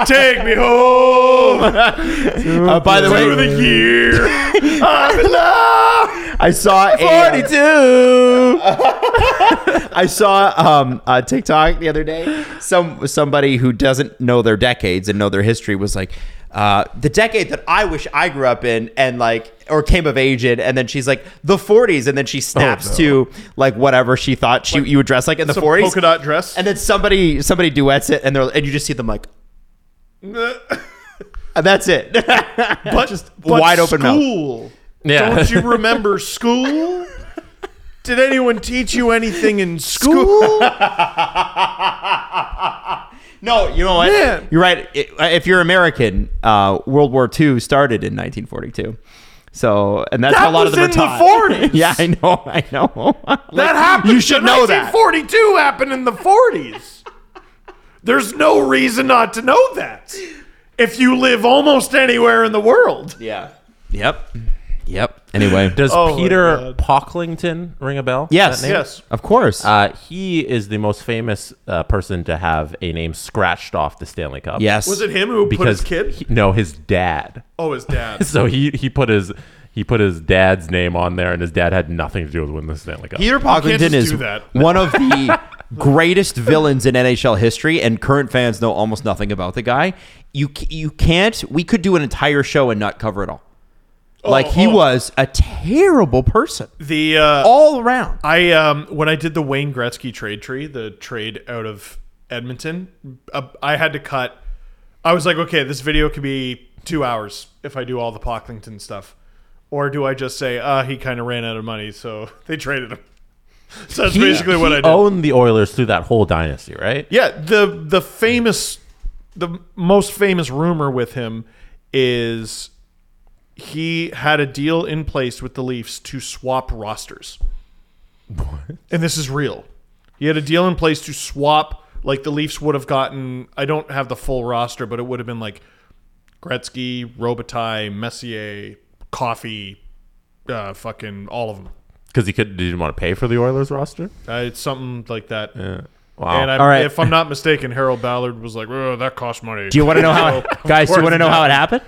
S7: Take me home.
S4: Uh, by the way,
S7: Through the year. Ah,
S4: I'm in love. I saw a, uh,
S5: 42.
S4: I saw um, a TikTok the other day. Some somebody who doesn't know their decades and know their history was like, uh, the decade that I wish I grew up in and like or came of age in, and then she's like the 40s, and then
S7: Oh,
S4: she snaps to like whatever she thought she you would dress like in the
S7: Some
S4: 40s,
S7: polka dot dress.
S4: and then somebody somebody duets it, and they're and you just see them like, and that's it.
S7: but,
S4: Just
S7: but
S4: wide open mouth.
S7: school.
S10: Yeah.
S7: Don't you remember school? Did anyone teach you anything in school?
S4: No, you know what?
S7: Man.
S4: You're right. It- if you're American, uh, World War II started in 1942. So, and that's
S7: That
S4: how a lot of
S7: was
S4: them
S7: in
S4: are
S7: the
S4: taught.
S7: 40s.
S4: Yeah, I know. I know.
S7: that happened.
S4: You should know that.
S7: 1942 happened in the 40s. There's no reason not to know that. If you live almost anywhere in the world,
S4: Yeah. Yep. Yep. Anyway.
S10: Does
S7: Oh my
S10: Peter
S7: God.
S10: Pocklington ring a bell?
S4: yes.
S10: That name?
S7: Yes.
S4: Of course.
S10: Uh, he is the most famous uh, person to have a name scratched off the Stanley Cup.
S4: yes.
S7: was it him who put
S10: because
S7: his kid?
S10: he- no, his dad.
S7: oh, his dad.
S10: So he he put his he put his dad's name on there, and his dad had nothing to do with winning the Stanley Cup.
S4: Peter
S7: can't
S4: Pocklington
S7: just
S4: is
S7: do that.
S4: one of the greatest villains in NHL history, and current fans know almost nothing about the guy. You c- you can't. We could do an entire show and not cover it all. like he
S7: oh.
S4: was a terrible person
S7: The uh,
S4: all around.
S7: I um when I did the Wayne Gretzky trade tree, the trade out of Edmonton, uh, I had to cut. I was like, okay, this video could be two hours if I do all the Pocklington stuff, or do I just say, uh, he kind of ran out of money, so they traded him. So that's
S10: He-
S7: basically
S10: he
S7: what I did.
S10: owned the Oilers through that whole dynasty, right?
S7: Yeah, the the famous, the most famous rumor with him is he had a deal in place with the Leafs to swap rosters. And this is real. He had a deal in place to swap. Like the Leafs would have gotten, I don't have the full roster, but it would have been like Gretzky, Robitaille, Messier, Coffee, uh, fucking all of them.
S10: Because he could didn't want to pay for the Oilers roster.
S7: Uh, it's something like that.
S10: Wow.
S7: And I,
S4: All right.
S7: if I'm not mistaken, Harold Ballard was like, "Oh, that cost money."
S4: Do you want to know how, guys? Do you
S7: course
S4: want to know
S7: not.
S4: how it happened?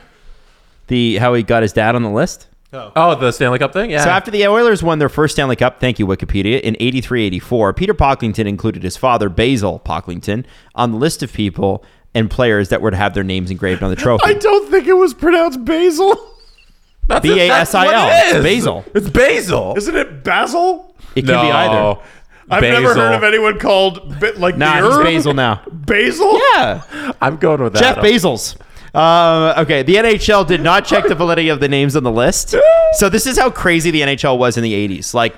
S4: The how he got his dad on the list.
S10: oh, the Stanley Cup thing. Yeah.
S4: So after the Oilers won their first Stanley Cup, thank you Wikipedia, in 83-84, Peter Pocklington included his father Basil Pocklington on the list of people and players that were to have their names engraved on the
S7: I
S4: trophy.
S7: don't think it was pronounced basil.
S10: That's it.
S4: B A
S10: That's
S4: S I
S10: what
S4: L.
S10: it is.
S4: Basil.
S10: It's basil.
S7: Isn't it basil?
S4: It could be either.
S7: I've never
S10: Basil.
S7: heard of anyone called ba- like
S4: Nah,
S7: the
S4: he's
S7: herb?
S4: Basil now.
S7: Basil?
S4: Yeah,
S10: I'm going with that.
S4: Jeff Basil's. Um, okay, the NHL did not check the validity of the names on the list. So this is how crazy the NHL was in the 80s. Like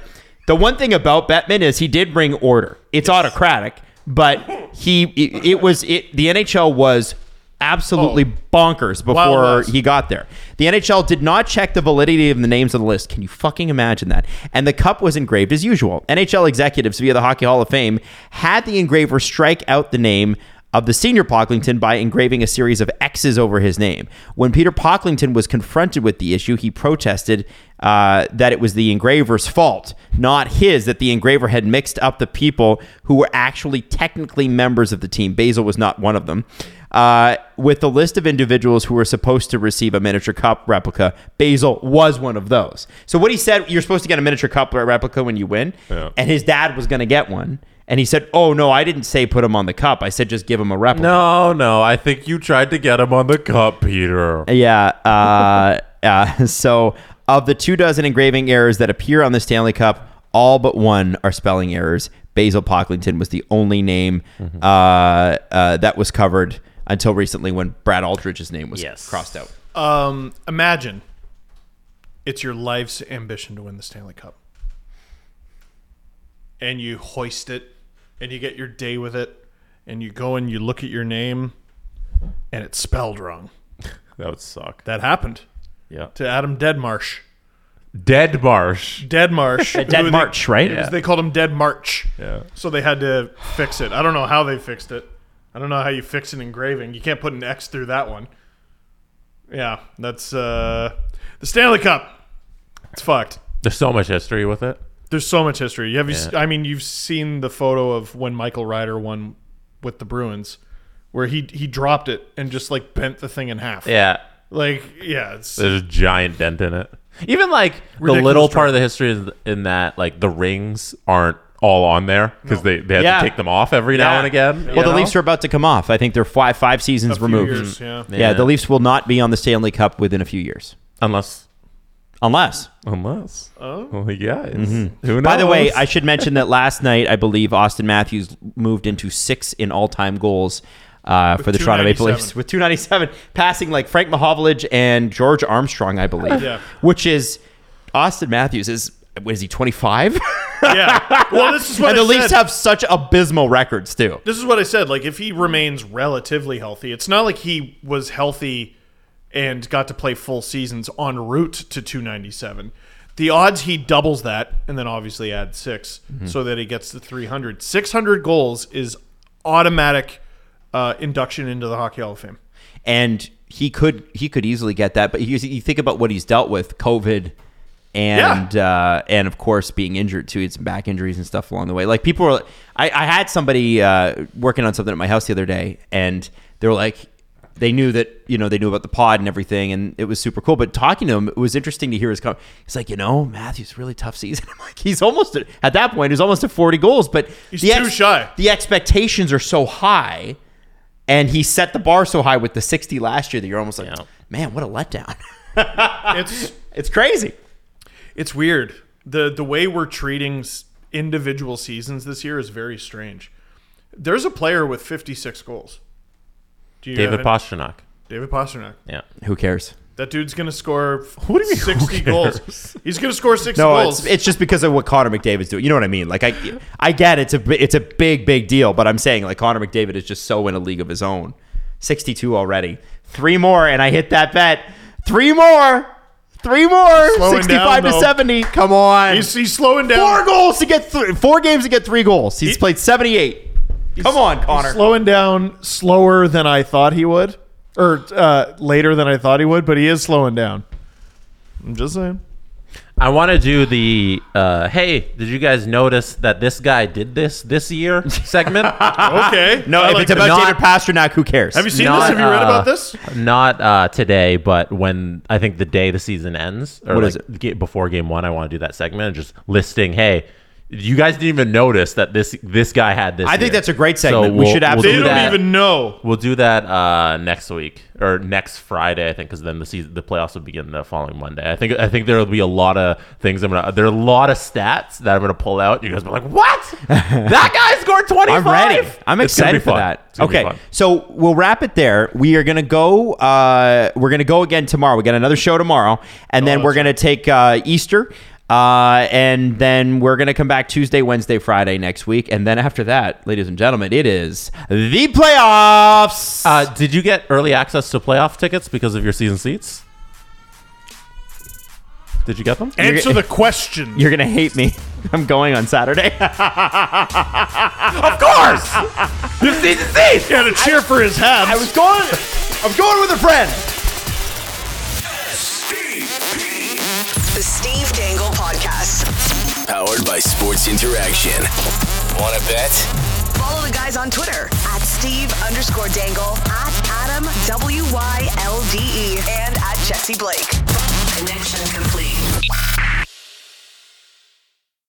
S4: the one thing about Bettman is he did bring order. It's autocratic, but he it, it was it the NHL was absolutely bonkers before
S7: West.
S4: he got there. The NHL did not check the validity of the names on the list. Can you fucking imagine that? And the cup was engraved as usual. NHL executives via the Hockey Hall of Fame had the engraver strike out the name of the senior Pocklington by engraving a series of X's over his name. When Peter Pocklington was confronted with the issue, he protested uh, that it was the engraver's fault, not his, that the engraver had mixed up the people who were actually technically members of the team. Basil was not one of them. Uh, with the list of individuals who were supposed to receive a miniature cup replica, Basil was one of those. So what he said, you're supposed to get a miniature cup replica when you win, and his dad was going to get one, and he said, "Oh no, I didn't say put him on the cup. I said just give him a replica."
S10: No, no. I think you tried to get him on the cup, Peter.
S4: Yeah. Uh, uh, so, of the two dozen engraving errors that appear on the Stanley Cup, all but one are spelling errors. Basil Pocklington was the only name uh, uh, that was covered until recently when Brad Aldrich's name was
S10: Yes.
S4: crossed out.
S7: Um, imagine it's your life's ambition to win the Stanley Cup, and you hoist it, and you get your day with it, and you go and you look at your name, and it's spelled wrong.
S10: That would suck.
S7: That happened
S10: Yeah.
S7: to Adam Deadmarsh.
S10: Dead Marsh.
S7: Deadmarsh.
S4: Dead
S7: who they-
S4: March, right?
S7: It was- They called him Dead March.
S10: Yeah.
S7: So they had to fix it. I don't know how they fixed it. I don't know how you fix an engraving. You can't put an X through that one. Yeah, that's uh, the Stanley Cup. It's fucked.
S10: There's so much history with it.
S7: There's so much history. Have you?
S10: Yeah.
S7: s I I mean, you've seen the photo of when Michael Ryder won with the Bruins, where he he dropped it and just like bent the thing in half.
S10: Yeah.
S7: Like yeah, it's
S10: There's a giant dent in it. Even like the
S7: Ridiculous
S10: little
S7: truck.
S10: part of the history is in that like the rings aren't all on there because they, they had
S4: Yeah.
S10: to take them off every now and again.
S4: Well, the Leafs are about to come off. I think they're five five seasons
S10: few
S4: removed. Mm.
S10: years, yeah.
S4: yeah,
S10: Yeah.
S4: the Leafs will not be on the Stanley Cup within a few years,
S10: unless,
S4: unless,
S10: unless.
S7: Oh,
S10: well, guys.
S4: Mhm.
S10: Who knows?
S4: By the way, I should mention that last night, I believe Austin Matthews moved into six in all-time goals uh, for the Toronto Maple Leafs
S7: 297.
S4: with 297, passing like Frank Mahovlich and George Armstrong, I believe.
S7: Yeah.
S4: Which is Austin Matthews is what is he 25?
S7: yeah. Well, this is what
S4: and the
S7: I
S4: Leafs
S7: said.
S4: have such abysmal records too.
S7: This is what I said. Like, if he remains relatively healthy, it's not like he was healthy and got to play full seasons en route to 297. The odds he doubles that and then obviously add 6 so that he gets to 300. 600 goals is automatic uh, induction into the Hockey Hall of Fame.
S4: and he could he could easily get that. But you, you think about what he's dealt with, COVID, and uh, and of course being injured too. He had some back injuries and stuff along the way. Like people were, I, I had somebody uh, working on something at my house the other day, and they were like. They knew that you know they knew about the pod and everything, and it was super cool. But talking to him, it was interesting to hear his comment. He's like, you know, Matthew's really tough season. I'm like, he's almost at, at that point. He's almost at 40 goals, but
S7: He's
S4: the
S7: too shy.
S4: The expectations are so high and he set the bar so high with the 60 last year that you're almost like, man, what a letdown.
S7: It's
S4: it's crazy.
S7: It's weird. The the way we're treating s- individual seasons this year is very strange. There's a player with 56 goals. Do you
S10: David
S7: have it?
S10: Pasternak.
S7: David Pasternak.
S10: Yeah.
S4: Who cares?
S7: That dude's gonna score. What do you mean? Sixty goals. He's gonna score sixty
S4: No,
S7: goals.
S4: it's, it's just because of what Connor McDavid's doing. You know what I mean? Like I, I get it's a bi- it's a big big deal, but I'm saying like Connor McDavid is just so in a league of his own. 62 already, three more, and I hit that bet. Three more, three more.
S7: Slowing down,
S4: 65 to
S7: though.
S4: 70. Come on.
S7: he's, he's slowing down.
S4: four goals to get three, four games to get three goals. He's played 78. Come on, Connor.
S7: He's slowing down slower than I thought he would, or uh, later than I thought he would. But he is slowing down. I'm just saying.
S10: I want to do the uh, hey, did you guys notice that this guy did this this year segment?
S7: Okay.
S4: No,
S7: I
S4: if
S7: like
S4: it's
S7: that.
S4: about
S10: Not-
S4: David Pasternak, who cares?
S7: Have you seen this? Have you read about this?
S10: uh, Not uh, today, but when I think the day the season ends, or
S4: What
S10: like
S4: is
S10: ga- before game one, I want to do that segment, just listing. Hey, you guys didn't even notice that this this guy had this.
S4: I think
S10: year."
S4: that's a great
S10: So
S4: segment. We
S10: we'll-
S4: should
S10: we'll
S4: absolutely
S10: do
S4: do
S7: They don't
S10: that.
S7: even know.
S10: We'll do that uh, next week or next Friday, I think, because then the season, the playoffs will begin the following Monday. I think I think there will be a lot of things. I'm gonna there are a lot of stats that I'm gonna pull out. You guys will be like, what? that guy scored 25.
S4: I'm ready. I'm
S10: It's gonna be
S4: excited for
S10: fun.
S4: that.
S10: It's gonna be
S4: Okay,
S10: fun.
S4: so we'll wrap it there. We are gonna go. Uh, we're gonna go again tomorrow. We got another show tomorrow, and then we're gonna take uh, Easter, uh, and then we're gonna come back Tuesday, Wednesday, Friday next week, and then after that, ladies and gentlemen, it is the playoffs.
S10: Uh, did you get early access to playoff tickets because of your season seats? Did you get them?
S7: Answer the question.
S4: You're gonna hate me. I'm going on Saturday.
S10: Of course. your season seats.
S7: Got to cheer for his Habs.
S4: was going. I'm going with a friend.
S3: The Steve Dangle Podcast.
S1: Powered by Sports Interaction. Want to bet?
S3: Follow the guys on Twitter at Steve underscore Dangle, at Adam W Y L D E, and at Jesse Blake. Connection complete.